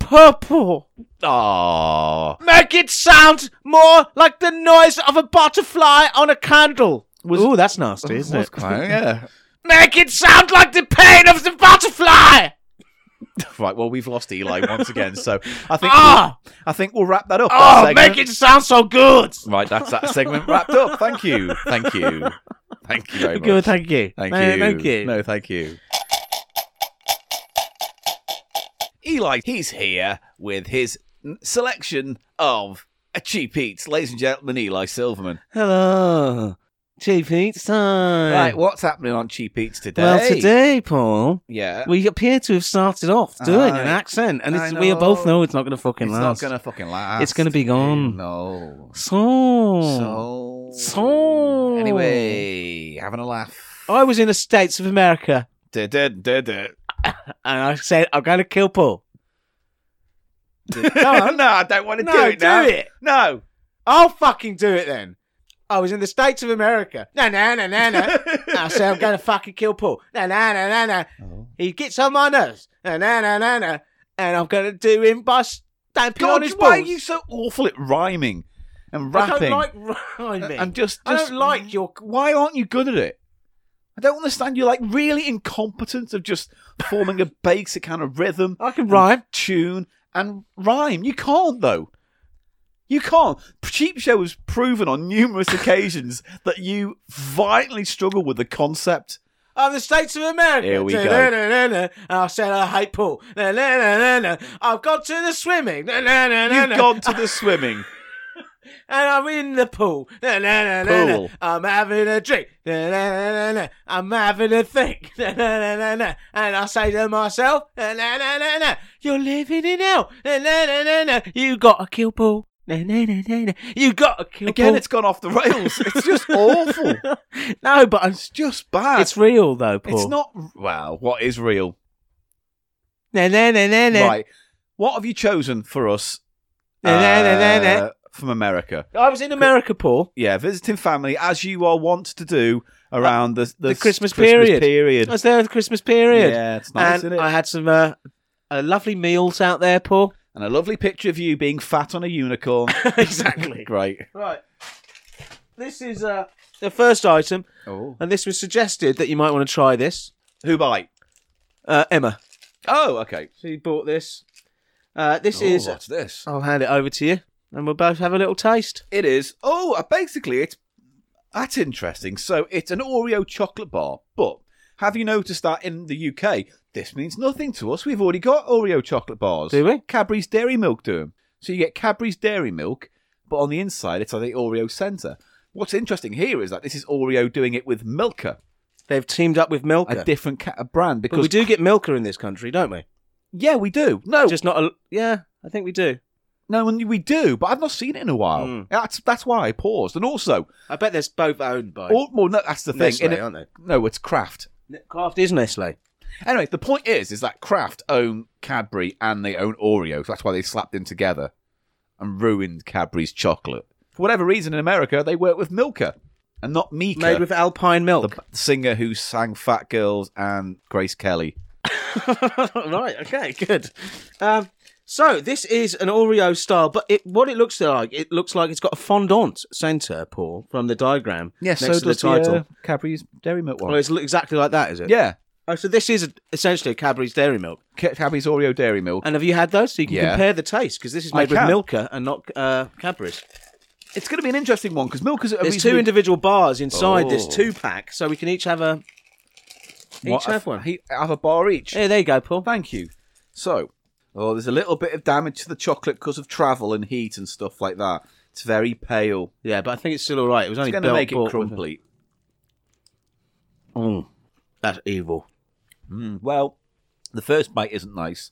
[SPEAKER 2] purple.
[SPEAKER 1] Aw.
[SPEAKER 2] Make it sound more like the noise of a butterfly on a candle. Oh,
[SPEAKER 1] Was-
[SPEAKER 2] Ooh, that's nasty, isn't
[SPEAKER 1] was
[SPEAKER 2] it?
[SPEAKER 1] quite- yeah.
[SPEAKER 2] Make it sound like the pain of the butterfly.
[SPEAKER 1] Right. Well, we've lost Eli once again, so I think
[SPEAKER 2] Ah,
[SPEAKER 1] we'll, I think we'll wrap that up. that
[SPEAKER 2] oh,
[SPEAKER 1] segment.
[SPEAKER 2] make it sound so good.
[SPEAKER 1] Right, that's that segment wrapped up. Thank you, thank you, thank you very much.
[SPEAKER 2] Good, thank you.
[SPEAKER 1] Thank
[SPEAKER 2] No,
[SPEAKER 1] you.
[SPEAKER 2] Thank you.
[SPEAKER 1] No, thank you. Eli, he's here with his n- selection of A cheap eats, ladies and gentlemen, Eli Silverman.
[SPEAKER 2] Hello. Cheap eats time.
[SPEAKER 1] Right, what's happening on Cheap Eats today?
[SPEAKER 2] Well, today, Paul,
[SPEAKER 1] yeah,
[SPEAKER 2] we appear to have started off doing
[SPEAKER 1] Aye.
[SPEAKER 2] an accent, and
[SPEAKER 1] I
[SPEAKER 2] it's, we both
[SPEAKER 1] know.
[SPEAKER 2] know it's not going to fucking
[SPEAKER 1] it's not
[SPEAKER 2] last.
[SPEAKER 1] gonna fucking last.
[SPEAKER 2] It's gonna be gone.
[SPEAKER 1] No.
[SPEAKER 2] So,
[SPEAKER 1] So.
[SPEAKER 2] So-
[SPEAKER 1] Anyway, having a laugh.
[SPEAKER 2] I was in the States of America,
[SPEAKER 1] Da, da, da, da.
[SPEAKER 2] and I said, I'm going to kill Paul. on.
[SPEAKER 1] no, I don't want to
[SPEAKER 2] No,
[SPEAKER 1] do it
[SPEAKER 2] do
[SPEAKER 1] now.
[SPEAKER 2] it.
[SPEAKER 1] No.
[SPEAKER 2] I'll fucking do it then. I was in the States of America. No, no, no, no, no. I said, I'm going to fucking kill Paul. No, no, no, no, no.
[SPEAKER 1] Oh.
[SPEAKER 2] He gets on my nerves. No, no, no, no, no. And I'm going to do him by stamping on
[SPEAKER 1] God,
[SPEAKER 2] his
[SPEAKER 1] why are
[SPEAKER 2] balls.
[SPEAKER 1] you so awful at rhyming and
[SPEAKER 2] I
[SPEAKER 1] rapping?
[SPEAKER 2] don't like rhyming.
[SPEAKER 1] I'm just,
[SPEAKER 2] I
[SPEAKER 1] just-
[SPEAKER 2] don't like your.
[SPEAKER 1] Why aren't you good at it? I don't understand. You're like really incompetent of just forming a basic kind of rhythm,
[SPEAKER 2] I can rhyme.
[SPEAKER 1] tune, and rhyme. You can't though. You can't. Cheap Show has proven on numerous occasions that you vitally struggle with the concept.
[SPEAKER 2] I'm the States of America.
[SPEAKER 1] Here we go.
[SPEAKER 2] And I said I hate Paul. Na, na, na, na, na. I've gone to the swimming. Na, na, na, na,
[SPEAKER 1] You've
[SPEAKER 2] na.
[SPEAKER 1] gone to the swimming.
[SPEAKER 2] And I'm in the pool. Na, na, na, na, na.
[SPEAKER 1] Pool.
[SPEAKER 2] I'm having a drink. Na, na, na, na, na. I'm having a think. Na, na, na, na, na. And I say to myself, na, na, na, na, na. You're living in hell. Na, na, na, na, na. You gotta kill Paul. Na, na, na, na, na. You gotta kill
[SPEAKER 1] Again,
[SPEAKER 2] Paul.
[SPEAKER 1] it's gone off the rails. It's just awful.
[SPEAKER 2] no, but I'm,
[SPEAKER 1] It's just bad.
[SPEAKER 2] it's real though, Paul.
[SPEAKER 1] It's not. Wow, what is real?
[SPEAKER 2] Na, na, na, na, na.
[SPEAKER 1] Right. What have you chosen for us
[SPEAKER 2] Na, na, na, na, na.
[SPEAKER 1] uh, from America?
[SPEAKER 2] I was in America, Paul.
[SPEAKER 1] Yeah, visiting family as you are wont to do around the the,
[SPEAKER 2] the Christmas
[SPEAKER 1] s-
[SPEAKER 2] period.
[SPEAKER 1] period.
[SPEAKER 2] I was there at the Christmas period.
[SPEAKER 1] Yeah, it's nice,
[SPEAKER 2] and
[SPEAKER 1] isn't it?
[SPEAKER 2] I had some uh, uh, lovely meals out there, Paul.
[SPEAKER 1] And a lovely picture of you being fat on a unicorn.
[SPEAKER 2] exactly.
[SPEAKER 1] Great.
[SPEAKER 2] Right. This is uh, the first item,
[SPEAKER 1] Oh,
[SPEAKER 2] and this was suggested that you might want to try this.
[SPEAKER 1] who bite?
[SPEAKER 2] Uh, Emma.
[SPEAKER 1] Oh, okay.
[SPEAKER 2] She bought this. Uh, this is.
[SPEAKER 1] oh, what's this?
[SPEAKER 2] I'll hand it over to you, and we'll both have a little taste.
[SPEAKER 1] It is. Oh, uh, basically, it's that's interesting. So it's an Oreo chocolate bar, but have you noticed that in the UK this means nothing to us? We've already got Oreo chocolate bars.
[SPEAKER 2] Do we?
[SPEAKER 1] Cadbury's Dairy Milk do 'em. So you get Cadbury's Dairy Milk, but on the inside it's like the Oreo centre. What's interesting here is that this is Oreo doing it with Milka,
[SPEAKER 2] They've teamed up with Milka.
[SPEAKER 1] a different ca- a brand.
[SPEAKER 2] But
[SPEAKER 1] Because
[SPEAKER 2] we do get Milka in this country, don't we?
[SPEAKER 1] yeah, we do. No,
[SPEAKER 2] Just not a. Yeah, I think we do.
[SPEAKER 1] no, and we do. But I've not seen it in a while.
[SPEAKER 2] Mm.
[SPEAKER 1] That's that's why I paused. And also,
[SPEAKER 2] I bet they're both owned by.
[SPEAKER 1] all, well, no, that's the thing.
[SPEAKER 2] Nestle,
[SPEAKER 1] In it-
[SPEAKER 2] aren't they?
[SPEAKER 1] no, it's Kraft.
[SPEAKER 2] Kraft is Nestle.
[SPEAKER 1] Anyway, the point is, is that Kraft own Cadbury and they own Oreo. So that's why they slapped them together and ruined Cadbury's chocolate. For whatever reason, in America, they work with Milka and not Mika,
[SPEAKER 2] Made with alpine milk.
[SPEAKER 1] the b- singer who sang Fat Girls and Grace Kelly.
[SPEAKER 2] right. Okay. Good. Um, so this is an Oreo style, but it, what it looks like, it looks like it's got a fondant centre, Paul, from the diagram. next to the uh, title.
[SPEAKER 1] Cadbury's Dairy Milk
[SPEAKER 2] Well, it's lo- exactly like that, is
[SPEAKER 1] uh,
[SPEAKER 2] it?
[SPEAKER 1] Oh, yeah,
[SPEAKER 2] Oh, so this is a, essentially a Cadbury's Dairy Milk.
[SPEAKER 1] Ca- Cadbury's Oreo Dairy Milk.
[SPEAKER 2] And have you had those? So you can
[SPEAKER 1] Yeah.
[SPEAKER 2] compare the taste because this is
[SPEAKER 1] I
[SPEAKER 2] made with
[SPEAKER 1] can.
[SPEAKER 2] Milka and not uh, Cadbury's.
[SPEAKER 1] It's going to be an interesting one because Milka's a
[SPEAKER 2] There's two
[SPEAKER 1] reasonably-
[SPEAKER 2] individual bars inside this
[SPEAKER 1] Oh.
[SPEAKER 2] two pack, so we can each have a each
[SPEAKER 1] What,
[SPEAKER 2] have one.
[SPEAKER 1] he- have a bar each.
[SPEAKER 2] Here, there you go, Paul.
[SPEAKER 1] Thank you. So, oh, there's a little bit of damage to the chocolate because of travel and heat and stuff like that. It's very pale.
[SPEAKER 2] Yeah, but I think it's still all right. It was only
[SPEAKER 1] It's going to
[SPEAKER 2] built-
[SPEAKER 1] make it
[SPEAKER 2] bought-
[SPEAKER 1] crumbly.
[SPEAKER 2] Mm. That's evil.
[SPEAKER 1] Mm. Well, the first bite isn't nice,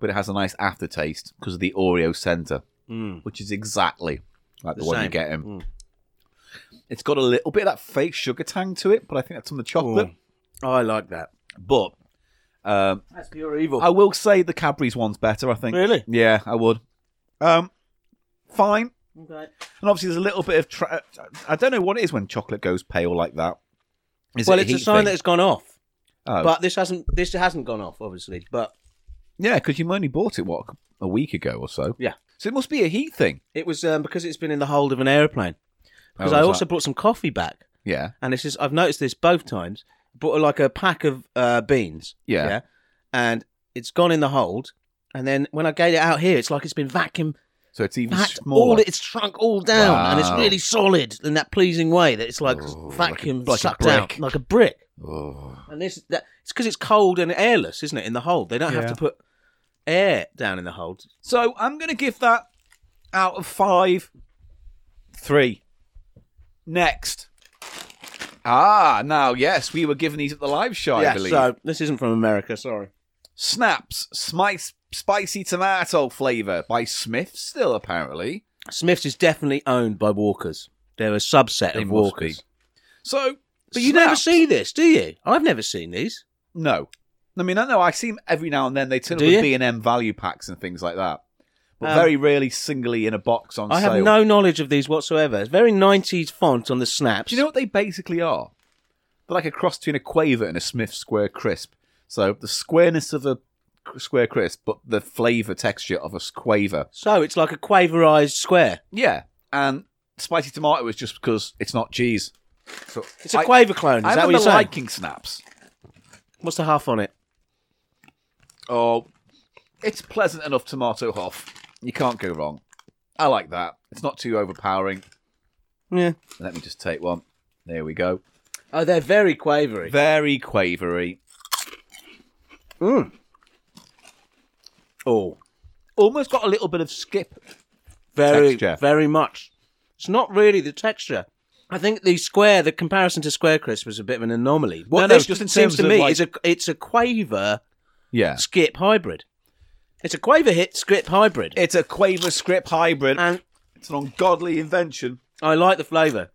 [SPEAKER 1] but it has a nice aftertaste because of the Oreo centre, which is exactly like Mm. the, Mm.
[SPEAKER 2] The
[SPEAKER 1] one
[SPEAKER 2] same.
[SPEAKER 1] you get in. It's got a little bit of that fake sugar tang to it, but I think that's on the chocolate.
[SPEAKER 2] Oh, I like that.
[SPEAKER 1] But um,
[SPEAKER 2] That's pure evil.
[SPEAKER 1] I will say the Cadbury's one's better, I think.
[SPEAKER 2] Really?
[SPEAKER 1] Yeah, I would. Um, fine.
[SPEAKER 2] Okay.
[SPEAKER 1] And obviously, there's a little bit of. Tra- I don't know what it is when chocolate goes pale like that. Is
[SPEAKER 2] well,
[SPEAKER 1] it
[SPEAKER 2] it's a
[SPEAKER 1] heat
[SPEAKER 2] sign
[SPEAKER 1] thing?
[SPEAKER 2] that it's gone off,
[SPEAKER 1] Oh.
[SPEAKER 2] but this hasn't. This hasn't gone off, obviously. But
[SPEAKER 1] yeah, because you only bought it what a week ago or so.
[SPEAKER 2] Yeah.
[SPEAKER 1] so it must be a heat thing.
[SPEAKER 2] it was um, because it's been in the hold of an aeroplane. Because
[SPEAKER 1] Oh,
[SPEAKER 2] I
[SPEAKER 1] is
[SPEAKER 2] also
[SPEAKER 1] that-
[SPEAKER 2] brought some coffee back,
[SPEAKER 1] yeah,
[SPEAKER 2] and this is. I've noticed this both times. Brought like a pack of uh, beans.
[SPEAKER 1] Yeah.
[SPEAKER 2] And it's gone in the hold, and then when I get it out here, it's like it's been vacuum
[SPEAKER 1] so it's even
[SPEAKER 2] packed all.
[SPEAKER 1] smaller.
[SPEAKER 2] It's shrunk all down, and it's
[SPEAKER 1] Wow.
[SPEAKER 2] really solid in that pleasing way that it's like
[SPEAKER 1] Ooh,
[SPEAKER 2] vacuum
[SPEAKER 1] like a- like a
[SPEAKER 2] sucked out
[SPEAKER 1] brick.
[SPEAKER 2] like a brick.
[SPEAKER 1] Oh.
[SPEAKER 2] And this that it's because it's cold and airless, isn't it? In the hold, they don't have
[SPEAKER 1] Yeah.
[SPEAKER 2] to put air down in the hold.
[SPEAKER 1] So I'm going to give that out of five? Three. Next. Ah, now yes, we were given these at the live show, I
[SPEAKER 2] yeah,
[SPEAKER 1] believe.
[SPEAKER 2] so this isn't from America, sorry.
[SPEAKER 1] Snaps, smice, spicy tomato flavour by Smith, still apparently.
[SPEAKER 2] Smith's is definitely owned by Walkers. They're a subset
[SPEAKER 1] It
[SPEAKER 2] of
[SPEAKER 1] must
[SPEAKER 2] Walkers.
[SPEAKER 1] be. So,
[SPEAKER 2] But you never
[SPEAKER 1] Snaps-
[SPEAKER 2] see this, do you? I've never seen these.
[SPEAKER 1] No, I mean, I know I see them every now and then. They turn
[SPEAKER 2] Do
[SPEAKER 1] up
[SPEAKER 2] you?
[SPEAKER 1] with B and M value packs and things like that, but
[SPEAKER 2] Um,
[SPEAKER 1] very rarely singly in a box on
[SPEAKER 2] I
[SPEAKER 1] sale.
[SPEAKER 2] have no knowledge of these whatsoever. It's very 90s font on the snaps.
[SPEAKER 1] Do you know what they basically are? They're like a cross between a quaver and a Smith Square Crisp. So the squareness of a square crisp, but the flavour texture of a quaver.
[SPEAKER 2] So it's like a quaverized square.
[SPEAKER 1] Yeah, and spicy tomato is just because it's not cheese. So
[SPEAKER 2] It's a
[SPEAKER 1] I-
[SPEAKER 2] quaver clone. Is
[SPEAKER 1] I
[SPEAKER 2] that what
[SPEAKER 1] remember
[SPEAKER 2] you're saying?
[SPEAKER 1] liking snaps.
[SPEAKER 2] What's the half on it?
[SPEAKER 1] Oh, it's pleasant enough tomato huff. You can't go wrong. I like that. It's not too overpowering.
[SPEAKER 2] Yeah.
[SPEAKER 1] Let me just take one. There we go.
[SPEAKER 2] Oh, they're very quavery.
[SPEAKER 1] Very quavery. Mm.
[SPEAKER 2] Oh,
[SPEAKER 1] Almost got a little bit of skip.
[SPEAKER 2] very,
[SPEAKER 1] Texture.
[SPEAKER 2] very much. It's not really the texture. I think the square, the comparison to square crisp was a bit of an anomaly. What
[SPEAKER 1] No, no,
[SPEAKER 2] this
[SPEAKER 1] just in terms
[SPEAKER 2] seems to
[SPEAKER 1] of,
[SPEAKER 2] me
[SPEAKER 1] like-
[SPEAKER 2] is a it's a quaver
[SPEAKER 1] Yeah.
[SPEAKER 2] skip hybrid. It's a quaver hit skip hybrid,
[SPEAKER 1] It's a quaver script hybrid.
[SPEAKER 2] and
[SPEAKER 1] It's an ungodly invention.
[SPEAKER 2] I like the flavour.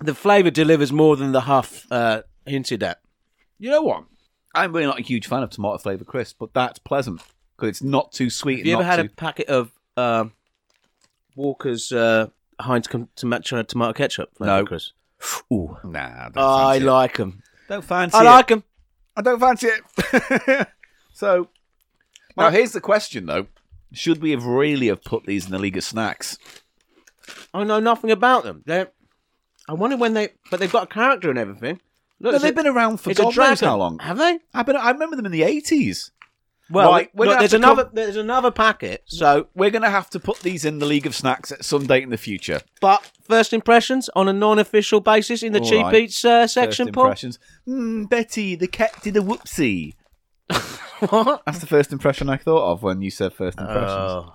[SPEAKER 2] The flavour delivers more than the huff uh, hinted at.
[SPEAKER 1] You know what? I'm really not a huge fan of tomato flavour crisp, but that's pleasant because it's not too sweet.
[SPEAKER 2] Have you
[SPEAKER 1] and
[SPEAKER 2] ever
[SPEAKER 1] not
[SPEAKER 2] had a
[SPEAKER 1] too...
[SPEAKER 2] packet of um Walker's uh, Heinz com- tomato, tomato ketchup? flavour
[SPEAKER 1] No.
[SPEAKER 2] crisp? Ooh.
[SPEAKER 1] Nah, Oh, I don't
[SPEAKER 2] I
[SPEAKER 1] fancy it.
[SPEAKER 2] like them.
[SPEAKER 1] Don't fancy
[SPEAKER 2] I
[SPEAKER 1] it.
[SPEAKER 2] like them.
[SPEAKER 1] I don't fancy it. so now here's the question though: Should we have really have put these in the league of snacks?
[SPEAKER 2] I know nothing about them. They're, I wonder when they, but they've got a character and everything.
[SPEAKER 1] No,
[SPEAKER 2] Look, it's a-
[SPEAKER 1] they've been around for
[SPEAKER 2] it's a
[SPEAKER 1] God knows
[SPEAKER 2] dragon.
[SPEAKER 1] how long.
[SPEAKER 2] Have they?
[SPEAKER 1] I, been, I remember them in the eighties.
[SPEAKER 2] Well,
[SPEAKER 1] Right, we're
[SPEAKER 2] look,
[SPEAKER 1] gonna
[SPEAKER 2] there's
[SPEAKER 1] have to
[SPEAKER 2] another, there's another packet. So,
[SPEAKER 1] We're going to have to put these in the league of snacks at some date in the future.
[SPEAKER 2] but first impressions on a non-official basis in the
[SPEAKER 1] All
[SPEAKER 2] cheap
[SPEAKER 1] right.
[SPEAKER 2] eats uh,
[SPEAKER 1] First
[SPEAKER 2] section, Paul.
[SPEAKER 1] impressions. Mm, Betty, the cat did a whoopsie.
[SPEAKER 2] What?
[SPEAKER 1] That's the first impression I thought of when you said first impressions.
[SPEAKER 2] Oh.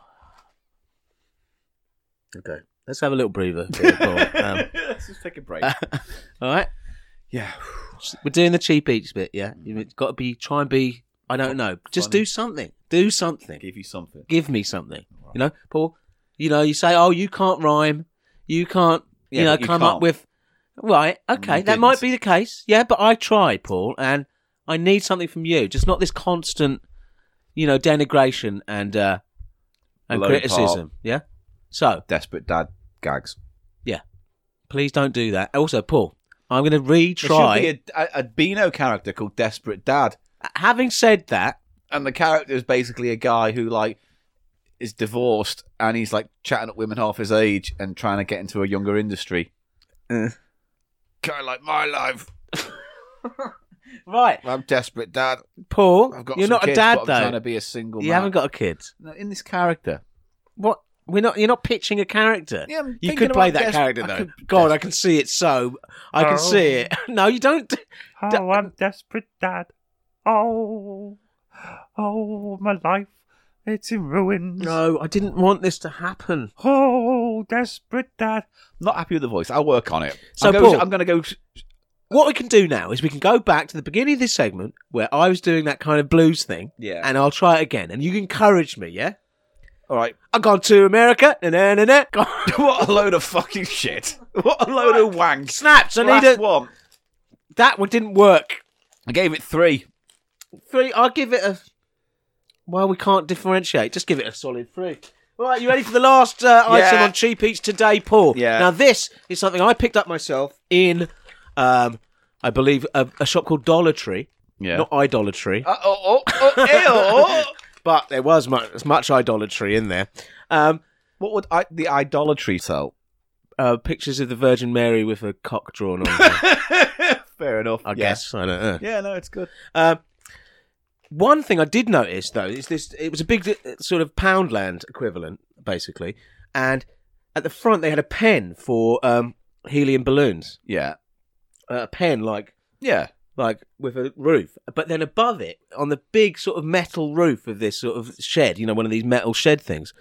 [SPEAKER 2] Okay, let's have a little breather. here, Paul. Um,
[SPEAKER 1] Let's just take a break.
[SPEAKER 2] Uh. all right,
[SPEAKER 1] yeah.
[SPEAKER 2] we're doing the cheap eats bit. Yeah, you've got to be try and be. I don't know. Just do something. Do something.
[SPEAKER 1] Give you something.
[SPEAKER 2] give me something. You know, Paul. You know, you say, "Oh, you can't rhyme. You can't. you
[SPEAKER 1] Yeah,
[SPEAKER 2] know,
[SPEAKER 1] but you
[SPEAKER 2] come up
[SPEAKER 1] can't.
[SPEAKER 2] with." Right. Okay, that
[SPEAKER 1] didn't.
[SPEAKER 2] might be the case. Yeah, but I tried, Paul, and I need something from you. Just not this constant, you know, denigration and uh and
[SPEAKER 1] Low
[SPEAKER 2] criticism. Yeah. So
[SPEAKER 1] Desperate dad gags.
[SPEAKER 2] please don't do that. Also, Paul, I'm going to
[SPEAKER 1] There
[SPEAKER 2] retry.
[SPEAKER 1] should be a, a, a Beano character called Desperate Dad,
[SPEAKER 2] Having said that,
[SPEAKER 1] and the character is basically a guy who like is divorced and he's like chatting up women half his age and trying to get into a younger industry. kind of like my life.
[SPEAKER 2] right,
[SPEAKER 1] I'm desperate, Dad.
[SPEAKER 2] Paul,
[SPEAKER 1] I've got.
[SPEAKER 2] you're
[SPEAKER 1] some
[SPEAKER 2] not
[SPEAKER 1] kids,
[SPEAKER 2] a dad
[SPEAKER 1] but I'm Trying
[SPEAKER 2] though.
[SPEAKER 1] to be a single.
[SPEAKER 2] You
[SPEAKER 1] man.
[SPEAKER 2] haven't got a kid.
[SPEAKER 1] No, in this character.
[SPEAKER 2] What? We're not. You're not pitching a character.
[SPEAKER 1] Yeah, I'm
[SPEAKER 2] you
[SPEAKER 1] thinking
[SPEAKER 2] could play
[SPEAKER 1] about
[SPEAKER 2] that
[SPEAKER 1] Des-
[SPEAKER 2] character
[SPEAKER 1] I
[SPEAKER 2] though.
[SPEAKER 1] could- Oh.
[SPEAKER 2] God, I can see it. So I can see it. No, you don't.
[SPEAKER 4] Oh, I'm desperate, Dad. Oh, oh, my life, it's in ruins.
[SPEAKER 2] No, I didn't want this to happen.
[SPEAKER 4] Oh, desperate, Dad.
[SPEAKER 1] Not happy with the voice. I'll work on it.
[SPEAKER 2] So,
[SPEAKER 1] I'm,
[SPEAKER 2] Paul-
[SPEAKER 1] going, I'm going to go.
[SPEAKER 2] What we can do now is we can go back to the beginning of this segment where I was doing that kind of blues thing.
[SPEAKER 1] Yeah.
[SPEAKER 2] And I'll try it again, and you can encourage me. Yeah.
[SPEAKER 1] All right.
[SPEAKER 2] I've gone to America. Na na na na. Gone-
[SPEAKER 1] what a load of fucking shit. What a load of wank.
[SPEAKER 2] Snaps. I
[SPEAKER 1] Last
[SPEAKER 2] need a.
[SPEAKER 1] one.
[SPEAKER 2] That one didn't work.
[SPEAKER 1] I gave it three.
[SPEAKER 2] Three. I'll give it a. Well, we can't differentiate. Just give it a solid three. Right, you ready for the last uh, item
[SPEAKER 1] Yeah.
[SPEAKER 2] on Cheap Eats today, Paul?
[SPEAKER 1] Yeah.
[SPEAKER 2] Now, this is something I picked up myself in, um, I believe, a, a shop called Dollar Tree.
[SPEAKER 1] Yeah.
[SPEAKER 2] Not idolatry,
[SPEAKER 1] Uh, oh, oh, oh, ew, oh.
[SPEAKER 2] but there was much, much idolatry in there. Um,
[SPEAKER 1] What would I, the idolatry sell?
[SPEAKER 2] uh, pictures of the Virgin Mary with a cock drawn on, her,
[SPEAKER 1] Fair enough.
[SPEAKER 2] I guess. I don't know.
[SPEAKER 1] Yeah, no, it's good.
[SPEAKER 2] Um, one thing I did notice though is this: it was a big uh, sort of Poundland equivalent, basically, and at the front they had a pen for um, helium balloons,
[SPEAKER 1] Yeah.
[SPEAKER 2] uh, a pen like
[SPEAKER 1] Yeah.
[SPEAKER 2] like with a roof, but then above it, on the big sort of metal roof of this sort of shed, you know, one of these metal shed things,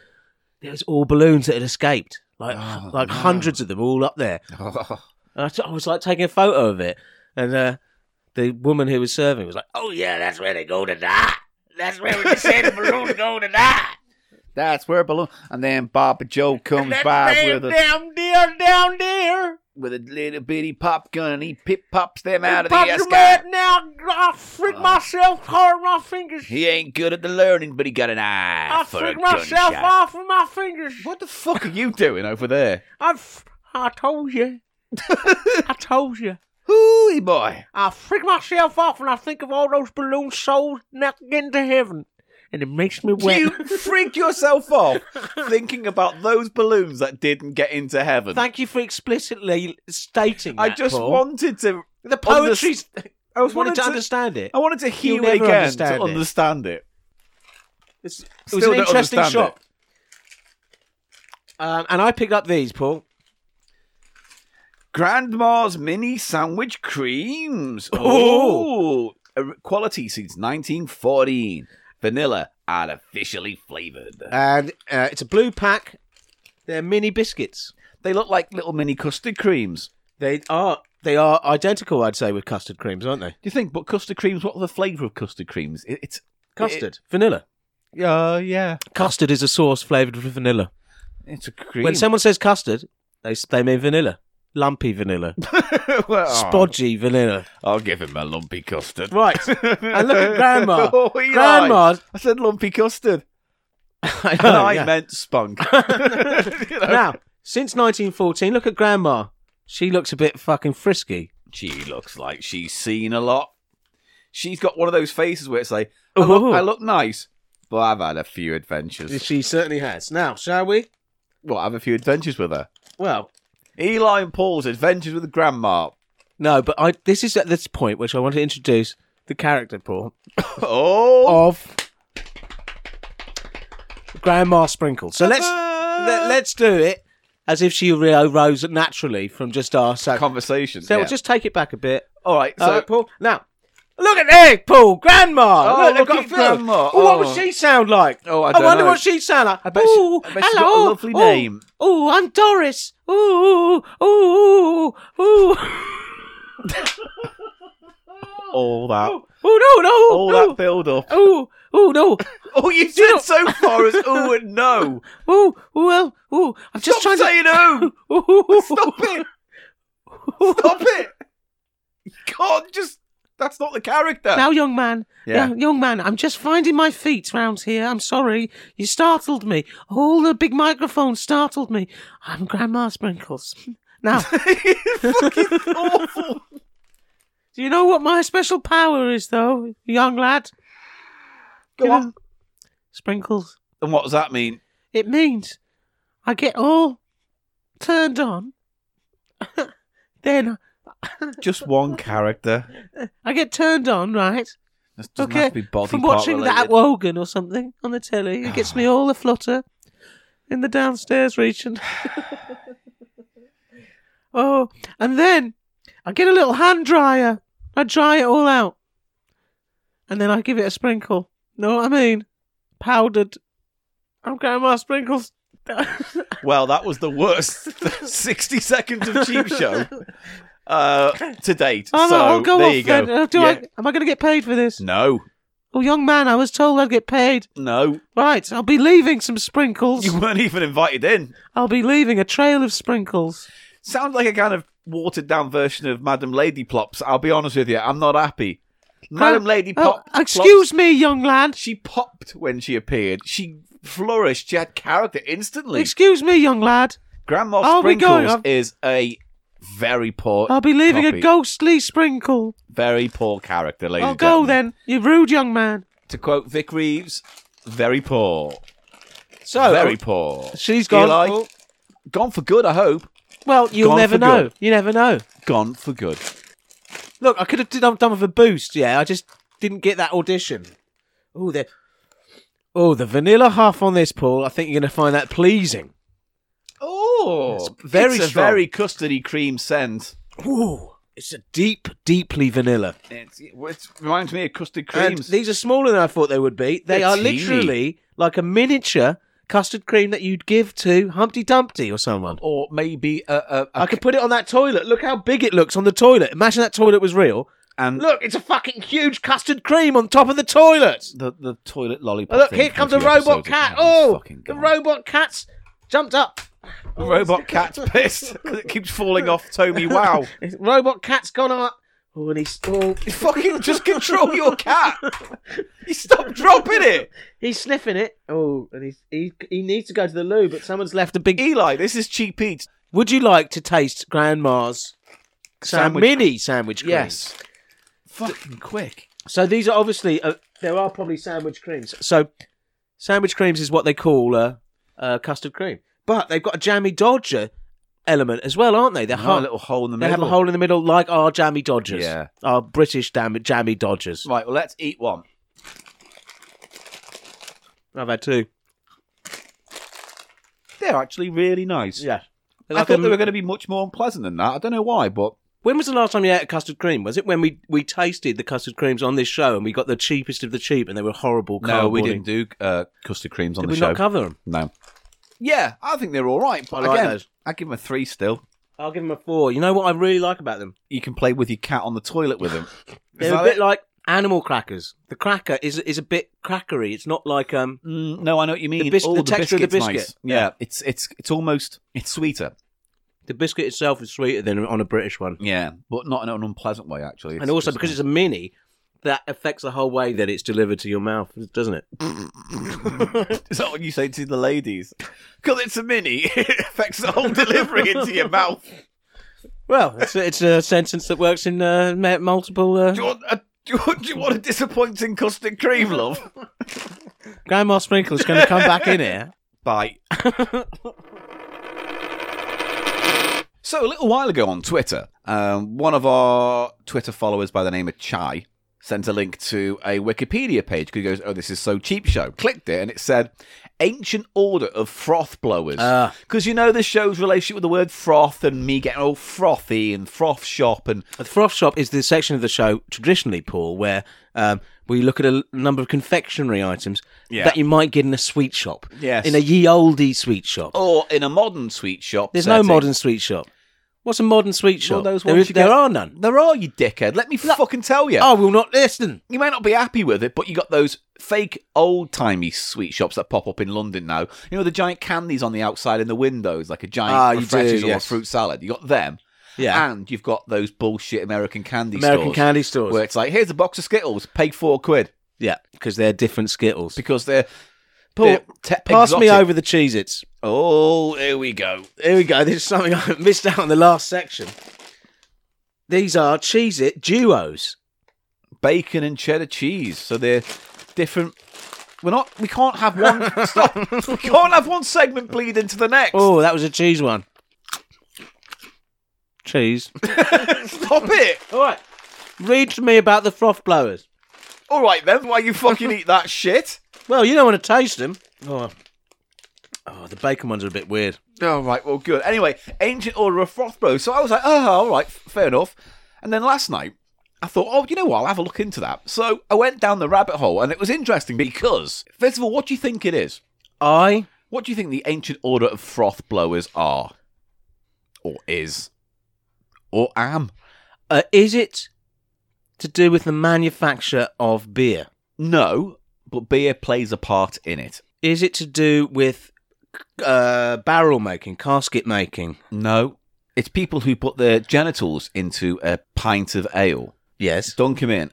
[SPEAKER 2] It was all balloons that had escaped, like
[SPEAKER 1] Oh,
[SPEAKER 2] like
[SPEAKER 1] no.
[SPEAKER 2] hundreds of them all up there. And I, t- I was like taking a photo of it, and uh, the woman who was serving was like, "Oh yeah, that's where they go to die. That's where we send the balloons go to die."
[SPEAKER 1] That's where balloon. And then Papa Joe comes
[SPEAKER 2] That's
[SPEAKER 1] by
[SPEAKER 2] damn,
[SPEAKER 1] with a
[SPEAKER 2] damn dear, down there.
[SPEAKER 1] with a little bitty pop gun, and he pip pops them out of
[SPEAKER 2] Pop
[SPEAKER 1] the
[SPEAKER 2] your
[SPEAKER 1] sky.
[SPEAKER 2] head now. I freak myself hard my fingers.
[SPEAKER 1] He ain't good at the learning, but he got an eye
[SPEAKER 2] I
[SPEAKER 1] for a
[SPEAKER 2] freak myself
[SPEAKER 1] gunshot.
[SPEAKER 2] off with my fingers.
[SPEAKER 1] What the fuck are you doing over there?
[SPEAKER 2] I, f- I told you. I told you.
[SPEAKER 1] Hooey boy.
[SPEAKER 2] I freak myself off when I think of all those balloon souls not getting to heaven. And it makes me wet.
[SPEAKER 1] You freak yourself off thinking about those balloons that didn't get into heaven.
[SPEAKER 2] Thank you for explicitly stating
[SPEAKER 1] I
[SPEAKER 2] that,
[SPEAKER 1] just
[SPEAKER 2] Paul.
[SPEAKER 1] wanted to.
[SPEAKER 2] The poetry's... I
[SPEAKER 1] was
[SPEAKER 2] wanted
[SPEAKER 1] wanting
[SPEAKER 2] to
[SPEAKER 1] to-
[SPEAKER 2] understand it.
[SPEAKER 1] I wanted to hear
[SPEAKER 2] never
[SPEAKER 1] again
[SPEAKER 2] understand
[SPEAKER 1] to
[SPEAKER 2] it.
[SPEAKER 1] understand it.
[SPEAKER 2] It's, it was
[SPEAKER 1] Still
[SPEAKER 2] an
[SPEAKER 1] don't
[SPEAKER 2] interesting
[SPEAKER 1] understand
[SPEAKER 2] shot. Um, and I picked up these, Paul.
[SPEAKER 1] Grandma's mini sandwich creams.
[SPEAKER 2] Ooh.
[SPEAKER 1] Oh, quality since 1914. Vanilla, artificially flavored.
[SPEAKER 2] And uh, it's a blue pack. They're mini biscuits.
[SPEAKER 1] They look like little mini custard creams.
[SPEAKER 2] They are they are identical, I'd say, with custard creams, aren't they?
[SPEAKER 1] Do you think? But custard creams. What are the flavour of custard creams? It, it's uh,
[SPEAKER 2] Custard, vanilla.
[SPEAKER 1] Yeah, yeah.
[SPEAKER 2] Custard is a sauce flavored with vanilla.
[SPEAKER 1] It's a cream.
[SPEAKER 2] When someone says custard, they s- they mean vanilla, lumpy vanilla,
[SPEAKER 1] Well,
[SPEAKER 2] Oh. spodgy vanilla.
[SPEAKER 1] I'll give him a lumpy custard.
[SPEAKER 2] Right. and look at Grandma.
[SPEAKER 1] Oh, Eli.
[SPEAKER 2] Grandma.
[SPEAKER 1] I said lumpy custard,
[SPEAKER 2] I
[SPEAKER 1] and
[SPEAKER 2] know,
[SPEAKER 1] I
[SPEAKER 2] yeah.
[SPEAKER 1] meant spunk. You know?
[SPEAKER 2] Now, since 1914, look at Grandma. She looks a bit fucking frisky.
[SPEAKER 1] She looks like she's seen a lot. She's got one of those faces where it's like, I look,
[SPEAKER 2] Ooh.
[SPEAKER 1] I look nice, but I've had a few adventures.
[SPEAKER 2] She certainly has. Now, shall we?
[SPEAKER 1] Well, I have a few adventures with her.
[SPEAKER 2] Well,
[SPEAKER 1] Eli and Paul's adventures with Grandma.
[SPEAKER 2] no, but I. This is at this point which I want to introduce the character, Paul,
[SPEAKER 1] Oh,
[SPEAKER 2] of Grandma Sprinkle. So let's let, let's do it as if she re- rose naturally from just our sac-
[SPEAKER 1] conversation.
[SPEAKER 2] So
[SPEAKER 1] yeah.
[SPEAKER 2] we'll just take it back a bit.
[SPEAKER 1] all right. So
[SPEAKER 2] Uh, Paul, now look at there, Paul, Grandma.
[SPEAKER 1] Oh,
[SPEAKER 2] look, they've
[SPEAKER 1] look
[SPEAKER 2] got
[SPEAKER 1] at
[SPEAKER 2] a photo.
[SPEAKER 1] Grandma.
[SPEAKER 2] Oh, What would
[SPEAKER 1] Oh.
[SPEAKER 2] she sound like?
[SPEAKER 1] Oh, I don't
[SPEAKER 2] wonder
[SPEAKER 1] know.
[SPEAKER 2] what she sound like. I
[SPEAKER 1] bet she-
[SPEAKER 2] Ooh,
[SPEAKER 1] I bet she's got a
[SPEAKER 2] hello.
[SPEAKER 1] lovely
[SPEAKER 2] Ooh,
[SPEAKER 1] name.
[SPEAKER 2] Ooh, I'm Doris. Ooh, ooh, ooh, ooh.
[SPEAKER 1] all that,
[SPEAKER 2] Oh no, no,
[SPEAKER 1] all
[SPEAKER 2] no.
[SPEAKER 1] that build up.
[SPEAKER 2] Ooh, ooh, no.
[SPEAKER 1] Oh, you
[SPEAKER 2] You know-
[SPEAKER 1] did so far as oh and no.
[SPEAKER 2] Ooh, ooh, well, ooh. I'm just
[SPEAKER 1] Stop
[SPEAKER 2] trying
[SPEAKER 1] saying oh.
[SPEAKER 2] to. Ooh, ooh,
[SPEAKER 1] Stop it.
[SPEAKER 2] ooh.
[SPEAKER 1] Stop it. You can't just. That's not the character.
[SPEAKER 2] Now, young man,
[SPEAKER 1] Yeah.
[SPEAKER 2] now, young man, I'm just finding my feet round here. I'm sorry, you startled me. All the big microphone startled me. I'm Grandma Sprinkles. Now,
[SPEAKER 1] Fucking awful.
[SPEAKER 2] do you know what my special power is, though, young lad?
[SPEAKER 1] Go
[SPEAKER 2] You
[SPEAKER 1] on.
[SPEAKER 2] know, Sprinkles.
[SPEAKER 1] And what does that mean?
[SPEAKER 2] It means I get all turned on. then
[SPEAKER 1] Just one character.
[SPEAKER 2] I get turned on, right?
[SPEAKER 1] This doesn't
[SPEAKER 2] okay,
[SPEAKER 1] have to be body
[SPEAKER 2] from
[SPEAKER 1] part
[SPEAKER 2] watching that
[SPEAKER 1] related.
[SPEAKER 2] Wogan or something on the telly, it gets me all aflutter in the downstairs region. oh, and then I get a little hand dryer. I dry it all out, and then I give it a sprinkle. Know what I mean? Powdered. I'm grandma sprinkles.
[SPEAKER 1] Well, that was the worst 60 seconds of Cheap Show uh, to date.
[SPEAKER 2] Oh,
[SPEAKER 1] so
[SPEAKER 2] no, I'll go
[SPEAKER 1] there
[SPEAKER 2] off
[SPEAKER 1] you go.
[SPEAKER 2] then. Uh, Do
[SPEAKER 1] Yeah. Mm.
[SPEAKER 2] I, am I going to get paid for this?
[SPEAKER 1] No,
[SPEAKER 2] Oh, young man, I was told I'd get paid.
[SPEAKER 1] no.
[SPEAKER 2] Right, I'll be leaving some sprinkles.
[SPEAKER 1] You weren't even invited in.
[SPEAKER 2] I'll be leaving a trail of sprinkles.
[SPEAKER 1] Sounds like a kind of watered down version of Madam Lady Plops. I'll be honest with you, I'm not happy. Madam
[SPEAKER 2] Grand-
[SPEAKER 1] Lady
[SPEAKER 2] Oh,
[SPEAKER 1] Pop.
[SPEAKER 2] excuse
[SPEAKER 1] Plops,
[SPEAKER 2] me, young lad.
[SPEAKER 1] She popped when she appeared. She flourished. She had character instantly.
[SPEAKER 2] Excuse me, young lad.
[SPEAKER 1] Grandma
[SPEAKER 2] I'll be going.
[SPEAKER 1] Sprinkles
[SPEAKER 2] I'm-
[SPEAKER 1] is a very poor.
[SPEAKER 2] I'll be leaving
[SPEAKER 1] copy.
[SPEAKER 2] a ghostly sprinkle.
[SPEAKER 1] Very poor character, ladies.
[SPEAKER 2] I'll
[SPEAKER 1] and
[SPEAKER 2] go
[SPEAKER 1] gentlemen.
[SPEAKER 2] then. You rude young man.
[SPEAKER 1] To quote Vic Reeves, very poor.
[SPEAKER 2] So uh,
[SPEAKER 1] very poor.
[SPEAKER 2] she's gone.
[SPEAKER 1] Eli,
[SPEAKER 2] Oh.
[SPEAKER 1] gone for good, I hope.
[SPEAKER 2] Well, you'll
[SPEAKER 1] Gone
[SPEAKER 2] never
[SPEAKER 1] for
[SPEAKER 2] know.
[SPEAKER 1] good.
[SPEAKER 2] You never know.
[SPEAKER 1] Gone for good.
[SPEAKER 2] Look, I could have done, done with a boost. Yeah, I just didn't get that audition. Oh, the oh the vanilla half on this, Paul. I think you're going to find that pleasing.
[SPEAKER 1] Oh,
[SPEAKER 2] very
[SPEAKER 1] very, it's a
[SPEAKER 2] strong.
[SPEAKER 1] very custardy cream scent.
[SPEAKER 2] Ooh, it's a deep, deeply vanilla.
[SPEAKER 1] It's, it reminds me of custard
[SPEAKER 2] And
[SPEAKER 1] creams.
[SPEAKER 2] these are smaller than I thought they would be. They
[SPEAKER 1] They're
[SPEAKER 2] are
[SPEAKER 1] teeny.
[SPEAKER 2] literally like a miniature custard cream that you'd give to Humpty Dumpty or someone.
[SPEAKER 1] Or maybe a, a, a
[SPEAKER 2] I could put it on that toilet. Look how big it looks on the toilet. Imagine that toilet was real.
[SPEAKER 1] and
[SPEAKER 2] Look, it's a fucking huge custard cream on top of the toilet.
[SPEAKER 1] the, the toilet lollipop.
[SPEAKER 2] Oh, look,
[SPEAKER 1] thing
[SPEAKER 2] here comes a
[SPEAKER 1] from a few
[SPEAKER 2] robot
[SPEAKER 1] episodes
[SPEAKER 2] cat.
[SPEAKER 1] ago.
[SPEAKER 2] Oh,
[SPEAKER 1] Fucking
[SPEAKER 2] the
[SPEAKER 1] God.
[SPEAKER 2] robot cat's jumped up.
[SPEAKER 1] The robot cat's pissed 'cause it keeps falling off Tommy. Wow.
[SPEAKER 2] It's- Robot cat's gone up. Oh, and he's oh,
[SPEAKER 1] Fucking just control your cat. You stop dropping it.
[SPEAKER 2] he's sniffing it. Oh, and he's, he he needs to go to the loo, but someone's left a big.
[SPEAKER 1] Eli, this is cheap eats.
[SPEAKER 2] Would you like to taste Grandma's sam-
[SPEAKER 1] Sandwich-
[SPEAKER 2] mini sandwich? Cream?
[SPEAKER 1] Yes. Fucking quick.
[SPEAKER 2] So these are obviously uh, there are probably sandwich creams. So sandwich creams is what they call uh, uh, custard cream, but they've got a jammy dodger element as well, aren't they? They're
[SPEAKER 1] Oh, a
[SPEAKER 2] hard.
[SPEAKER 1] little hole in the
[SPEAKER 2] They
[SPEAKER 1] middle.
[SPEAKER 2] have a hole in the middle, like our jammy Dodgers.
[SPEAKER 1] Yeah.
[SPEAKER 2] Our British dam- jammy Dodgers.
[SPEAKER 1] Right, well, let's eat one.
[SPEAKER 2] I've had two.
[SPEAKER 1] They're actually really nice.
[SPEAKER 2] Yeah.
[SPEAKER 1] I thought they were going to be much more unpleasant than that. I don't know why, but
[SPEAKER 2] When was the last time you ate a custard cream? Was it when we, we tasted the custard creams on this show and we got the cheapest of the cheap and they were horrible?
[SPEAKER 1] no, we
[SPEAKER 2] cardboardy?
[SPEAKER 1] didn't do uh, custard creams on
[SPEAKER 2] Did
[SPEAKER 1] the
[SPEAKER 2] we
[SPEAKER 1] show.
[SPEAKER 2] not cover them?
[SPEAKER 1] no. Yeah, I think they're all right. But
[SPEAKER 2] I like
[SPEAKER 1] again,
[SPEAKER 2] those.
[SPEAKER 1] I give them a three still.
[SPEAKER 2] I'll give them a four. You know what I really like about them?
[SPEAKER 1] You can play with your cat on the toilet with them. Is
[SPEAKER 2] They're
[SPEAKER 1] that
[SPEAKER 2] a bit
[SPEAKER 1] it?
[SPEAKER 2] like animal crackers. The cracker is is a bit crackery. It's not like um.
[SPEAKER 1] Mm, no, I know what you mean.
[SPEAKER 2] bis-
[SPEAKER 1] Oh,
[SPEAKER 2] the texture of the
[SPEAKER 1] biscuit's
[SPEAKER 2] biscuit.
[SPEAKER 1] nice. Yeah, it's it's it's almost it's sweeter.
[SPEAKER 2] The biscuit itself is sweeter than on a British one,
[SPEAKER 1] Yeah, but not in an unpleasant way actually.
[SPEAKER 2] and also because it's a mini, that affects the whole way that it's delivered to your mouth, doesn't it?
[SPEAKER 1] it's not what you say to the ladies because it's a mini. it affects the whole delivery into your mouth.
[SPEAKER 2] Well, it's, it's a sentence that works in uh, ma- multiple. Uh,
[SPEAKER 1] Do you want a, do you want, do you want a disappointing custard cream, love?
[SPEAKER 2] Grandma Sprinkle's going to come back in here.
[SPEAKER 1] Bye. so a little while ago on Twitter, um, one of our Twitter followers by the name of Chai sent a link to a Wikipedia page because he goes, "Oh, this is so cheap show." Clicked it and it said, "Ancient Order of Froth Blowers."
[SPEAKER 2] Ah.
[SPEAKER 1] Because you know the show's relationship with the word froth and me getting all frothy and froth shop and
[SPEAKER 2] The froth shop is the section of the show traditionally, Paul, where um, we look at a l- number of confectionery items
[SPEAKER 1] Yeah.
[SPEAKER 2] that you might get in a sweet shop.
[SPEAKER 1] Yes.
[SPEAKER 2] In a ye olde sweet shop.
[SPEAKER 1] or in a modern sweet shop.
[SPEAKER 2] There's
[SPEAKER 1] setting.
[SPEAKER 2] no modern sweet shop. What's a modern sweet shop?
[SPEAKER 1] those
[SPEAKER 2] there
[SPEAKER 1] ones you
[SPEAKER 2] there
[SPEAKER 1] get-
[SPEAKER 2] are none.
[SPEAKER 1] There are you dickhead. Let me fucking tell you.
[SPEAKER 2] I will Oh, not listen.
[SPEAKER 1] you may not be happy with it, but you got those fake old timey sweet shops that pop up in London now. You know the giant candies on the outside in the windows, like a giant
[SPEAKER 2] Ah, you
[SPEAKER 1] refreshes
[SPEAKER 2] do,
[SPEAKER 1] or a
[SPEAKER 2] yes.
[SPEAKER 1] fruit salad. You got them,
[SPEAKER 2] Yeah.
[SPEAKER 1] and you've got those bullshit American candy
[SPEAKER 2] American
[SPEAKER 1] stores,
[SPEAKER 2] candy stores.
[SPEAKER 1] where it's like, here's a box of Skittles, pay four quid
[SPEAKER 2] Yeah, because they're different Skittles.
[SPEAKER 1] because they're
[SPEAKER 2] Paul,
[SPEAKER 1] they're te-
[SPEAKER 2] pass me
[SPEAKER 1] exotic.
[SPEAKER 2] over the Cheez Its.
[SPEAKER 1] Oh, here we go.
[SPEAKER 2] Here we go. This is something I missed out on the last section. These are Cheez It duos.
[SPEAKER 1] Bacon and cheddar cheese, so they're different. We're not. We can't have one. stop. We can't have one segment bleed into the next.
[SPEAKER 2] Oh, that was a cheese one. Cheese.
[SPEAKER 1] Stop it.
[SPEAKER 2] All right. Read to me about the froth blowers.
[SPEAKER 1] All right then, why you fucking eat that shit?
[SPEAKER 2] Well, you don't want to taste them. Oh, oh the bacon ones are a bit weird.
[SPEAKER 1] All Oh, right, well, good. Anyway, Ancient Order of Frothbro. So I was like, oh, all right, f- fair enough. And then last night, I thought, oh, you know what? I'll have a look into that. So I went down the rabbit hole, and it was interesting because, first of all, what do you think it is?
[SPEAKER 2] I
[SPEAKER 1] What do you think the Ancient Order of Froth Blowers are? Or is? Or am?
[SPEAKER 2] uh, is it to do with the manufacture of beer?
[SPEAKER 1] No, but beer plays a part in it.
[SPEAKER 2] Is it to do with uh, barrel making, casket making?
[SPEAKER 1] No, it's people who put their genitals into a pint of ale.
[SPEAKER 2] Yes.
[SPEAKER 1] dunk him in,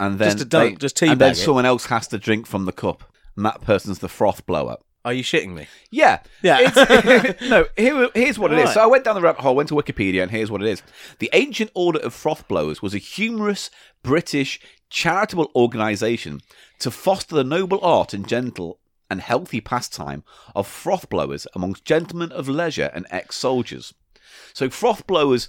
[SPEAKER 1] and then
[SPEAKER 2] Just a dunk,
[SPEAKER 1] they-
[SPEAKER 2] just
[SPEAKER 1] and then
[SPEAKER 2] teabag it.
[SPEAKER 1] someone else has to drink from the cup, and that person's the froth blower.
[SPEAKER 2] Are you shitting me?
[SPEAKER 1] Yeah,
[SPEAKER 2] Yeah.
[SPEAKER 1] It's- no, here, here's what it is.
[SPEAKER 2] Right.
[SPEAKER 1] So I went down the rabbit hole, went to Wikipedia, and here's what it is: the Ancient Order of Froth Blowers was a humorous British charitable organisation to foster the noble art and gentle and healthy pastime of froth blowers amongst gentlemen of leisure and ex-soldiers. So froth blowers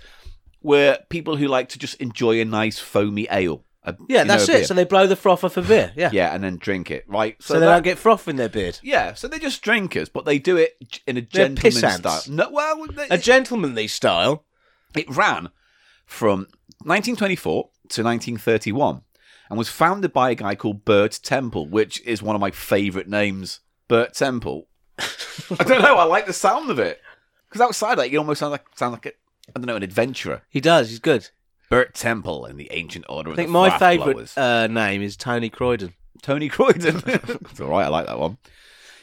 [SPEAKER 1] were people who like to just enjoy a nice foamy ale. a-
[SPEAKER 2] Yeah,
[SPEAKER 1] you know,
[SPEAKER 2] that's
[SPEAKER 1] a
[SPEAKER 2] it.
[SPEAKER 1] beer.
[SPEAKER 2] So they blow the froth off a beer. Yeah.
[SPEAKER 1] Yeah, and then drink it, right?
[SPEAKER 2] So, they
[SPEAKER 1] that-
[SPEAKER 2] don't get froth in their beard.
[SPEAKER 1] Yeah, so they're just drinkers, but they do it j- in a
[SPEAKER 2] They're
[SPEAKER 1] gentleman
[SPEAKER 2] pissants.
[SPEAKER 1] style. No, well, they-
[SPEAKER 2] A gentlemanly style.
[SPEAKER 1] it ran from 1924 to 1931 and was founded by a guy called Bert Temple, which is one of my favourite names. Bert Temple. I don't know. I like the sound of it because outside, like you almost sound like sound like a, I don't know an adventurer.
[SPEAKER 2] He does. He's good.
[SPEAKER 1] Bert Temple in the Ancient Order.
[SPEAKER 2] I think my favourite uh, name is Tony Croydon.
[SPEAKER 1] Tony Croydon. it's all right. I like that one.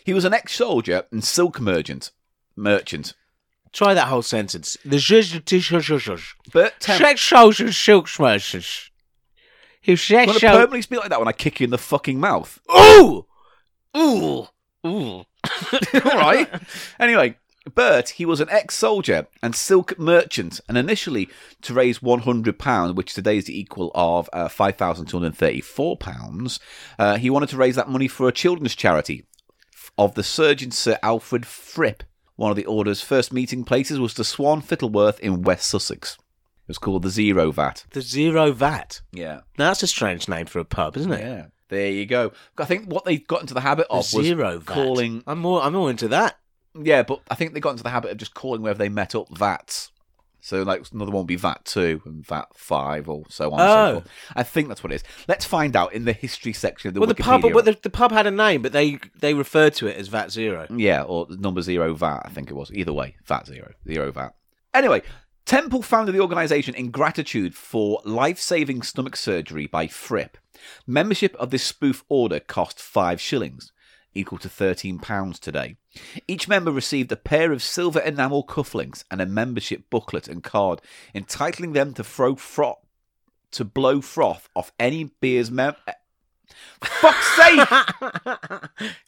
[SPEAKER 1] He was an ex-soldier and silk merchant. Merchant.
[SPEAKER 2] Try that whole sentence. The zhuzh- tish- zhuzh- zhuzh- zhuzh.
[SPEAKER 1] Bert Temple.
[SPEAKER 2] Sex shows and silk smashes. He
[SPEAKER 1] I'm
[SPEAKER 2] sex
[SPEAKER 1] gonna
[SPEAKER 2] show.
[SPEAKER 1] permanently speak like that when I kick you in the fucking mouth.
[SPEAKER 2] Ooh, ooh, ooh.
[SPEAKER 1] All right. Anyway, Bert, he was an ex soldier and silk merchant, and initially to raise £100, which today is the equal of uh, £5,234, uh, he wanted to raise that money for a children's charity of the surgeon Sir Alfred Fripp. One of the order's first meeting places was the Swan Fittleworth in West Sussex. It was called the Zero Vat.
[SPEAKER 2] The zero vat.
[SPEAKER 1] Yeah.
[SPEAKER 2] Now that's a strange name for a pub, isn't it?
[SPEAKER 1] Yeah. There you go. I think what they got into the habit
[SPEAKER 2] The
[SPEAKER 1] of was
[SPEAKER 2] zero vat.
[SPEAKER 1] calling
[SPEAKER 2] I'm more. I'm more into that.
[SPEAKER 1] Yeah, but I think they got into the habit of just calling wherever they met up VATs. So like another one would be VAT two and VAT five or so on and
[SPEAKER 2] Oh.
[SPEAKER 1] so forth. I think that's what it is. Let's find out in the history section of the
[SPEAKER 2] well, the pub.
[SPEAKER 1] Wikipedia.
[SPEAKER 2] But the, the pub had a name, but they they referred to it as vat zero.
[SPEAKER 1] Yeah, or number zero VAT, I think it was. Either way, VAT zero, zero VAT. Anyway, Temple founded the organisation in gratitude for life saving stomach surgery by Fripp. Membership of this spoof order cost five shillings, equal to £13 today. Each member received a pair of silver enamel cufflinks and a membership booklet and card entitling them to throw froth. To blow froth off any beer's mem. eh, Fuck's sake!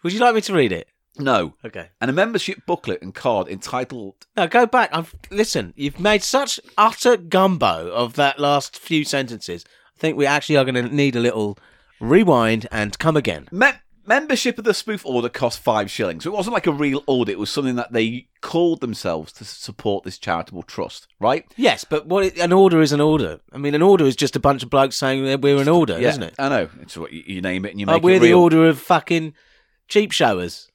[SPEAKER 2] Would you like me to read it?
[SPEAKER 1] No.
[SPEAKER 2] Okay.
[SPEAKER 1] And a membership booklet and card entitled
[SPEAKER 2] Now go back. I've listen. You've made such utter gumbo of that last few sentences. I think we actually are going to need a little rewind and come again.
[SPEAKER 1] Mem- membership of the spoof order cost five shillings. So it wasn't like a real order. It was something that they called themselves to support this charitable trust, right?
[SPEAKER 2] Yes, but what it- an order is an order. I mean, an order is just a bunch of blokes saying that we're an order, isn't it?
[SPEAKER 1] I know. It's what you, you name it and you make
[SPEAKER 2] Like we're
[SPEAKER 1] it
[SPEAKER 2] the
[SPEAKER 1] real.
[SPEAKER 2] order of fucking cheap showers.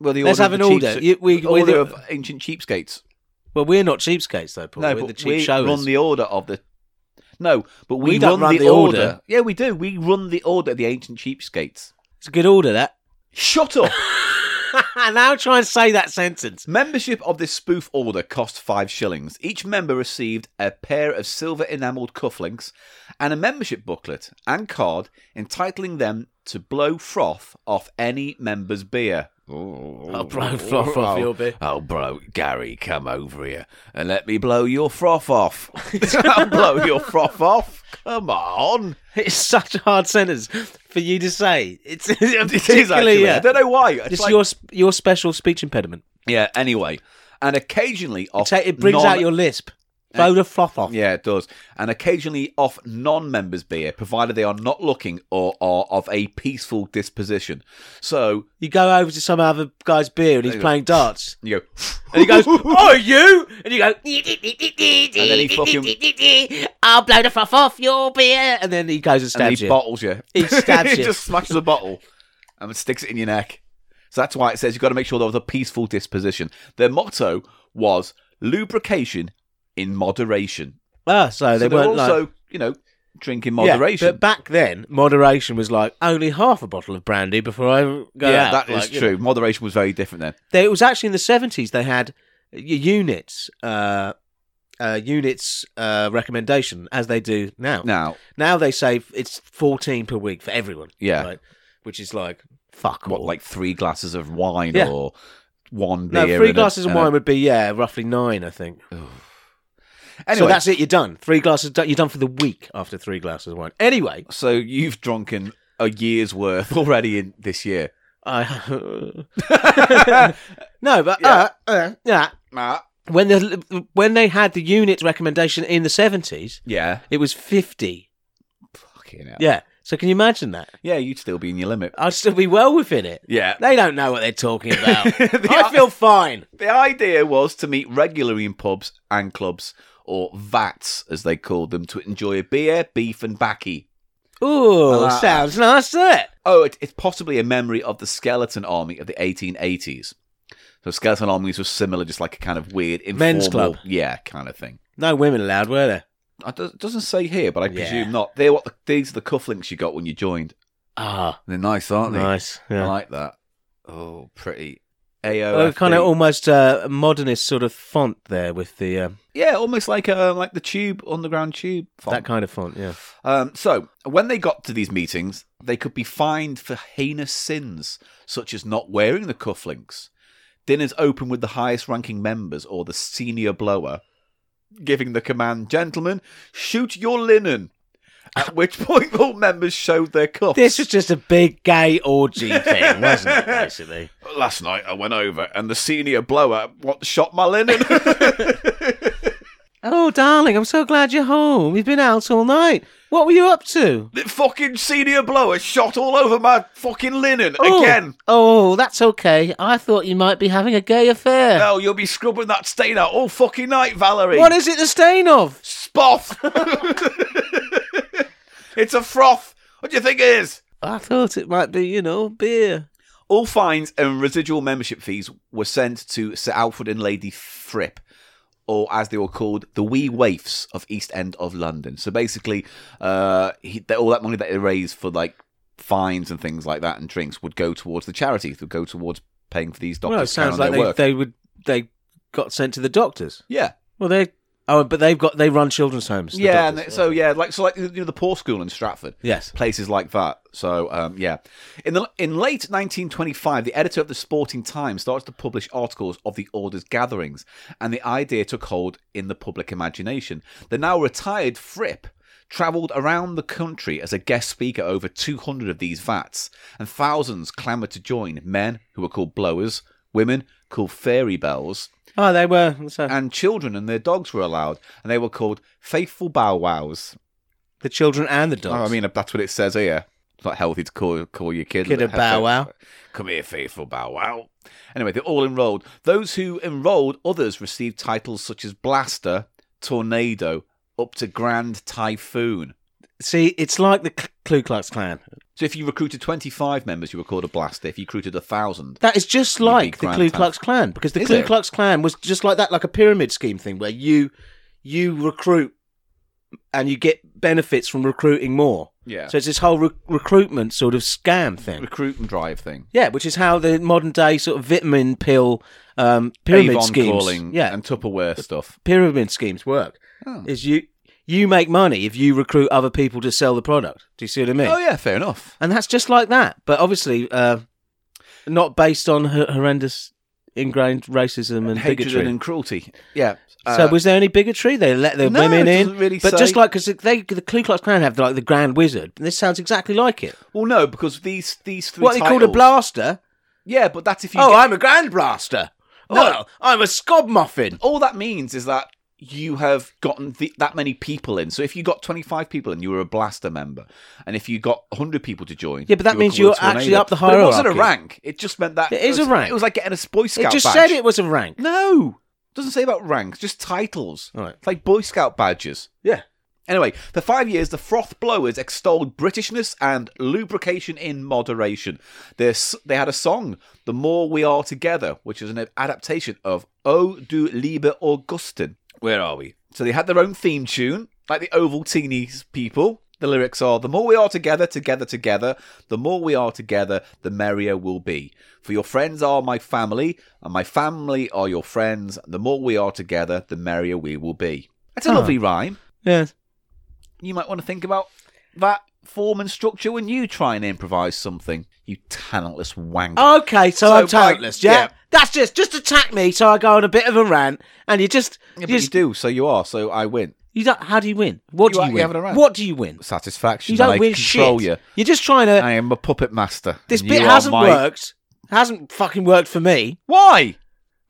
[SPEAKER 1] Well, the
[SPEAKER 2] Let's
[SPEAKER 1] order
[SPEAKER 2] have
[SPEAKER 1] of
[SPEAKER 2] an
[SPEAKER 1] the
[SPEAKER 2] order.
[SPEAKER 1] cheaps-
[SPEAKER 2] You- we-
[SPEAKER 1] the
[SPEAKER 2] we're
[SPEAKER 1] order
[SPEAKER 2] the-
[SPEAKER 1] of ancient cheapskates.
[SPEAKER 2] Well, we're not cheapskates though, Paul.
[SPEAKER 1] No,
[SPEAKER 2] we're
[SPEAKER 1] but
[SPEAKER 2] the cheap
[SPEAKER 1] we
[SPEAKER 2] showers.
[SPEAKER 1] run the order of the. No, but we,
[SPEAKER 2] We don't run the order.
[SPEAKER 1] Yeah, we do. We run the order of the ancient cheapskates.
[SPEAKER 2] It's a good order that.
[SPEAKER 1] Shut up.
[SPEAKER 2] now try and say that sentence.
[SPEAKER 1] Membership of this spoof order cost five shillings. Each member received a pair of silver enamelled cufflinks and a membership booklet and card entitling them to blow froth off any member's beer.
[SPEAKER 2] I'll blow froth off your beer.
[SPEAKER 1] Oh, bro, Gary, come over here and let me blow your froth off. I'll blow your froth off. Come on.
[SPEAKER 2] It's such a hard sentence for you to say. It's particularly
[SPEAKER 1] It is actually.
[SPEAKER 2] yeah.
[SPEAKER 1] I don't know why. It's
[SPEAKER 2] It's
[SPEAKER 1] like-
[SPEAKER 2] your sp- your special speech impediment.
[SPEAKER 1] Yeah, anyway. And occasionally off
[SPEAKER 2] Ta- it brings
[SPEAKER 1] non-
[SPEAKER 2] out your lisp. Vote a flop off.
[SPEAKER 1] Yeah, it does. And occasionally off non members' beer, provided they are not looking or are of a peaceful disposition. So
[SPEAKER 2] You go over to some other guy's beer and he's playing darts,
[SPEAKER 1] you go,
[SPEAKER 2] and he goes, "Oh, you!" And you go, and
[SPEAKER 1] then he fucking-
[SPEAKER 2] "I'll blow the froth off your beer," and then he goes and
[SPEAKER 1] and
[SPEAKER 2] stabs
[SPEAKER 1] he
[SPEAKER 2] you.
[SPEAKER 1] bottles you.
[SPEAKER 2] He stabs
[SPEAKER 1] he
[SPEAKER 2] you.
[SPEAKER 1] just smashes a bottle and sticks it in your neck. So that's why it says you've got to make sure there was a peaceful disposition. Their motto was lubrication in moderation.
[SPEAKER 2] Ah, so,
[SPEAKER 1] So
[SPEAKER 2] they
[SPEAKER 1] they were
[SPEAKER 2] weren't
[SPEAKER 1] also,
[SPEAKER 2] like
[SPEAKER 1] you know, drinking
[SPEAKER 2] Yeah,
[SPEAKER 1] moderation.
[SPEAKER 2] but back then, moderation was like only half a bottle of brandy before I go
[SPEAKER 1] yeah,
[SPEAKER 2] out.
[SPEAKER 1] that is
[SPEAKER 2] like, you know.
[SPEAKER 1] true. Moderation was very different then.
[SPEAKER 2] They, it was actually in the seventies they had y- units, uh, uh, units uh, recommendation as they do now.
[SPEAKER 1] Now,
[SPEAKER 2] Now they say f- it's fourteen per week for everyone.
[SPEAKER 1] Yeah.
[SPEAKER 2] right? which is like fuck
[SPEAKER 1] what
[SPEAKER 2] all.
[SPEAKER 1] like three glasses of wine
[SPEAKER 2] Yeah.
[SPEAKER 1] or one beer.
[SPEAKER 2] no, three
[SPEAKER 1] and a-
[SPEAKER 2] glasses of
[SPEAKER 1] and a-
[SPEAKER 2] wine would be yeah, roughly nine, I think.
[SPEAKER 1] Anyway,
[SPEAKER 2] so that's it. You're done. Three glasses. Done, you're done for the week after three glasses of wine. Anyway,
[SPEAKER 1] so you've drunken a year's worth already in this year.
[SPEAKER 2] I no, but
[SPEAKER 1] Yeah.
[SPEAKER 2] uh, uh, yeah.
[SPEAKER 1] Matt.
[SPEAKER 2] When the when they had the unit recommendation in the seventies,
[SPEAKER 1] Yeah.
[SPEAKER 2] it was fifty.
[SPEAKER 1] Fucking hell. Yeah.
[SPEAKER 2] Yeah. So can you imagine that?
[SPEAKER 1] you'd still be in your limit.
[SPEAKER 2] I'd still be well within it.
[SPEAKER 1] Yeah.
[SPEAKER 2] They don't know what they're talking about.
[SPEAKER 1] They
[SPEAKER 2] I
[SPEAKER 1] are-
[SPEAKER 2] feel fine.
[SPEAKER 1] The idea was to meet regularly in pubs and clubs, or VATs as they called them, to enjoy a beer, beef, and baccy.
[SPEAKER 2] Ooh,
[SPEAKER 1] like
[SPEAKER 2] sounds nice that.
[SPEAKER 1] Oh, it, it's possibly a memory of the Skeleton Army of the 1880s. So Skeleton Armies was similar, just like a kind of weird informal,
[SPEAKER 2] Men's club.
[SPEAKER 1] yeah, kind of thing.
[SPEAKER 2] No women allowed, were there?
[SPEAKER 1] I do- It doesn't say here, but I
[SPEAKER 2] Yeah.
[SPEAKER 1] presume not. They're what the, these are the cufflinks you got when you joined.
[SPEAKER 2] Ah,
[SPEAKER 1] They're nice, aren't they?
[SPEAKER 2] nice.
[SPEAKER 1] I
[SPEAKER 2] Yeah.
[SPEAKER 1] like that. Oh, pretty. AO.
[SPEAKER 2] Oh, kind of almost uh, modernist sort of font there with the uh,
[SPEAKER 1] yeah, almost like uh, like the tube underground tube. Font.
[SPEAKER 2] that kind of font. Yeah.
[SPEAKER 1] Um, so, when they got to these meetings, they could be fined for heinous sins, such as not wearing the cufflinks, dinners open with the highest ranking members or the senior blower, giving the command, Gentlemen, shoot your linen. At which point, all members showed their cuffs.
[SPEAKER 2] This was just a big gay orgy thing, wasn't it? Basically.
[SPEAKER 1] Last night I went over and the senior blower what, shot my linen.
[SPEAKER 2] Oh, darling, I'm so glad you're home. You've been out all night. What were you up to?
[SPEAKER 1] the fucking senior blower shot all over my fucking linen
[SPEAKER 2] Oh,
[SPEAKER 1] again.
[SPEAKER 2] Oh, that's okay. I thought you might be having a gay affair.
[SPEAKER 1] No, you'll be scrubbing that stain out all fucking night, Valerie.
[SPEAKER 2] What is it the stain of?
[SPEAKER 1] Spoff. it's a froth. What do you think it is?
[SPEAKER 2] I thought it might be, you know, beer.
[SPEAKER 1] All fines and residual membership fees were sent to Sir Alfred and Lady Fripp, or as they were called, the wee waifs of East End of London. So basically, uh, he, that- all that money that they raised for like fines and things like that and drinks would go towards the charity, would go towards paying for these doctors.
[SPEAKER 2] well, it sounds
[SPEAKER 1] carrying
[SPEAKER 2] like
[SPEAKER 1] their
[SPEAKER 2] they,
[SPEAKER 1] work.
[SPEAKER 2] they would they got sent to the doctors.
[SPEAKER 1] yeah,
[SPEAKER 2] Well, they oh, but they've got they run children's homes. the
[SPEAKER 1] yeah. And
[SPEAKER 2] doctors.
[SPEAKER 1] they- so yeah, like so like you know, the poor school in Stratford.
[SPEAKER 2] yes.
[SPEAKER 1] places like that. So um, yeah, in the in late 1925, the editor of the Sporting Times started to publish articles of the Order's gatherings, and the idea took hold in the public imagination. The now retired Fripp travelled around the country as a guest speaker at over 200 of these vats, and thousands clamoured to join. Men who were called blowers, women called fairy bells,
[SPEAKER 2] Oh, they were. So
[SPEAKER 1] and children and their dogs were allowed, and they were called faithful bow wows.
[SPEAKER 2] the children and the dogs.
[SPEAKER 1] Oh, I mean, that's what it says here. It's not healthy to call call your kid
[SPEAKER 2] Kid a bow wow.
[SPEAKER 1] Come here, faithful bow wow. Anyway, they're all enrolled. Those who enrolled, others received titles such as blaster, tornado, up to grand typhoon.
[SPEAKER 2] See, it's like the K- Ku Klux Klan.
[SPEAKER 1] So if you recruited twenty five members, you were called a blaster. If you recruited a thousand,
[SPEAKER 2] That is just
[SPEAKER 1] You'd be
[SPEAKER 2] like the
[SPEAKER 1] Grand
[SPEAKER 2] Ku
[SPEAKER 1] Theft.
[SPEAKER 2] Klux Klan because the
[SPEAKER 1] Is
[SPEAKER 2] Ku
[SPEAKER 1] it?
[SPEAKER 2] Klux Klan was just like that, like a pyramid scheme thing where you you recruit and you get benefits from recruiting more.
[SPEAKER 1] yeah,
[SPEAKER 2] So it's this whole re- recruitment sort of scam thing.
[SPEAKER 1] recruit and drive thing.
[SPEAKER 2] Yeah, which is how the modern day sort of vitamin pill um, pyramid
[SPEAKER 1] Avon
[SPEAKER 2] schemes,
[SPEAKER 1] calling
[SPEAKER 2] yeah,
[SPEAKER 1] and Tupperware stuff.
[SPEAKER 2] pyramid schemes work.
[SPEAKER 1] Oh.
[SPEAKER 2] Is you you make money if you recruit other people to sell the product. Do you see what I mean?
[SPEAKER 1] Oh yeah, fair enough.
[SPEAKER 2] And that's just like that, but obviously uh, not based on h- horrendous ingrained racism and
[SPEAKER 1] Hatred
[SPEAKER 2] bigotry.
[SPEAKER 1] and cruelty. Yeah.
[SPEAKER 2] so
[SPEAKER 1] Uh,
[SPEAKER 2] was there any bigotry? They let the
[SPEAKER 1] No,
[SPEAKER 2] women
[SPEAKER 1] it
[SPEAKER 2] in,
[SPEAKER 1] doesn't really
[SPEAKER 2] but
[SPEAKER 1] say.
[SPEAKER 2] just like because they the Ku Klux Klan have like the Grand Wizard, and this sounds exactly like it.
[SPEAKER 1] well, no, because these these three.
[SPEAKER 2] what they called a
[SPEAKER 1] titles-
[SPEAKER 2] blaster?
[SPEAKER 1] Yeah, but that's if you.
[SPEAKER 2] oh,
[SPEAKER 1] get-
[SPEAKER 2] I'm a Grand Blaster.
[SPEAKER 1] No.
[SPEAKER 2] No, I'm a Scob Muffin.
[SPEAKER 1] all that means is that you have gotten th- that many people in. So if you got 25 people in, you were a blaster member, and if you got 100 people to join,
[SPEAKER 2] Yeah, but that
[SPEAKER 1] you were
[SPEAKER 2] means
[SPEAKER 1] called
[SPEAKER 2] you're
[SPEAKER 1] a tornado.
[SPEAKER 2] actually up the
[SPEAKER 1] But it wasn't a
[SPEAKER 2] hierarchy.
[SPEAKER 1] rank. It just meant that
[SPEAKER 2] It is
[SPEAKER 1] was-
[SPEAKER 2] a rank.
[SPEAKER 1] It was like getting a Boy Scout.
[SPEAKER 2] It just
[SPEAKER 1] badge.
[SPEAKER 2] said it was a rank.
[SPEAKER 1] No, doesn't say about ranks. Just titles.
[SPEAKER 2] All right.
[SPEAKER 1] It's like Boy Scout badges.
[SPEAKER 2] Yeah.
[SPEAKER 1] Anyway, for five years, the froth blowers extolled Britishness and lubrication in moderation. Their, s- they had a song, The More We Are Together, which is an adaptation of O du Liebe Augustin. Where are we? So they had their own theme tune, like the Ovaltinis people. The lyrics are The more we are together, together, together, the more we are together, the merrier we'll be. For your friends are my family, and my family are your friends. The more we are together, the merrier we will be. That's a
[SPEAKER 2] Huh.
[SPEAKER 1] lovely rhyme
[SPEAKER 2] Yes.
[SPEAKER 1] you might want to think about that form and structure when you try and improvise something. You talentless wank.
[SPEAKER 2] Okay,
[SPEAKER 1] So,
[SPEAKER 2] so, I'm
[SPEAKER 1] right,
[SPEAKER 2] talentless. Yeah?
[SPEAKER 1] yeah.
[SPEAKER 2] That's just just attack me, so I go on a bit of a rant, and you just
[SPEAKER 1] Yeah, but
[SPEAKER 2] you,
[SPEAKER 1] you
[SPEAKER 2] just,
[SPEAKER 1] do, so you are. So I win.
[SPEAKER 2] you don't, how do you win? What
[SPEAKER 1] You
[SPEAKER 2] do
[SPEAKER 1] are-
[SPEAKER 2] you
[SPEAKER 1] you
[SPEAKER 2] win?
[SPEAKER 1] having a rant.
[SPEAKER 2] What do you win?
[SPEAKER 1] Satisfaction.
[SPEAKER 2] You don't
[SPEAKER 1] I
[SPEAKER 2] win
[SPEAKER 1] control
[SPEAKER 2] shit.
[SPEAKER 1] you.
[SPEAKER 2] You're just trying to.
[SPEAKER 1] I am a puppet master.
[SPEAKER 2] this
[SPEAKER 1] and
[SPEAKER 2] bit
[SPEAKER 1] you are
[SPEAKER 2] hasn't
[SPEAKER 1] my-
[SPEAKER 2] worked. Hasn't fucking worked for me.
[SPEAKER 1] Why?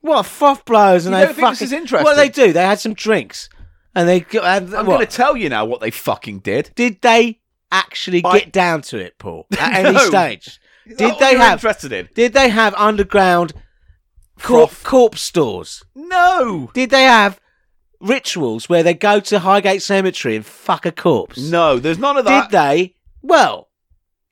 [SPEAKER 2] What froth blows and
[SPEAKER 1] You
[SPEAKER 2] they
[SPEAKER 1] don't
[SPEAKER 2] fucking.
[SPEAKER 1] think this is interesting?
[SPEAKER 2] What they do? They had some drinks, and they. go- And
[SPEAKER 1] I'm
[SPEAKER 2] what?
[SPEAKER 1] going to tell you now what they fucking did.
[SPEAKER 2] Did they actually
[SPEAKER 1] By-
[SPEAKER 2] get down to it, Paul? At any
[SPEAKER 1] No.
[SPEAKER 2] stage?
[SPEAKER 1] Is that
[SPEAKER 2] Did
[SPEAKER 1] what
[SPEAKER 2] they
[SPEAKER 1] you're
[SPEAKER 2] have?
[SPEAKER 1] Interested in?
[SPEAKER 2] Did they have underground corp,
[SPEAKER 1] Froth.
[SPEAKER 2] corpse stores?
[SPEAKER 1] No.
[SPEAKER 2] Did they have rituals where they go to Highgate Cemetery and fuck a corpse?
[SPEAKER 1] No, there's none of that.
[SPEAKER 2] Did they? Well,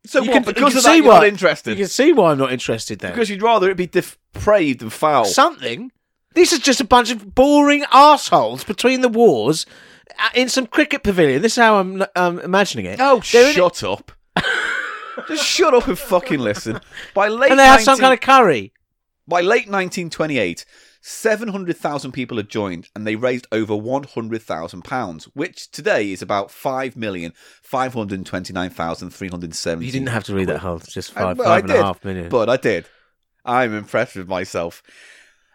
[SPEAKER 1] so
[SPEAKER 2] you
[SPEAKER 1] what,
[SPEAKER 2] can- you
[SPEAKER 1] because
[SPEAKER 2] can
[SPEAKER 1] of that,
[SPEAKER 2] see
[SPEAKER 1] you're
[SPEAKER 2] why-
[SPEAKER 1] not
[SPEAKER 2] you
[SPEAKER 1] interested.
[SPEAKER 2] can see why I'm not interested then.
[SPEAKER 1] Because you'd rather it be depraved and foul.
[SPEAKER 2] Something. This is just a bunch of boring assholes between the wars uh, in some cricket pavilion. This is how I'm um, imagining it.
[SPEAKER 1] oh,
[SPEAKER 2] They're in
[SPEAKER 1] shut up. Just shut up and fucking listen. By late
[SPEAKER 2] it- and they have
[SPEAKER 1] 19-
[SPEAKER 2] some kind of curry.
[SPEAKER 1] By late 1928, 700,000 people had joined and they raised over £100,000, which today is about 5,529,370.
[SPEAKER 2] You didn't have to read that whole, just
[SPEAKER 1] I-
[SPEAKER 2] five,
[SPEAKER 1] Uh, well,
[SPEAKER 2] five
[SPEAKER 1] I
[SPEAKER 2] and a
[SPEAKER 1] did,
[SPEAKER 2] half minutes.
[SPEAKER 1] But I did. I'm impressed with myself.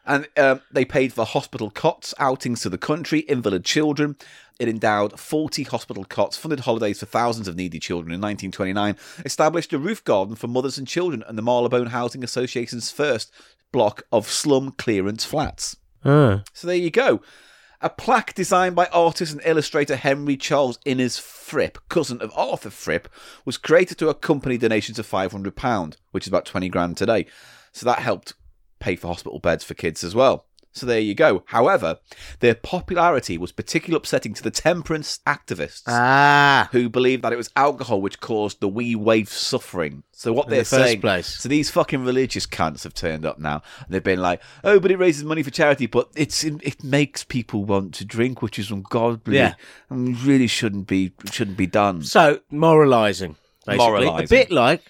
[SPEAKER 1] And um, they paid for hospital cots, outings to the country, invalid children. It endowed 40 hospital cots, funded holidays for thousands of needy children in 1929, established a roof garden for mothers and children and the Marylebone Housing Association's first block of slum clearance flats.
[SPEAKER 2] Ah.
[SPEAKER 1] So there you go. A plaque designed by artist and illustrator Henry Charles Innes Fripp, cousin of Arthur Fripp, was created to accompany donations of £500, which is about 20 grand today. So that helped pay for hospital beds for kids as well. So there you go. However, their popularity was particularly upsetting to the temperance activists
[SPEAKER 2] ah.
[SPEAKER 1] who believed that it was alcohol which caused the wee wave suffering. So what
[SPEAKER 2] In
[SPEAKER 1] they're
[SPEAKER 2] the first
[SPEAKER 1] saying,
[SPEAKER 2] place.
[SPEAKER 1] so these fucking religious cunts have turned up now, and they've been like, "Oh, but it raises money for charity, but it's it makes people want to drink, which is ungodly,
[SPEAKER 2] Yeah.
[SPEAKER 1] and really shouldn't be shouldn't be done."
[SPEAKER 2] So, moralising. Basically. A
[SPEAKER 1] Moralising.
[SPEAKER 2] bit like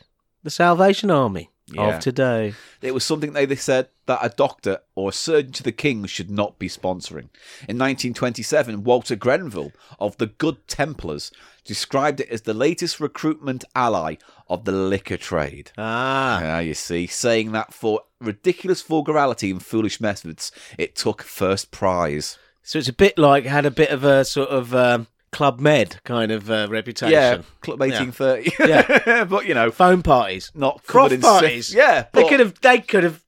[SPEAKER 2] the Salvation Army
[SPEAKER 1] Yeah.
[SPEAKER 2] of today.
[SPEAKER 1] It was something they, they said that a doctor or a surgeon to the king should not be sponsoring. In 1927, Walter Grenville of the Good Templars described it as the latest recruitment ally of the liquor trade.
[SPEAKER 2] Ah.
[SPEAKER 1] Ah, you see, saying that for ridiculous vulgarity and foolish methods, it took first prize.
[SPEAKER 2] So it's a bit like had a bit of a sort of um, Club Med kind of uh, reputation.
[SPEAKER 1] Yeah, Club 1830.
[SPEAKER 2] Yeah.
[SPEAKER 1] but you know,
[SPEAKER 2] Phone parties,
[SPEAKER 1] not
[SPEAKER 2] froth
[SPEAKER 1] covered in
[SPEAKER 2] parties.
[SPEAKER 1] sick- Yeah,
[SPEAKER 2] they
[SPEAKER 1] but
[SPEAKER 2] could have. They could have.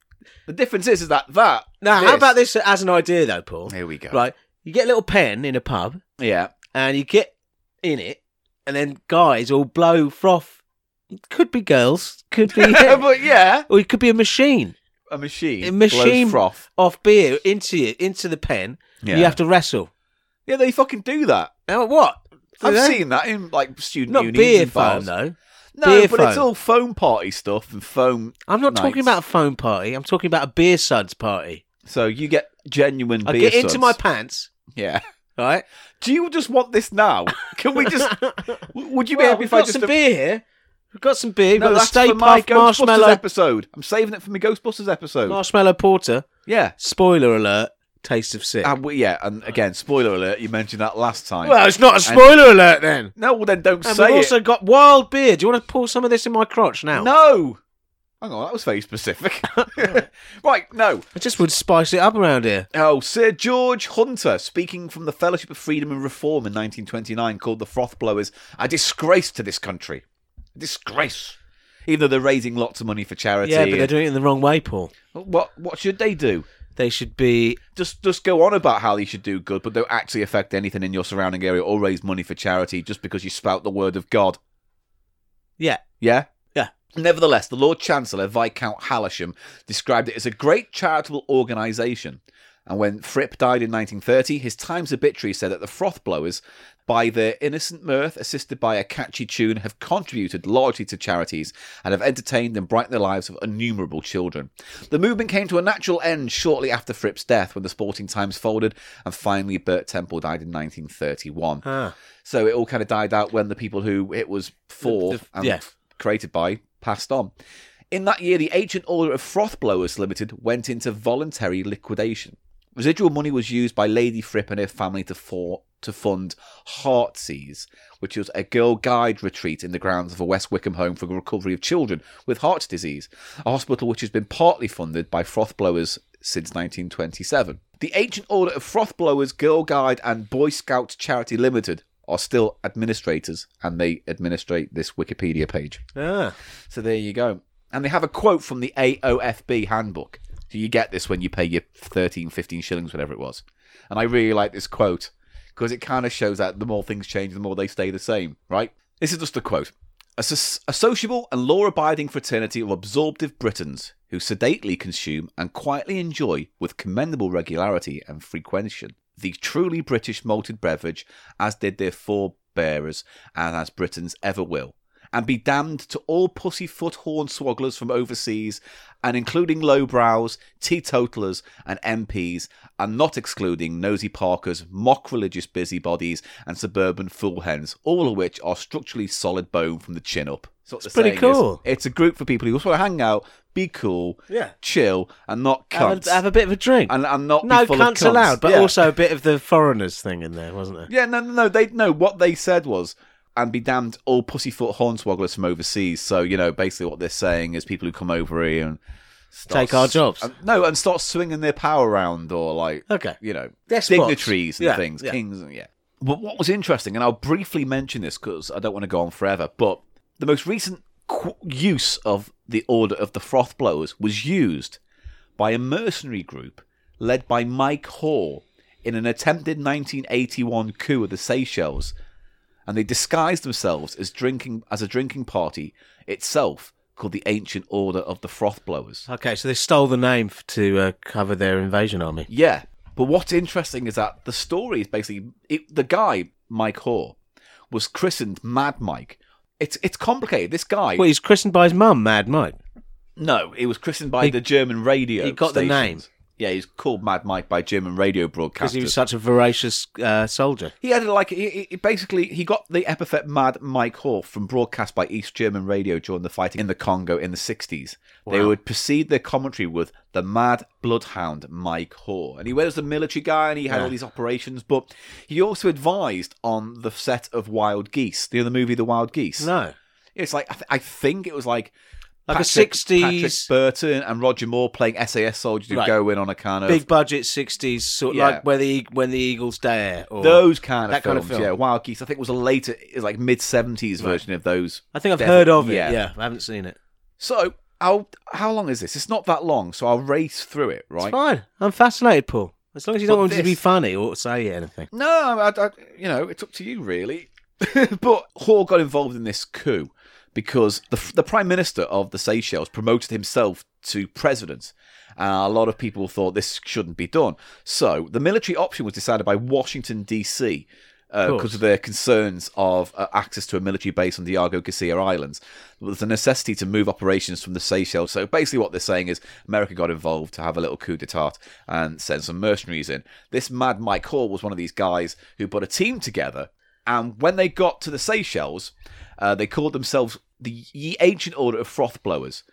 [SPEAKER 1] The difference is, is that that.
[SPEAKER 2] Now, how about this as an idea though, Paul?
[SPEAKER 1] Here we go.
[SPEAKER 2] Right, you get a little pen in a pub,
[SPEAKER 1] Yeah,
[SPEAKER 2] and you get in it, and then guys all blow froth. Could be girls, could be,
[SPEAKER 1] but yeah,
[SPEAKER 2] or it could be a machine,
[SPEAKER 1] a machine.
[SPEAKER 2] a
[SPEAKER 1] blows
[SPEAKER 2] machine
[SPEAKER 1] froth.
[SPEAKER 2] off beer into you, into the pen.
[SPEAKER 1] Yeah.
[SPEAKER 2] You have to wrestle.
[SPEAKER 1] Yeah, they fucking do that.
[SPEAKER 2] Now what? Do
[SPEAKER 1] I've
[SPEAKER 2] they?
[SPEAKER 1] seen that in like student
[SPEAKER 2] not
[SPEAKER 1] unions
[SPEAKER 2] beer
[SPEAKER 1] and bars.
[SPEAKER 2] foam though.
[SPEAKER 1] No,
[SPEAKER 2] Beer
[SPEAKER 1] but it's
[SPEAKER 2] foam.
[SPEAKER 1] all foam party stuff and foam.
[SPEAKER 2] I'm not talking
[SPEAKER 1] nights.
[SPEAKER 2] about a phone party. I'm talking about a beer suds party.
[SPEAKER 1] So you get genuine.
[SPEAKER 2] I
[SPEAKER 1] beer
[SPEAKER 2] get into
[SPEAKER 1] suds.
[SPEAKER 2] my pants,
[SPEAKER 1] yeah.
[SPEAKER 2] right?
[SPEAKER 1] Do you just want this now? Can we just? w- would you be
[SPEAKER 2] Well,
[SPEAKER 1] happy
[SPEAKER 2] we've
[SPEAKER 1] if I
[SPEAKER 2] got
[SPEAKER 1] just?
[SPEAKER 2] some beer here. We've got some beer. We've
[SPEAKER 1] No,
[SPEAKER 2] got the
[SPEAKER 1] that's
[SPEAKER 2] Stay
[SPEAKER 1] for my
[SPEAKER 2] Puft
[SPEAKER 1] Ghostbusters
[SPEAKER 2] Marshmallow
[SPEAKER 1] episode. I'm saving it for my Ghostbusters episode.
[SPEAKER 2] Marshmallow Porter.
[SPEAKER 1] Yeah.
[SPEAKER 2] Spoiler alert: Taste of Sick.
[SPEAKER 1] And we, yeah, and again, spoiler alert. You mentioned that last time.
[SPEAKER 2] well, it's not a spoiler alert then.
[SPEAKER 1] no, well then don't
[SPEAKER 2] And
[SPEAKER 1] say
[SPEAKER 2] we've
[SPEAKER 1] it.
[SPEAKER 2] also got wild beer. Do you want to pour some of this in my crotch now?
[SPEAKER 1] No. Hang on, that was very specific. right, no.
[SPEAKER 2] I just would spice it up around here.
[SPEAKER 1] Oh, Sir George Hunter, speaking from the Fellowship of Freedom and Reform in 1929, called the Froth Blowers a disgrace to this country. A disgrace. Even though they're raising lots of money for charity.
[SPEAKER 2] Yeah, but they're doing it in the wrong way, Paul.
[SPEAKER 1] what what should they do?
[SPEAKER 2] They should be
[SPEAKER 1] Just just go on about how they should do good, but don't actually affect anything in your surrounding area or raise money for charity just because you spout the word of God.
[SPEAKER 2] yeah.
[SPEAKER 1] Yeah?
[SPEAKER 2] Yeah.
[SPEAKER 1] Nevertheless, the Lord Chancellor, Viscount Halersham, described it as a great charitable organisation. And when Fripp died in 1930, his Times obituary said that the froth blowers, by their innocent mirth, assisted by a catchy tune, have contributed largely to charities and have entertained and brightened the lives of innumerable children. The movement came to a natural end shortly after Fripp's death when the Sporting Times folded and finally Bert Temple died in 1931.
[SPEAKER 2] Ah.
[SPEAKER 1] So it all kind of died out when the people who it was for
[SPEAKER 2] The- the-
[SPEAKER 1] and
[SPEAKER 2] yeah.
[SPEAKER 1] created by passed on. In that year, the Ancient Order of Froth Blowers Limited went into voluntary liquidation. Residual money was used by Lady Fripp and her family to, for, to fund Heartsease, which was a girl guide retreat in the grounds of a West Wickham home for the recovery of children with heart disease, a hospital which has been partly funded by froth blowers since 1927. The Ancient Order of Froth Blowers Girl Guide and Boy Scout Charity Limited are still administrators and they administrate this Wikipedia page.
[SPEAKER 2] Ah.
[SPEAKER 1] So there you go. And they have a quote from the AOFB handbook. So you get this when you pay your 13, 15 shillings, whatever it was. And I really like this quote because it kind of shows that the more things change, the more they stay the same, right? This is just a quote. A, so- a sociable and law abiding fraternity of absorptive Britons who sedately consume and quietly enjoy with commendable regularity and frequentation the truly British malted beverage as did their forebearers and as Britons ever will and be damned to all pussyfoot hornswogglers from overseas, and including lowbrows, teetotalers, and MPs, and not excluding nosy parkers, mock religious busybodies, and suburban foolhens, all of which are structurally solid bone from the chin up. It's, what
[SPEAKER 2] It's
[SPEAKER 1] they're
[SPEAKER 2] pretty
[SPEAKER 1] saying is,
[SPEAKER 2] cool.
[SPEAKER 1] it's a group for people who just want to hang out, be cool,
[SPEAKER 2] Yeah.
[SPEAKER 1] chill, and not
[SPEAKER 2] Have
[SPEAKER 1] cunts.
[SPEAKER 2] a, have a bit of a drink.
[SPEAKER 1] and, and not
[SPEAKER 2] no
[SPEAKER 1] be full of
[SPEAKER 2] cunts
[SPEAKER 1] cunts
[SPEAKER 2] allowed, but
[SPEAKER 1] Yeah.
[SPEAKER 2] also a bit of the foreigners thing in there, wasn't there?
[SPEAKER 1] Yeah, no, no, no. They no. What they said was, "And be damned, all pussyfoot hornswogglers from overseas." So you know, basically, what they're saying is people who come over here and start
[SPEAKER 2] Take our
[SPEAKER 1] s-
[SPEAKER 2] jobs.
[SPEAKER 1] and- no, and start swinging their power around or like,
[SPEAKER 2] Okay.
[SPEAKER 1] you know,
[SPEAKER 2] Despots.
[SPEAKER 1] dignitaries and
[SPEAKER 2] Yeah,
[SPEAKER 1] things,
[SPEAKER 2] yeah.
[SPEAKER 1] kings, and yeah. But what was interesting, and I'll briefly mention this because I don't want to go on forever, but the most recent qu- use of the Order of the Froth Blowers was used by a mercenary group led by Mike Hall in an attempted 1981 coup of the Seychelles, and they disguised themselves as drinking as a drinking party itself called the Ancient Order of the Froth Blowers.
[SPEAKER 2] Okay, so they stole the name f- to uh, cover their invasion army.
[SPEAKER 1] Yeah. But what's interesting is that the story is basically it, the guy Mike Hoare was christened Mad Mike. It's it's complicated. This guy
[SPEAKER 2] Well, he's christened by his mum, Mad Mike.
[SPEAKER 1] no, he was christened by
[SPEAKER 2] He-
[SPEAKER 1] the German radio.
[SPEAKER 2] he got the
[SPEAKER 1] stations.
[SPEAKER 2] name.
[SPEAKER 1] Yeah, he's called Mad Mike by German radio broadcasters.
[SPEAKER 2] Because he was such a voracious uh, soldier.
[SPEAKER 1] He had like he, he- he basically he got the epithet "Mad Mike Hoare" from broadcast by East German radio during the fighting in the Congo in the sixties. They
[SPEAKER 2] Wow.
[SPEAKER 1] would precede their commentary with the Mad Bloodhound Mike Hoare, and he was a military guy and he had
[SPEAKER 2] Yeah.
[SPEAKER 1] all these operations. But he also advised on the set of Wild Geese, the other movie, The Wild Geese.
[SPEAKER 2] No.
[SPEAKER 1] It's like I, th- I think it was like.
[SPEAKER 2] Like a
[SPEAKER 1] Patrick-
[SPEAKER 2] 60s
[SPEAKER 1] Patrick Burton and Roger Moore playing SAS soldiers who
[SPEAKER 2] Right.
[SPEAKER 1] go in on a kind of
[SPEAKER 2] Big budget 60s, sort of
[SPEAKER 1] Yeah.
[SPEAKER 2] like where the, when the Eagles dare. Or...
[SPEAKER 1] those kind of
[SPEAKER 2] that kind
[SPEAKER 1] films.
[SPEAKER 2] of film.
[SPEAKER 1] Yeah, Wild Geese. I think was a later, it was like mid seventies version of those.
[SPEAKER 2] I think I've
[SPEAKER 1] Definitely,
[SPEAKER 2] heard of it.
[SPEAKER 1] yeah.
[SPEAKER 2] Yeah. I haven't seen it.
[SPEAKER 1] So how how long is this? It's not that long, so I'll race through it, right?
[SPEAKER 2] It's fine. I'm fascinated, Paul. As long as you don't
[SPEAKER 1] But
[SPEAKER 2] want me to be
[SPEAKER 1] this-
[SPEAKER 2] funny or say anything.
[SPEAKER 1] No, I, I, you know, it's up to you really. but Hoare got involved in this coup because the the prime minister of the Seychelles promoted himself to president. Uh, a lot of people thought this shouldn't be done. So the military option was decided by Washington D.C.
[SPEAKER 2] Of
[SPEAKER 1] uh,
[SPEAKER 2] course.
[SPEAKER 1] because of their concerns of uh, access to a military base on the Argo Casilla Islands. There was a necessity to move operations from the Seychelles. So basically, what they're saying is America got involved to have a little coup d'etat and send some mercenaries in. This mad Mike Hall was one of these guys who put a team together. And when they got to the Seychelles, uh, they called themselves the Ye Ancient Order of Froth Blowers,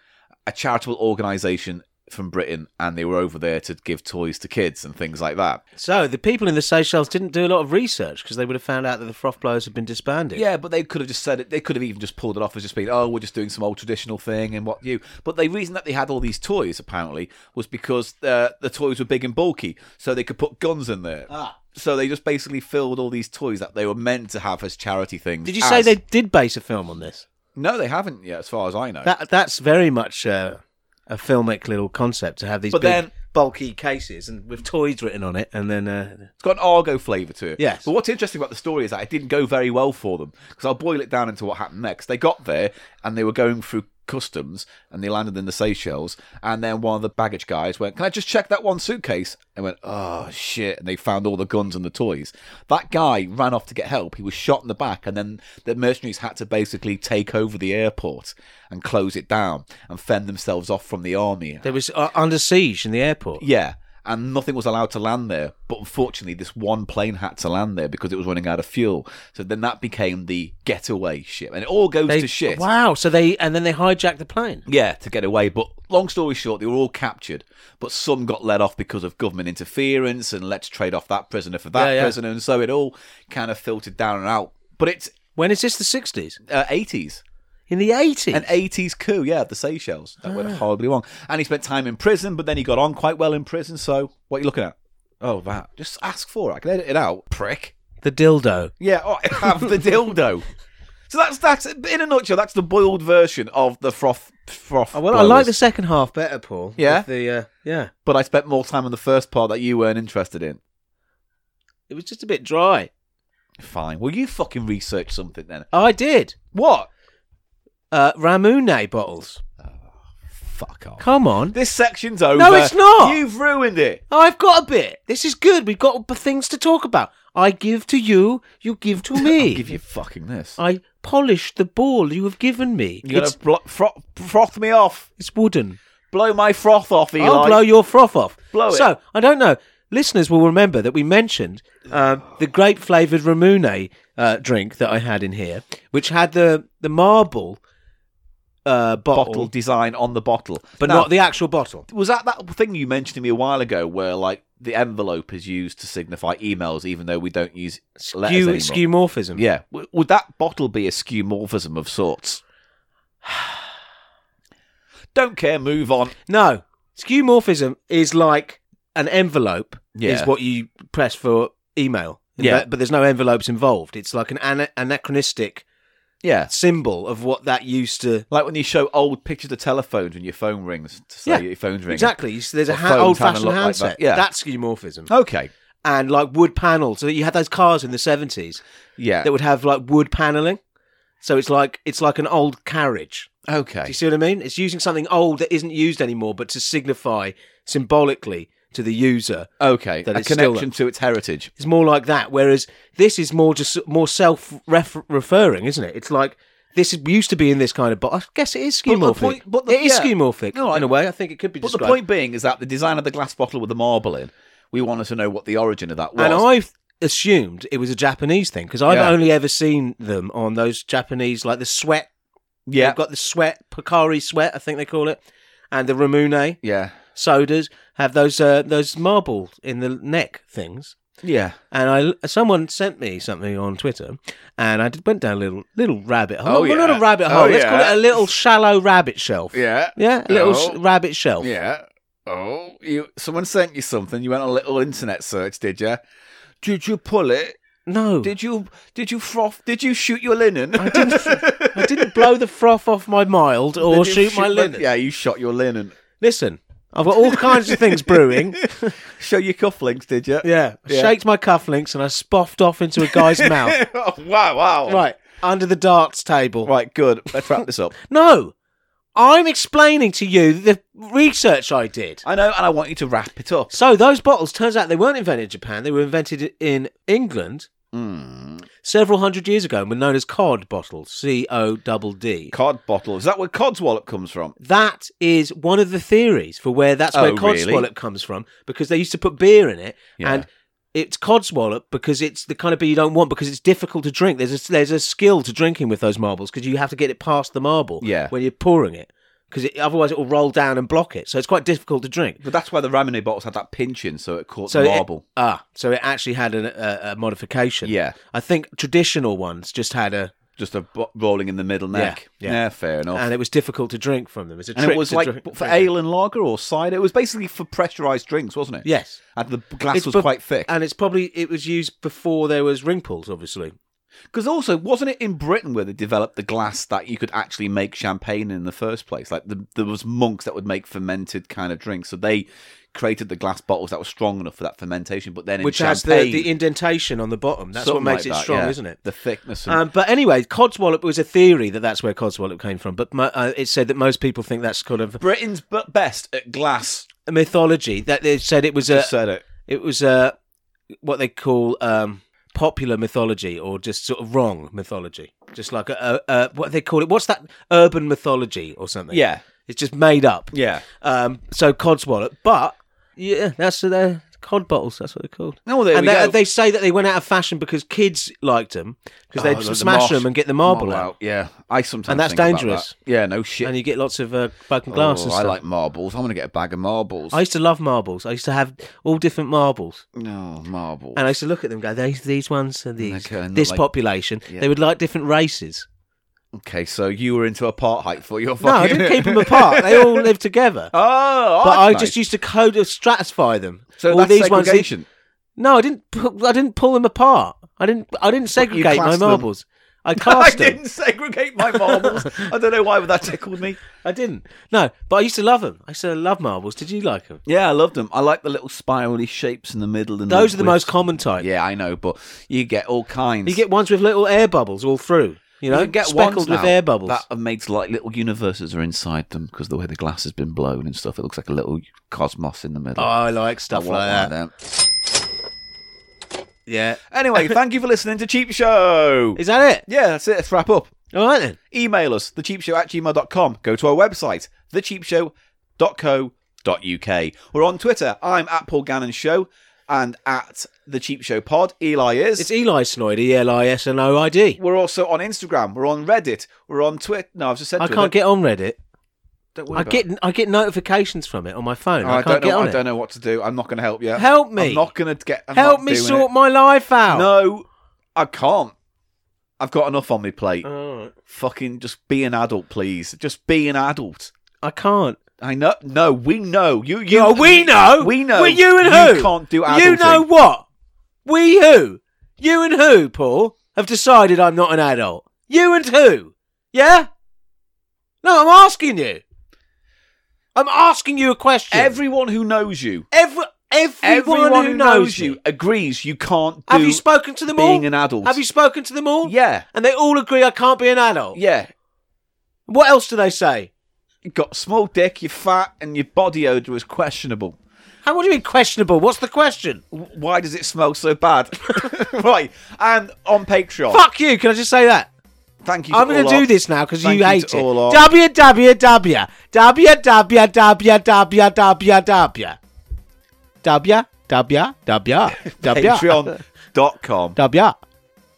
[SPEAKER 1] a charitable organisation from Britain, and they were over there to give toys to kids and things like that.
[SPEAKER 2] So the people in the Seychelles didn't do a lot of research because they would have found out that the froth blowers had been disbanded.
[SPEAKER 1] Yeah, but they could have just said it. They could have even just pulled it off as just being, oh, we're just doing some old traditional thing and what you. But the reason that they had all these toys apparently was because uh, the toys were big and bulky, so they could put guns in there.
[SPEAKER 2] Ah.
[SPEAKER 1] So they just basically filled all these toys that they were meant to have as charity things.
[SPEAKER 2] Did you say
[SPEAKER 1] as-
[SPEAKER 2] they did base a film on this?
[SPEAKER 1] No, they haven't yet, as far as I know.
[SPEAKER 2] That that's very much uh, a filmic little concept to have these
[SPEAKER 1] But
[SPEAKER 2] big
[SPEAKER 1] then-
[SPEAKER 2] bulky cases and with toys written on it, and then uh,
[SPEAKER 1] It's got an Argo flavour to it.
[SPEAKER 2] Yes.
[SPEAKER 1] But what's interesting about the story is that it didn't go very well for them because I'll boil it down into what happened next. They got there and they were going through customs and they landed in the Seychelles and then one of the baggage guys went, "Can I just check that one suitcase?" And went, "Oh shit!" And they found all the guns and the toys. That guy ran off to get help. He was shot in the back and then the mercenaries had to basically take over the airport and close it down and fend themselves off from the army.
[SPEAKER 2] there was uh, under siege in the airport.
[SPEAKER 1] Yeah, and nothing was allowed to land there. But unfortunately, this one plane had to land there because it was running out of fuel. So then that became the getaway ship, and it all goes
[SPEAKER 2] They-
[SPEAKER 1] to shit.
[SPEAKER 2] Wow! So they and then they hijacked the plane.
[SPEAKER 1] Yeah, to get away. But long story short, they were all captured, but some got let off because of government interference and let's trade off that prisoner for that
[SPEAKER 2] Yeah, yeah.
[SPEAKER 1] prisoner, and so it all kind of filtered down and out. But it's
[SPEAKER 2] When is this? The sixties?
[SPEAKER 1] uh, 80s.
[SPEAKER 2] In the eighties? Ah.
[SPEAKER 1] An 80s coup, yeah, of the Seychelles. That went horribly wrong. And he spent time in prison, but then he got on quite well in prison. So, what are you looking at? Oh, that. Just ask for it. I can edit it out, prick.
[SPEAKER 2] The dildo.
[SPEAKER 1] Yeah, oh, I have the dildo. So that's that's in a nutshell. That's the boiled version of the froth froth.
[SPEAKER 2] Oh, well, I like
[SPEAKER 1] blowers.
[SPEAKER 2] the second half better, Paul.
[SPEAKER 1] Yeah?
[SPEAKER 2] With The uh, yeah.
[SPEAKER 1] but I spent more time on the first part that you weren't interested in.
[SPEAKER 2] It was just a bit dry.
[SPEAKER 1] Fine. Well, you fucking research something then.
[SPEAKER 2] Oh, I did.
[SPEAKER 1] What?
[SPEAKER 2] Uh, Ramune bottles.
[SPEAKER 1] Fuck off.
[SPEAKER 2] Come on.
[SPEAKER 1] This section's over.
[SPEAKER 2] it's not.
[SPEAKER 1] You've ruined it.
[SPEAKER 2] I've got a bit. This is good. We've got b- things to talk about. I give to you, you give to me.
[SPEAKER 1] I'll give you fucking this.
[SPEAKER 2] I polish the ball you have given me.
[SPEAKER 1] You're
[SPEAKER 2] Uh, It's,
[SPEAKER 1] gonna blo- fro- froth me off.
[SPEAKER 2] it's wooden.
[SPEAKER 1] Blow my froth off, Eli.
[SPEAKER 2] I'll blow your froth off.
[SPEAKER 1] Blow it.
[SPEAKER 2] so, I don't know. Listeners will remember that we mentioned um, the grape uh, flavoured Ramune uh, drink that I had in here, which had the, the marble uh, bottle,
[SPEAKER 1] bottle design on the bottle.
[SPEAKER 2] but
[SPEAKER 1] Now,
[SPEAKER 2] not the actual bottle.
[SPEAKER 1] was that that thing you mentioned to me a while ago where like the envelope is used to signify emails even though we don't use letters
[SPEAKER 2] Skew,
[SPEAKER 1] anymore?
[SPEAKER 2] skeuomorphism.
[SPEAKER 1] Yeah. W- would that bottle be a skeuomorphism of sorts? don't care, move on.
[SPEAKER 2] No, skeuomorphism is like an envelope
[SPEAKER 1] Yeah.
[SPEAKER 2] is what you press for email.
[SPEAKER 1] Yeah.
[SPEAKER 2] but, but there's no envelopes involved. It's like an ana- anachronistic
[SPEAKER 1] Yeah.
[SPEAKER 2] symbol of what that used to
[SPEAKER 1] Like when you show old pictures of telephones when your phone rings to say
[SPEAKER 2] Yeah,
[SPEAKER 1] your phone's ringing.
[SPEAKER 2] Exactly. You see, There's a
[SPEAKER 1] Or
[SPEAKER 2] ha-
[SPEAKER 1] phones having
[SPEAKER 2] old-fashioned
[SPEAKER 1] a look like that.
[SPEAKER 2] handset.
[SPEAKER 1] Yeah.
[SPEAKER 2] That's skeuomorphism.
[SPEAKER 1] Okay.
[SPEAKER 2] And like wood panels. So you had those cars in the 70s
[SPEAKER 1] Yeah.
[SPEAKER 2] that would have like wood paneling. So it's like it's like an old carriage. Do
[SPEAKER 1] Okay.
[SPEAKER 2] you see what I mean? It's using something old that isn't used anymore, but to signify symbolically to the user.
[SPEAKER 1] Okay.
[SPEAKER 2] That
[SPEAKER 1] a
[SPEAKER 2] it's still-
[SPEAKER 1] connection to its heritage.
[SPEAKER 2] It's more like that. Whereas this is more just more self-referring, isn't it? It's like this is- used to be in this kind of. But I guess it is
[SPEAKER 1] But the
[SPEAKER 2] skeuomorphic.
[SPEAKER 1] point- but the-
[SPEAKER 2] it is
[SPEAKER 1] yeah.
[SPEAKER 2] skeuomorphic
[SPEAKER 1] No, I-
[SPEAKER 2] in a way. I think it could be.
[SPEAKER 1] But the
[SPEAKER 2] described.
[SPEAKER 1] point being is that the design of the glass bottle with the marble in, we wanted to know what the origin of that was.
[SPEAKER 2] And I've assumed it was a Japanese thing because I've
[SPEAKER 1] Yeah.
[SPEAKER 2] only ever seen them on those Japanese, like the sweat.
[SPEAKER 1] yeah.
[SPEAKER 2] They've got the sweat, Pocari sweat, I think they call it, and the Ramune
[SPEAKER 1] yeah.
[SPEAKER 2] sodas have those uh, those marble in the neck things.
[SPEAKER 1] Yeah.
[SPEAKER 2] And I, someone sent me something on Twitter, and I did- went down a little little rabbit hole.
[SPEAKER 1] Oh,
[SPEAKER 2] Well, not
[SPEAKER 1] yeah.
[SPEAKER 2] a rabbit
[SPEAKER 1] Oh,
[SPEAKER 2] hole. Let's
[SPEAKER 1] yeah.
[SPEAKER 2] call it a little shallow rabbit shelf.
[SPEAKER 1] Yeah.
[SPEAKER 2] yeah, a little
[SPEAKER 1] Oh.
[SPEAKER 2] sh- rabbit shelf.
[SPEAKER 1] Yeah. Oh, you. Someone sent you something. You went on a little internet search, did you? Did you pull it?
[SPEAKER 2] No,
[SPEAKER 1] Did you? Did you froth? Did you shoot your linen?
[SPEAKER 2] I didn't. I didn't blow the froth off my mild or
[SPEAKER 1] Did you
[SPEAKER 2] shoot my linen.
[SPEAKER 1] Yeah, you shot your linen.
[SPEAKER 2] Listen, I've got all kinds of things brewing.
[SPEAKER 1] Show your cufflinks, did you?
[SPEAKER 2] Yeah. I
[SPEAKER 1] Yeah.
[SPEAKER 2] Shaked my cufflinks and I spoffed off into a guy's mouth.
[SPEAKER 1] oh, wow! Wow!
[SPEAKER 2] Right. Under the darts table.
[SPEAKER 1] Right. Good. Let's wrap this up.
[SPEAKER 2] No. I'm explaining to you the research I did.
[SPEAKER 1] I know, and I want you to wrap it up.
[SPEAKER 2] So those bottles, turns out they weren't invented in Japan. They were invented in England
[SPEAKER 1] Hmm.
[SPEAKER 2] several hundred years ago and were known as cod bottles. C O double D.
[SPEAKER 1] Cod bottle. Is that where cod's wallop comes from?
[SPEAKER 2] That is one of the theories for where that's where
[SPEAKER 1] Oh,
[SPEAKER 2] codswallop
[SPEAKER 1] really?
[SPEAKER 2] comes from because they used to put beer in it
[SPEAKER 1] Yeah.
[SPEAKER 2] and it's codswallop because it's the kind of beer you don't want because it's difficult to drink. There's a, there's a skill to drinking with those marbles because you have to get it past the marble
[SPEAKER 1] Yeah.
[SPEAKER 2] when you're pouring it because it, otherwise it will roll down and block it. So it's quite difficult to drink.
[SPEAKER 1] But that's why the Ramune bottles had that pinching, so it caught
[SPEAKER 2] So
[SPEAKER 1] the
[SPEAKER 2] it-
[SPEAKER 1] marble.
[SPEAKER 2] ah, so it actually had an, a, a modification.
[SPEAKER 1] Yeah.
[SPEAKER 2] I think traditional ones just had a
[SPEAKER 1] Just a bo- rolling in the middle neck.
[SPEAKER 2] yeah.
[SPEAKER 1] fair enough.
[SPEAKER 2] and it was difficult to drink from them. It's a
[SPEAKER 1] Oh. And
[SPEAKER 2] trick
[SPEAKER 1] it was
[SPEAKER 2] to
[SPEAKER 1] like
[SPEAKER 2] drink-
[SPEAKER 1] b- for
[SPEAKER 2] drink it.
[SPEAKER 1] ale and lager or cider. It was basically for pressurized drinks, wasn't it?
[SPEAKER 2] Yes.
[SPEAKER 1] And the glass
[SPEAKER 2] It's
[SPEAKER 1] was
[SPEAKER 2] bef-
[SPEAKER 1] quite thick.
[SPEAKER 2] and it's probably it was used before there was ring pulls, obviously.
[SPEAKER 1] Because also, wasn't it in Britain where they developed the glass that you could actually make champagne in the first place? Like the, there was monks that would make fermented kind of drinks, so they created the glass bottles that were strong enough for that fermentation. But then in
[SPEAKER 2] Which has the,
[SPEAKER 1] champagne,
[SPEAKER 2] the indentation on the bottom. That's what
[SPEAKER 1] something
[SPEAKER 2] makes
[SPEAKER 1] like
[SPEAKER 2] it
[SPEAKER 1] that,
[SPEAKER 2] strong,
[SPEAKER 1] yeah.
[SPEAKER 2] isn't it?
[SPEAKER 1] The thickness. And,
[SPEAKER 2] Um, but anyway, codswallop was a theory that that's where codswallop came from. But mo- uh, it said that most people think that's kind of
[SPEAKER 1] Britain's b- best at glass.
[SPEAKER 2] a mythology. That they said it was a
[SPEAKER 1] Just said it.
[SPEAKER 2] it was a what they call um, popular mythology or just sort of wrong mythology. Just like a, a, a what they call it. What's that? Urban mythology or something?
[SPEAKER 1] Yeah,
[SPEAKER 2] it's just made up.
[SPEAKER 1] yeah.
[SPEAKER 2] Um, so codswallop, but yeah, that's their cod bottles. That's what they're called.
[SPEAKER 1] Oh, there
[SPEAKER 2] and
[SPEAKER 1] we
[SPEAKER 2] they,
[SPEAKER 1] go.
[SPEAKER 2] they say that they went out of fashion because kids liked them
[SPEAKER 1] Oh,
[SPEAKER 2] because they'd smash them and get the marble, out.
[SPEAKER 1] Yeah, I sometimes
[SPEAKER 2] And that's
[SPEAKER 1] think about
[SPEAKER 2] dangerous.
[SPEAKER 1] that. Yeah, no shit.
[SPEAKER 2] and you get lots of uh, broken glass
[SPEAKER 1] Oh,
[SPEAKER 2] and
[SPEAKER 1] I
[SPEAKER 2] stuff.
[SPEAKER 1] like marbles. I'm gonna get a bag of marbles.
[SPEAKER 2] I used to love marbles. I used to have all different marbles,
[SPEAKER 1] No marbles.
[SPEAKER 2] and I used to look at them and go, "These, these ones, and these,
[SPEAKER 1] Okay, not
[SPEAKER 2] this
[SPEAKER 1] like-
[SPEAKER 2] population,
[SPEAKER 1] Yeah.
[SPEAKER 2] they would like different races."
[SPEAKER 1] Okay, so you were into apartheid for your
[SPEAKER 2] No, I
[SPEAKER 1] fucking.
[SPEAKER 2] didn't keep them apart. They all lived together.
[SPEAKER 1] Oh,
[SPEAKER 2] but I
[SPEAKER 1] that's
[SPEAKER 2] just
[SPEAKER 1] nice.
[SPEAKER 2] used to code stratify them.
[SPEAKER 1] so
[SPEAKER 2] all
[SPEAKER 1] that's
[SPEAKER 2] these ones, these-
[SPEAKER 1] segregation.
[SPEAKER 2] No, I didn't. pu- I didn't pull them apart. I didn't. I didn't segregate my
[SPEAKER 1] classed them.
[SPEAKER 2] marbles. I cast
[SPEAKER 1] I
[SPEAKER 2] them.
[SPEAKER 1] didn't segregate my marbles. I don't know why, but that tickled me.
[SPEAKER 2] I didn't. No, but I used to love them. I used to love marbles. Did you like them?
[SPEAKER 1] Yeah, I loved them. I like the little spirally shapes in the middle. And
[SPEAKER 2] Those are the
[SPEAKER 1] widths.
[SPEAKER 2] most common type.
[SPEAKER 1] Yeah, I know, but you get all kinds.
[SPEAKER 2] You get ones with little air bubbles all through. You know,
[SPEAKER 1] You can get ones
[SPEAKER 2] speckled with
[SPEAKER 1] now
[SPEAKER 2] air bubbles.
[SPEAKER 1] that have made like little universes are inside them because the way the glass has been blown and stuff, it looks like a little cosmos in the middle.
[SPEAKER 2] Oh, I like
[SPEAKER 1] I
[SPEAKER 2] stuff
[SPEAKER 1] want
[SPEAKER 2] like
[SPEAKER 1] one
[SPEAKER 2] that.
[SPEAKER 1] of them.
[SPEAKER 2] Yeah.
[SPEAKER 1] Anyway, thank you for listening to Cheap Show.
[SPEAKER 2] Is that it?
[SPEAKER 1] Yeah, that's it. Let's wrap up.
[SPEAKER 2] All right then.
[SPEAKER 1] Email us, thecheapshow at gmail.com. Go to our website, thecheapshow.co.uk. We're on Twitter. I'm at Paul Gannon Show. and at the Cheap Show Pod. Eli is.
[SPEAKER 2] It's Eli Snoid, E L I S N O I D.
[SPEAKER 1] we're also on Instagram. We're on Reddit. We're on Twitter. No, I've just said.
[SPEAKER 2] I
[SPEAKER 1] Twitter.
[SPEAKER 2] can't get on Reddit.
[SPEAKER 1] Don't worry
[SPEAKER 2] I
[SPEAKER 1] about
[SPEAKER 2] get I get notifications from it on my phone.
[SPEAKER 1] it.
[SPEAKER 2] I,
[SPEAKER 1] I,
[SPEAKER 2] can't
[SPEAKER 1] don't
[SPEAKER 2] get
[SPEAKER 1] know.
[SPEAKER 2] on
[SPEAKER 1] I don't
[SPEAKER 2] it.
[SPEAKER 1] know what to do. I'm not going to help you.
[SPEAKER 2] Help me.
[SPEAKER 1] I'm not going to get. I'm
[SPEAKER 2] Help
[SPEAKER 1] not
[SPEAKER 2] me
[SPEAKER 1] doing
[SPEAKER 2] sort
[SPEAKER 1] it.
[SPEAKER 2] my life out.
[SPEAKER 1] No, I can't. I've got enough on my plate.
[SPEAKER 2] Alright.
[SPEAKER 1] Fucking just be an adult, please. Just be an adult.
[SPEAKER 2] I can't.
[SPEAKER 1] I know. No, we know. You. you
[SPEAKER 2] Oh, we know.
[SPEAKER 1] We know.
[SPEAKER 2] Well, you and
[SPEAKER 1] you
[SPEAKER 2] who?
[SPEAKER 1] can't do adulting.
[SPEAKER 2] You know what? We who? You and who, Paul, have decided I'm not an adult. You and who? Yeah? No, I'm asking you. I'm asking you a question.
[SPEAKER 1] Everyone who knows you,
[SPEAKER 2] Every, everyone,
[SPEAKER 1] everyone
[SPEAKER 2] who knows
[SPEAKER 1] you,
[SPEAKER 2] you.
[SPEAKER 1] agrees you can't do
[SPEAKER 2] Have you spoken to them
[SPEAKER 1] being
[SPEAKER 2] all?
[SPEAKER 1] an adult.
[SPEAKER 2] Have you spoken to them all?
[SPEAKER 1] Yeah,
[SPEAKER 2] And they all agree I can't be an adult.
[SPEAKER 1] yeah.
[SPEAKER 2] What else do they say?
[SPEAKER 1] You got small dick, you're fat, and your body odor is questionable.
[SPEAKER 2] How what do you mean questionable? What's the question?
[SPEAKER 1] W- Why does it smell so bad? right, and on Patreon,
[SPEAKER 2] Fuck you! Can I just say that?
[SPEAKER 1] thank you.
[SPEAKER 2] I'm going
[SPEAKER 1] all
[SPEAKER 2] to do
[SPEAKER 1] our-
[SPEAKER 2] this now because
[SPEAKER 1] Thank
[SPEAKER 2] you
[SPEAKER 1] you
[SPEAKER 2] hate it.
[SPEAKER 1] to all our-
[SPEAKER 2] www www w w w w
[SPEAKER 1] Patreon.com
[SPEAKER 2] w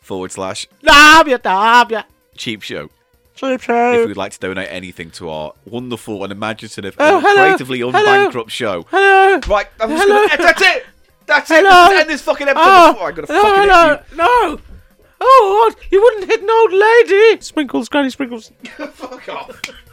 [SPEAKER 1] forward slash
[SPEAKER 2] w w
[SPEAKER 1] cheap show.
[SPEAKER 4] Cheap
[SPEAKER 1] If you
[SPEAKER 4] show.
[SPEAKER 1] would like to donate anything to our wonderful and imaginative
[SPEAKER 2] Oh,
[SPEAKER 1] and
[SPEAKER 2] hello.
[SPEAKER 1] creatively
[SPEAKER 2] Hello.
[SPEAKER 1] unbankrupt show.
[SPEAKER 2] Hello.
[SPEAKER 1] Right, I'm just
[SPEAKER 2] Hello.
[SPEAKER 1] gonna. That's it! That's it!
[SPEAKER 2] Hello.
[SPEAKER 1] Let's end this fucking episode
[SPEAKER 2] Oh,
[SPEAKER 1] before I gotta
[SPEAKER 2] no,
[SPEAKER 1] fucking hit you.
[SPEAKER 2] hello. No. Oh, what? you wouldn't hit an old lady. Sprinkles, granny sprinkles.
[SPEAKER 1] Fuck off.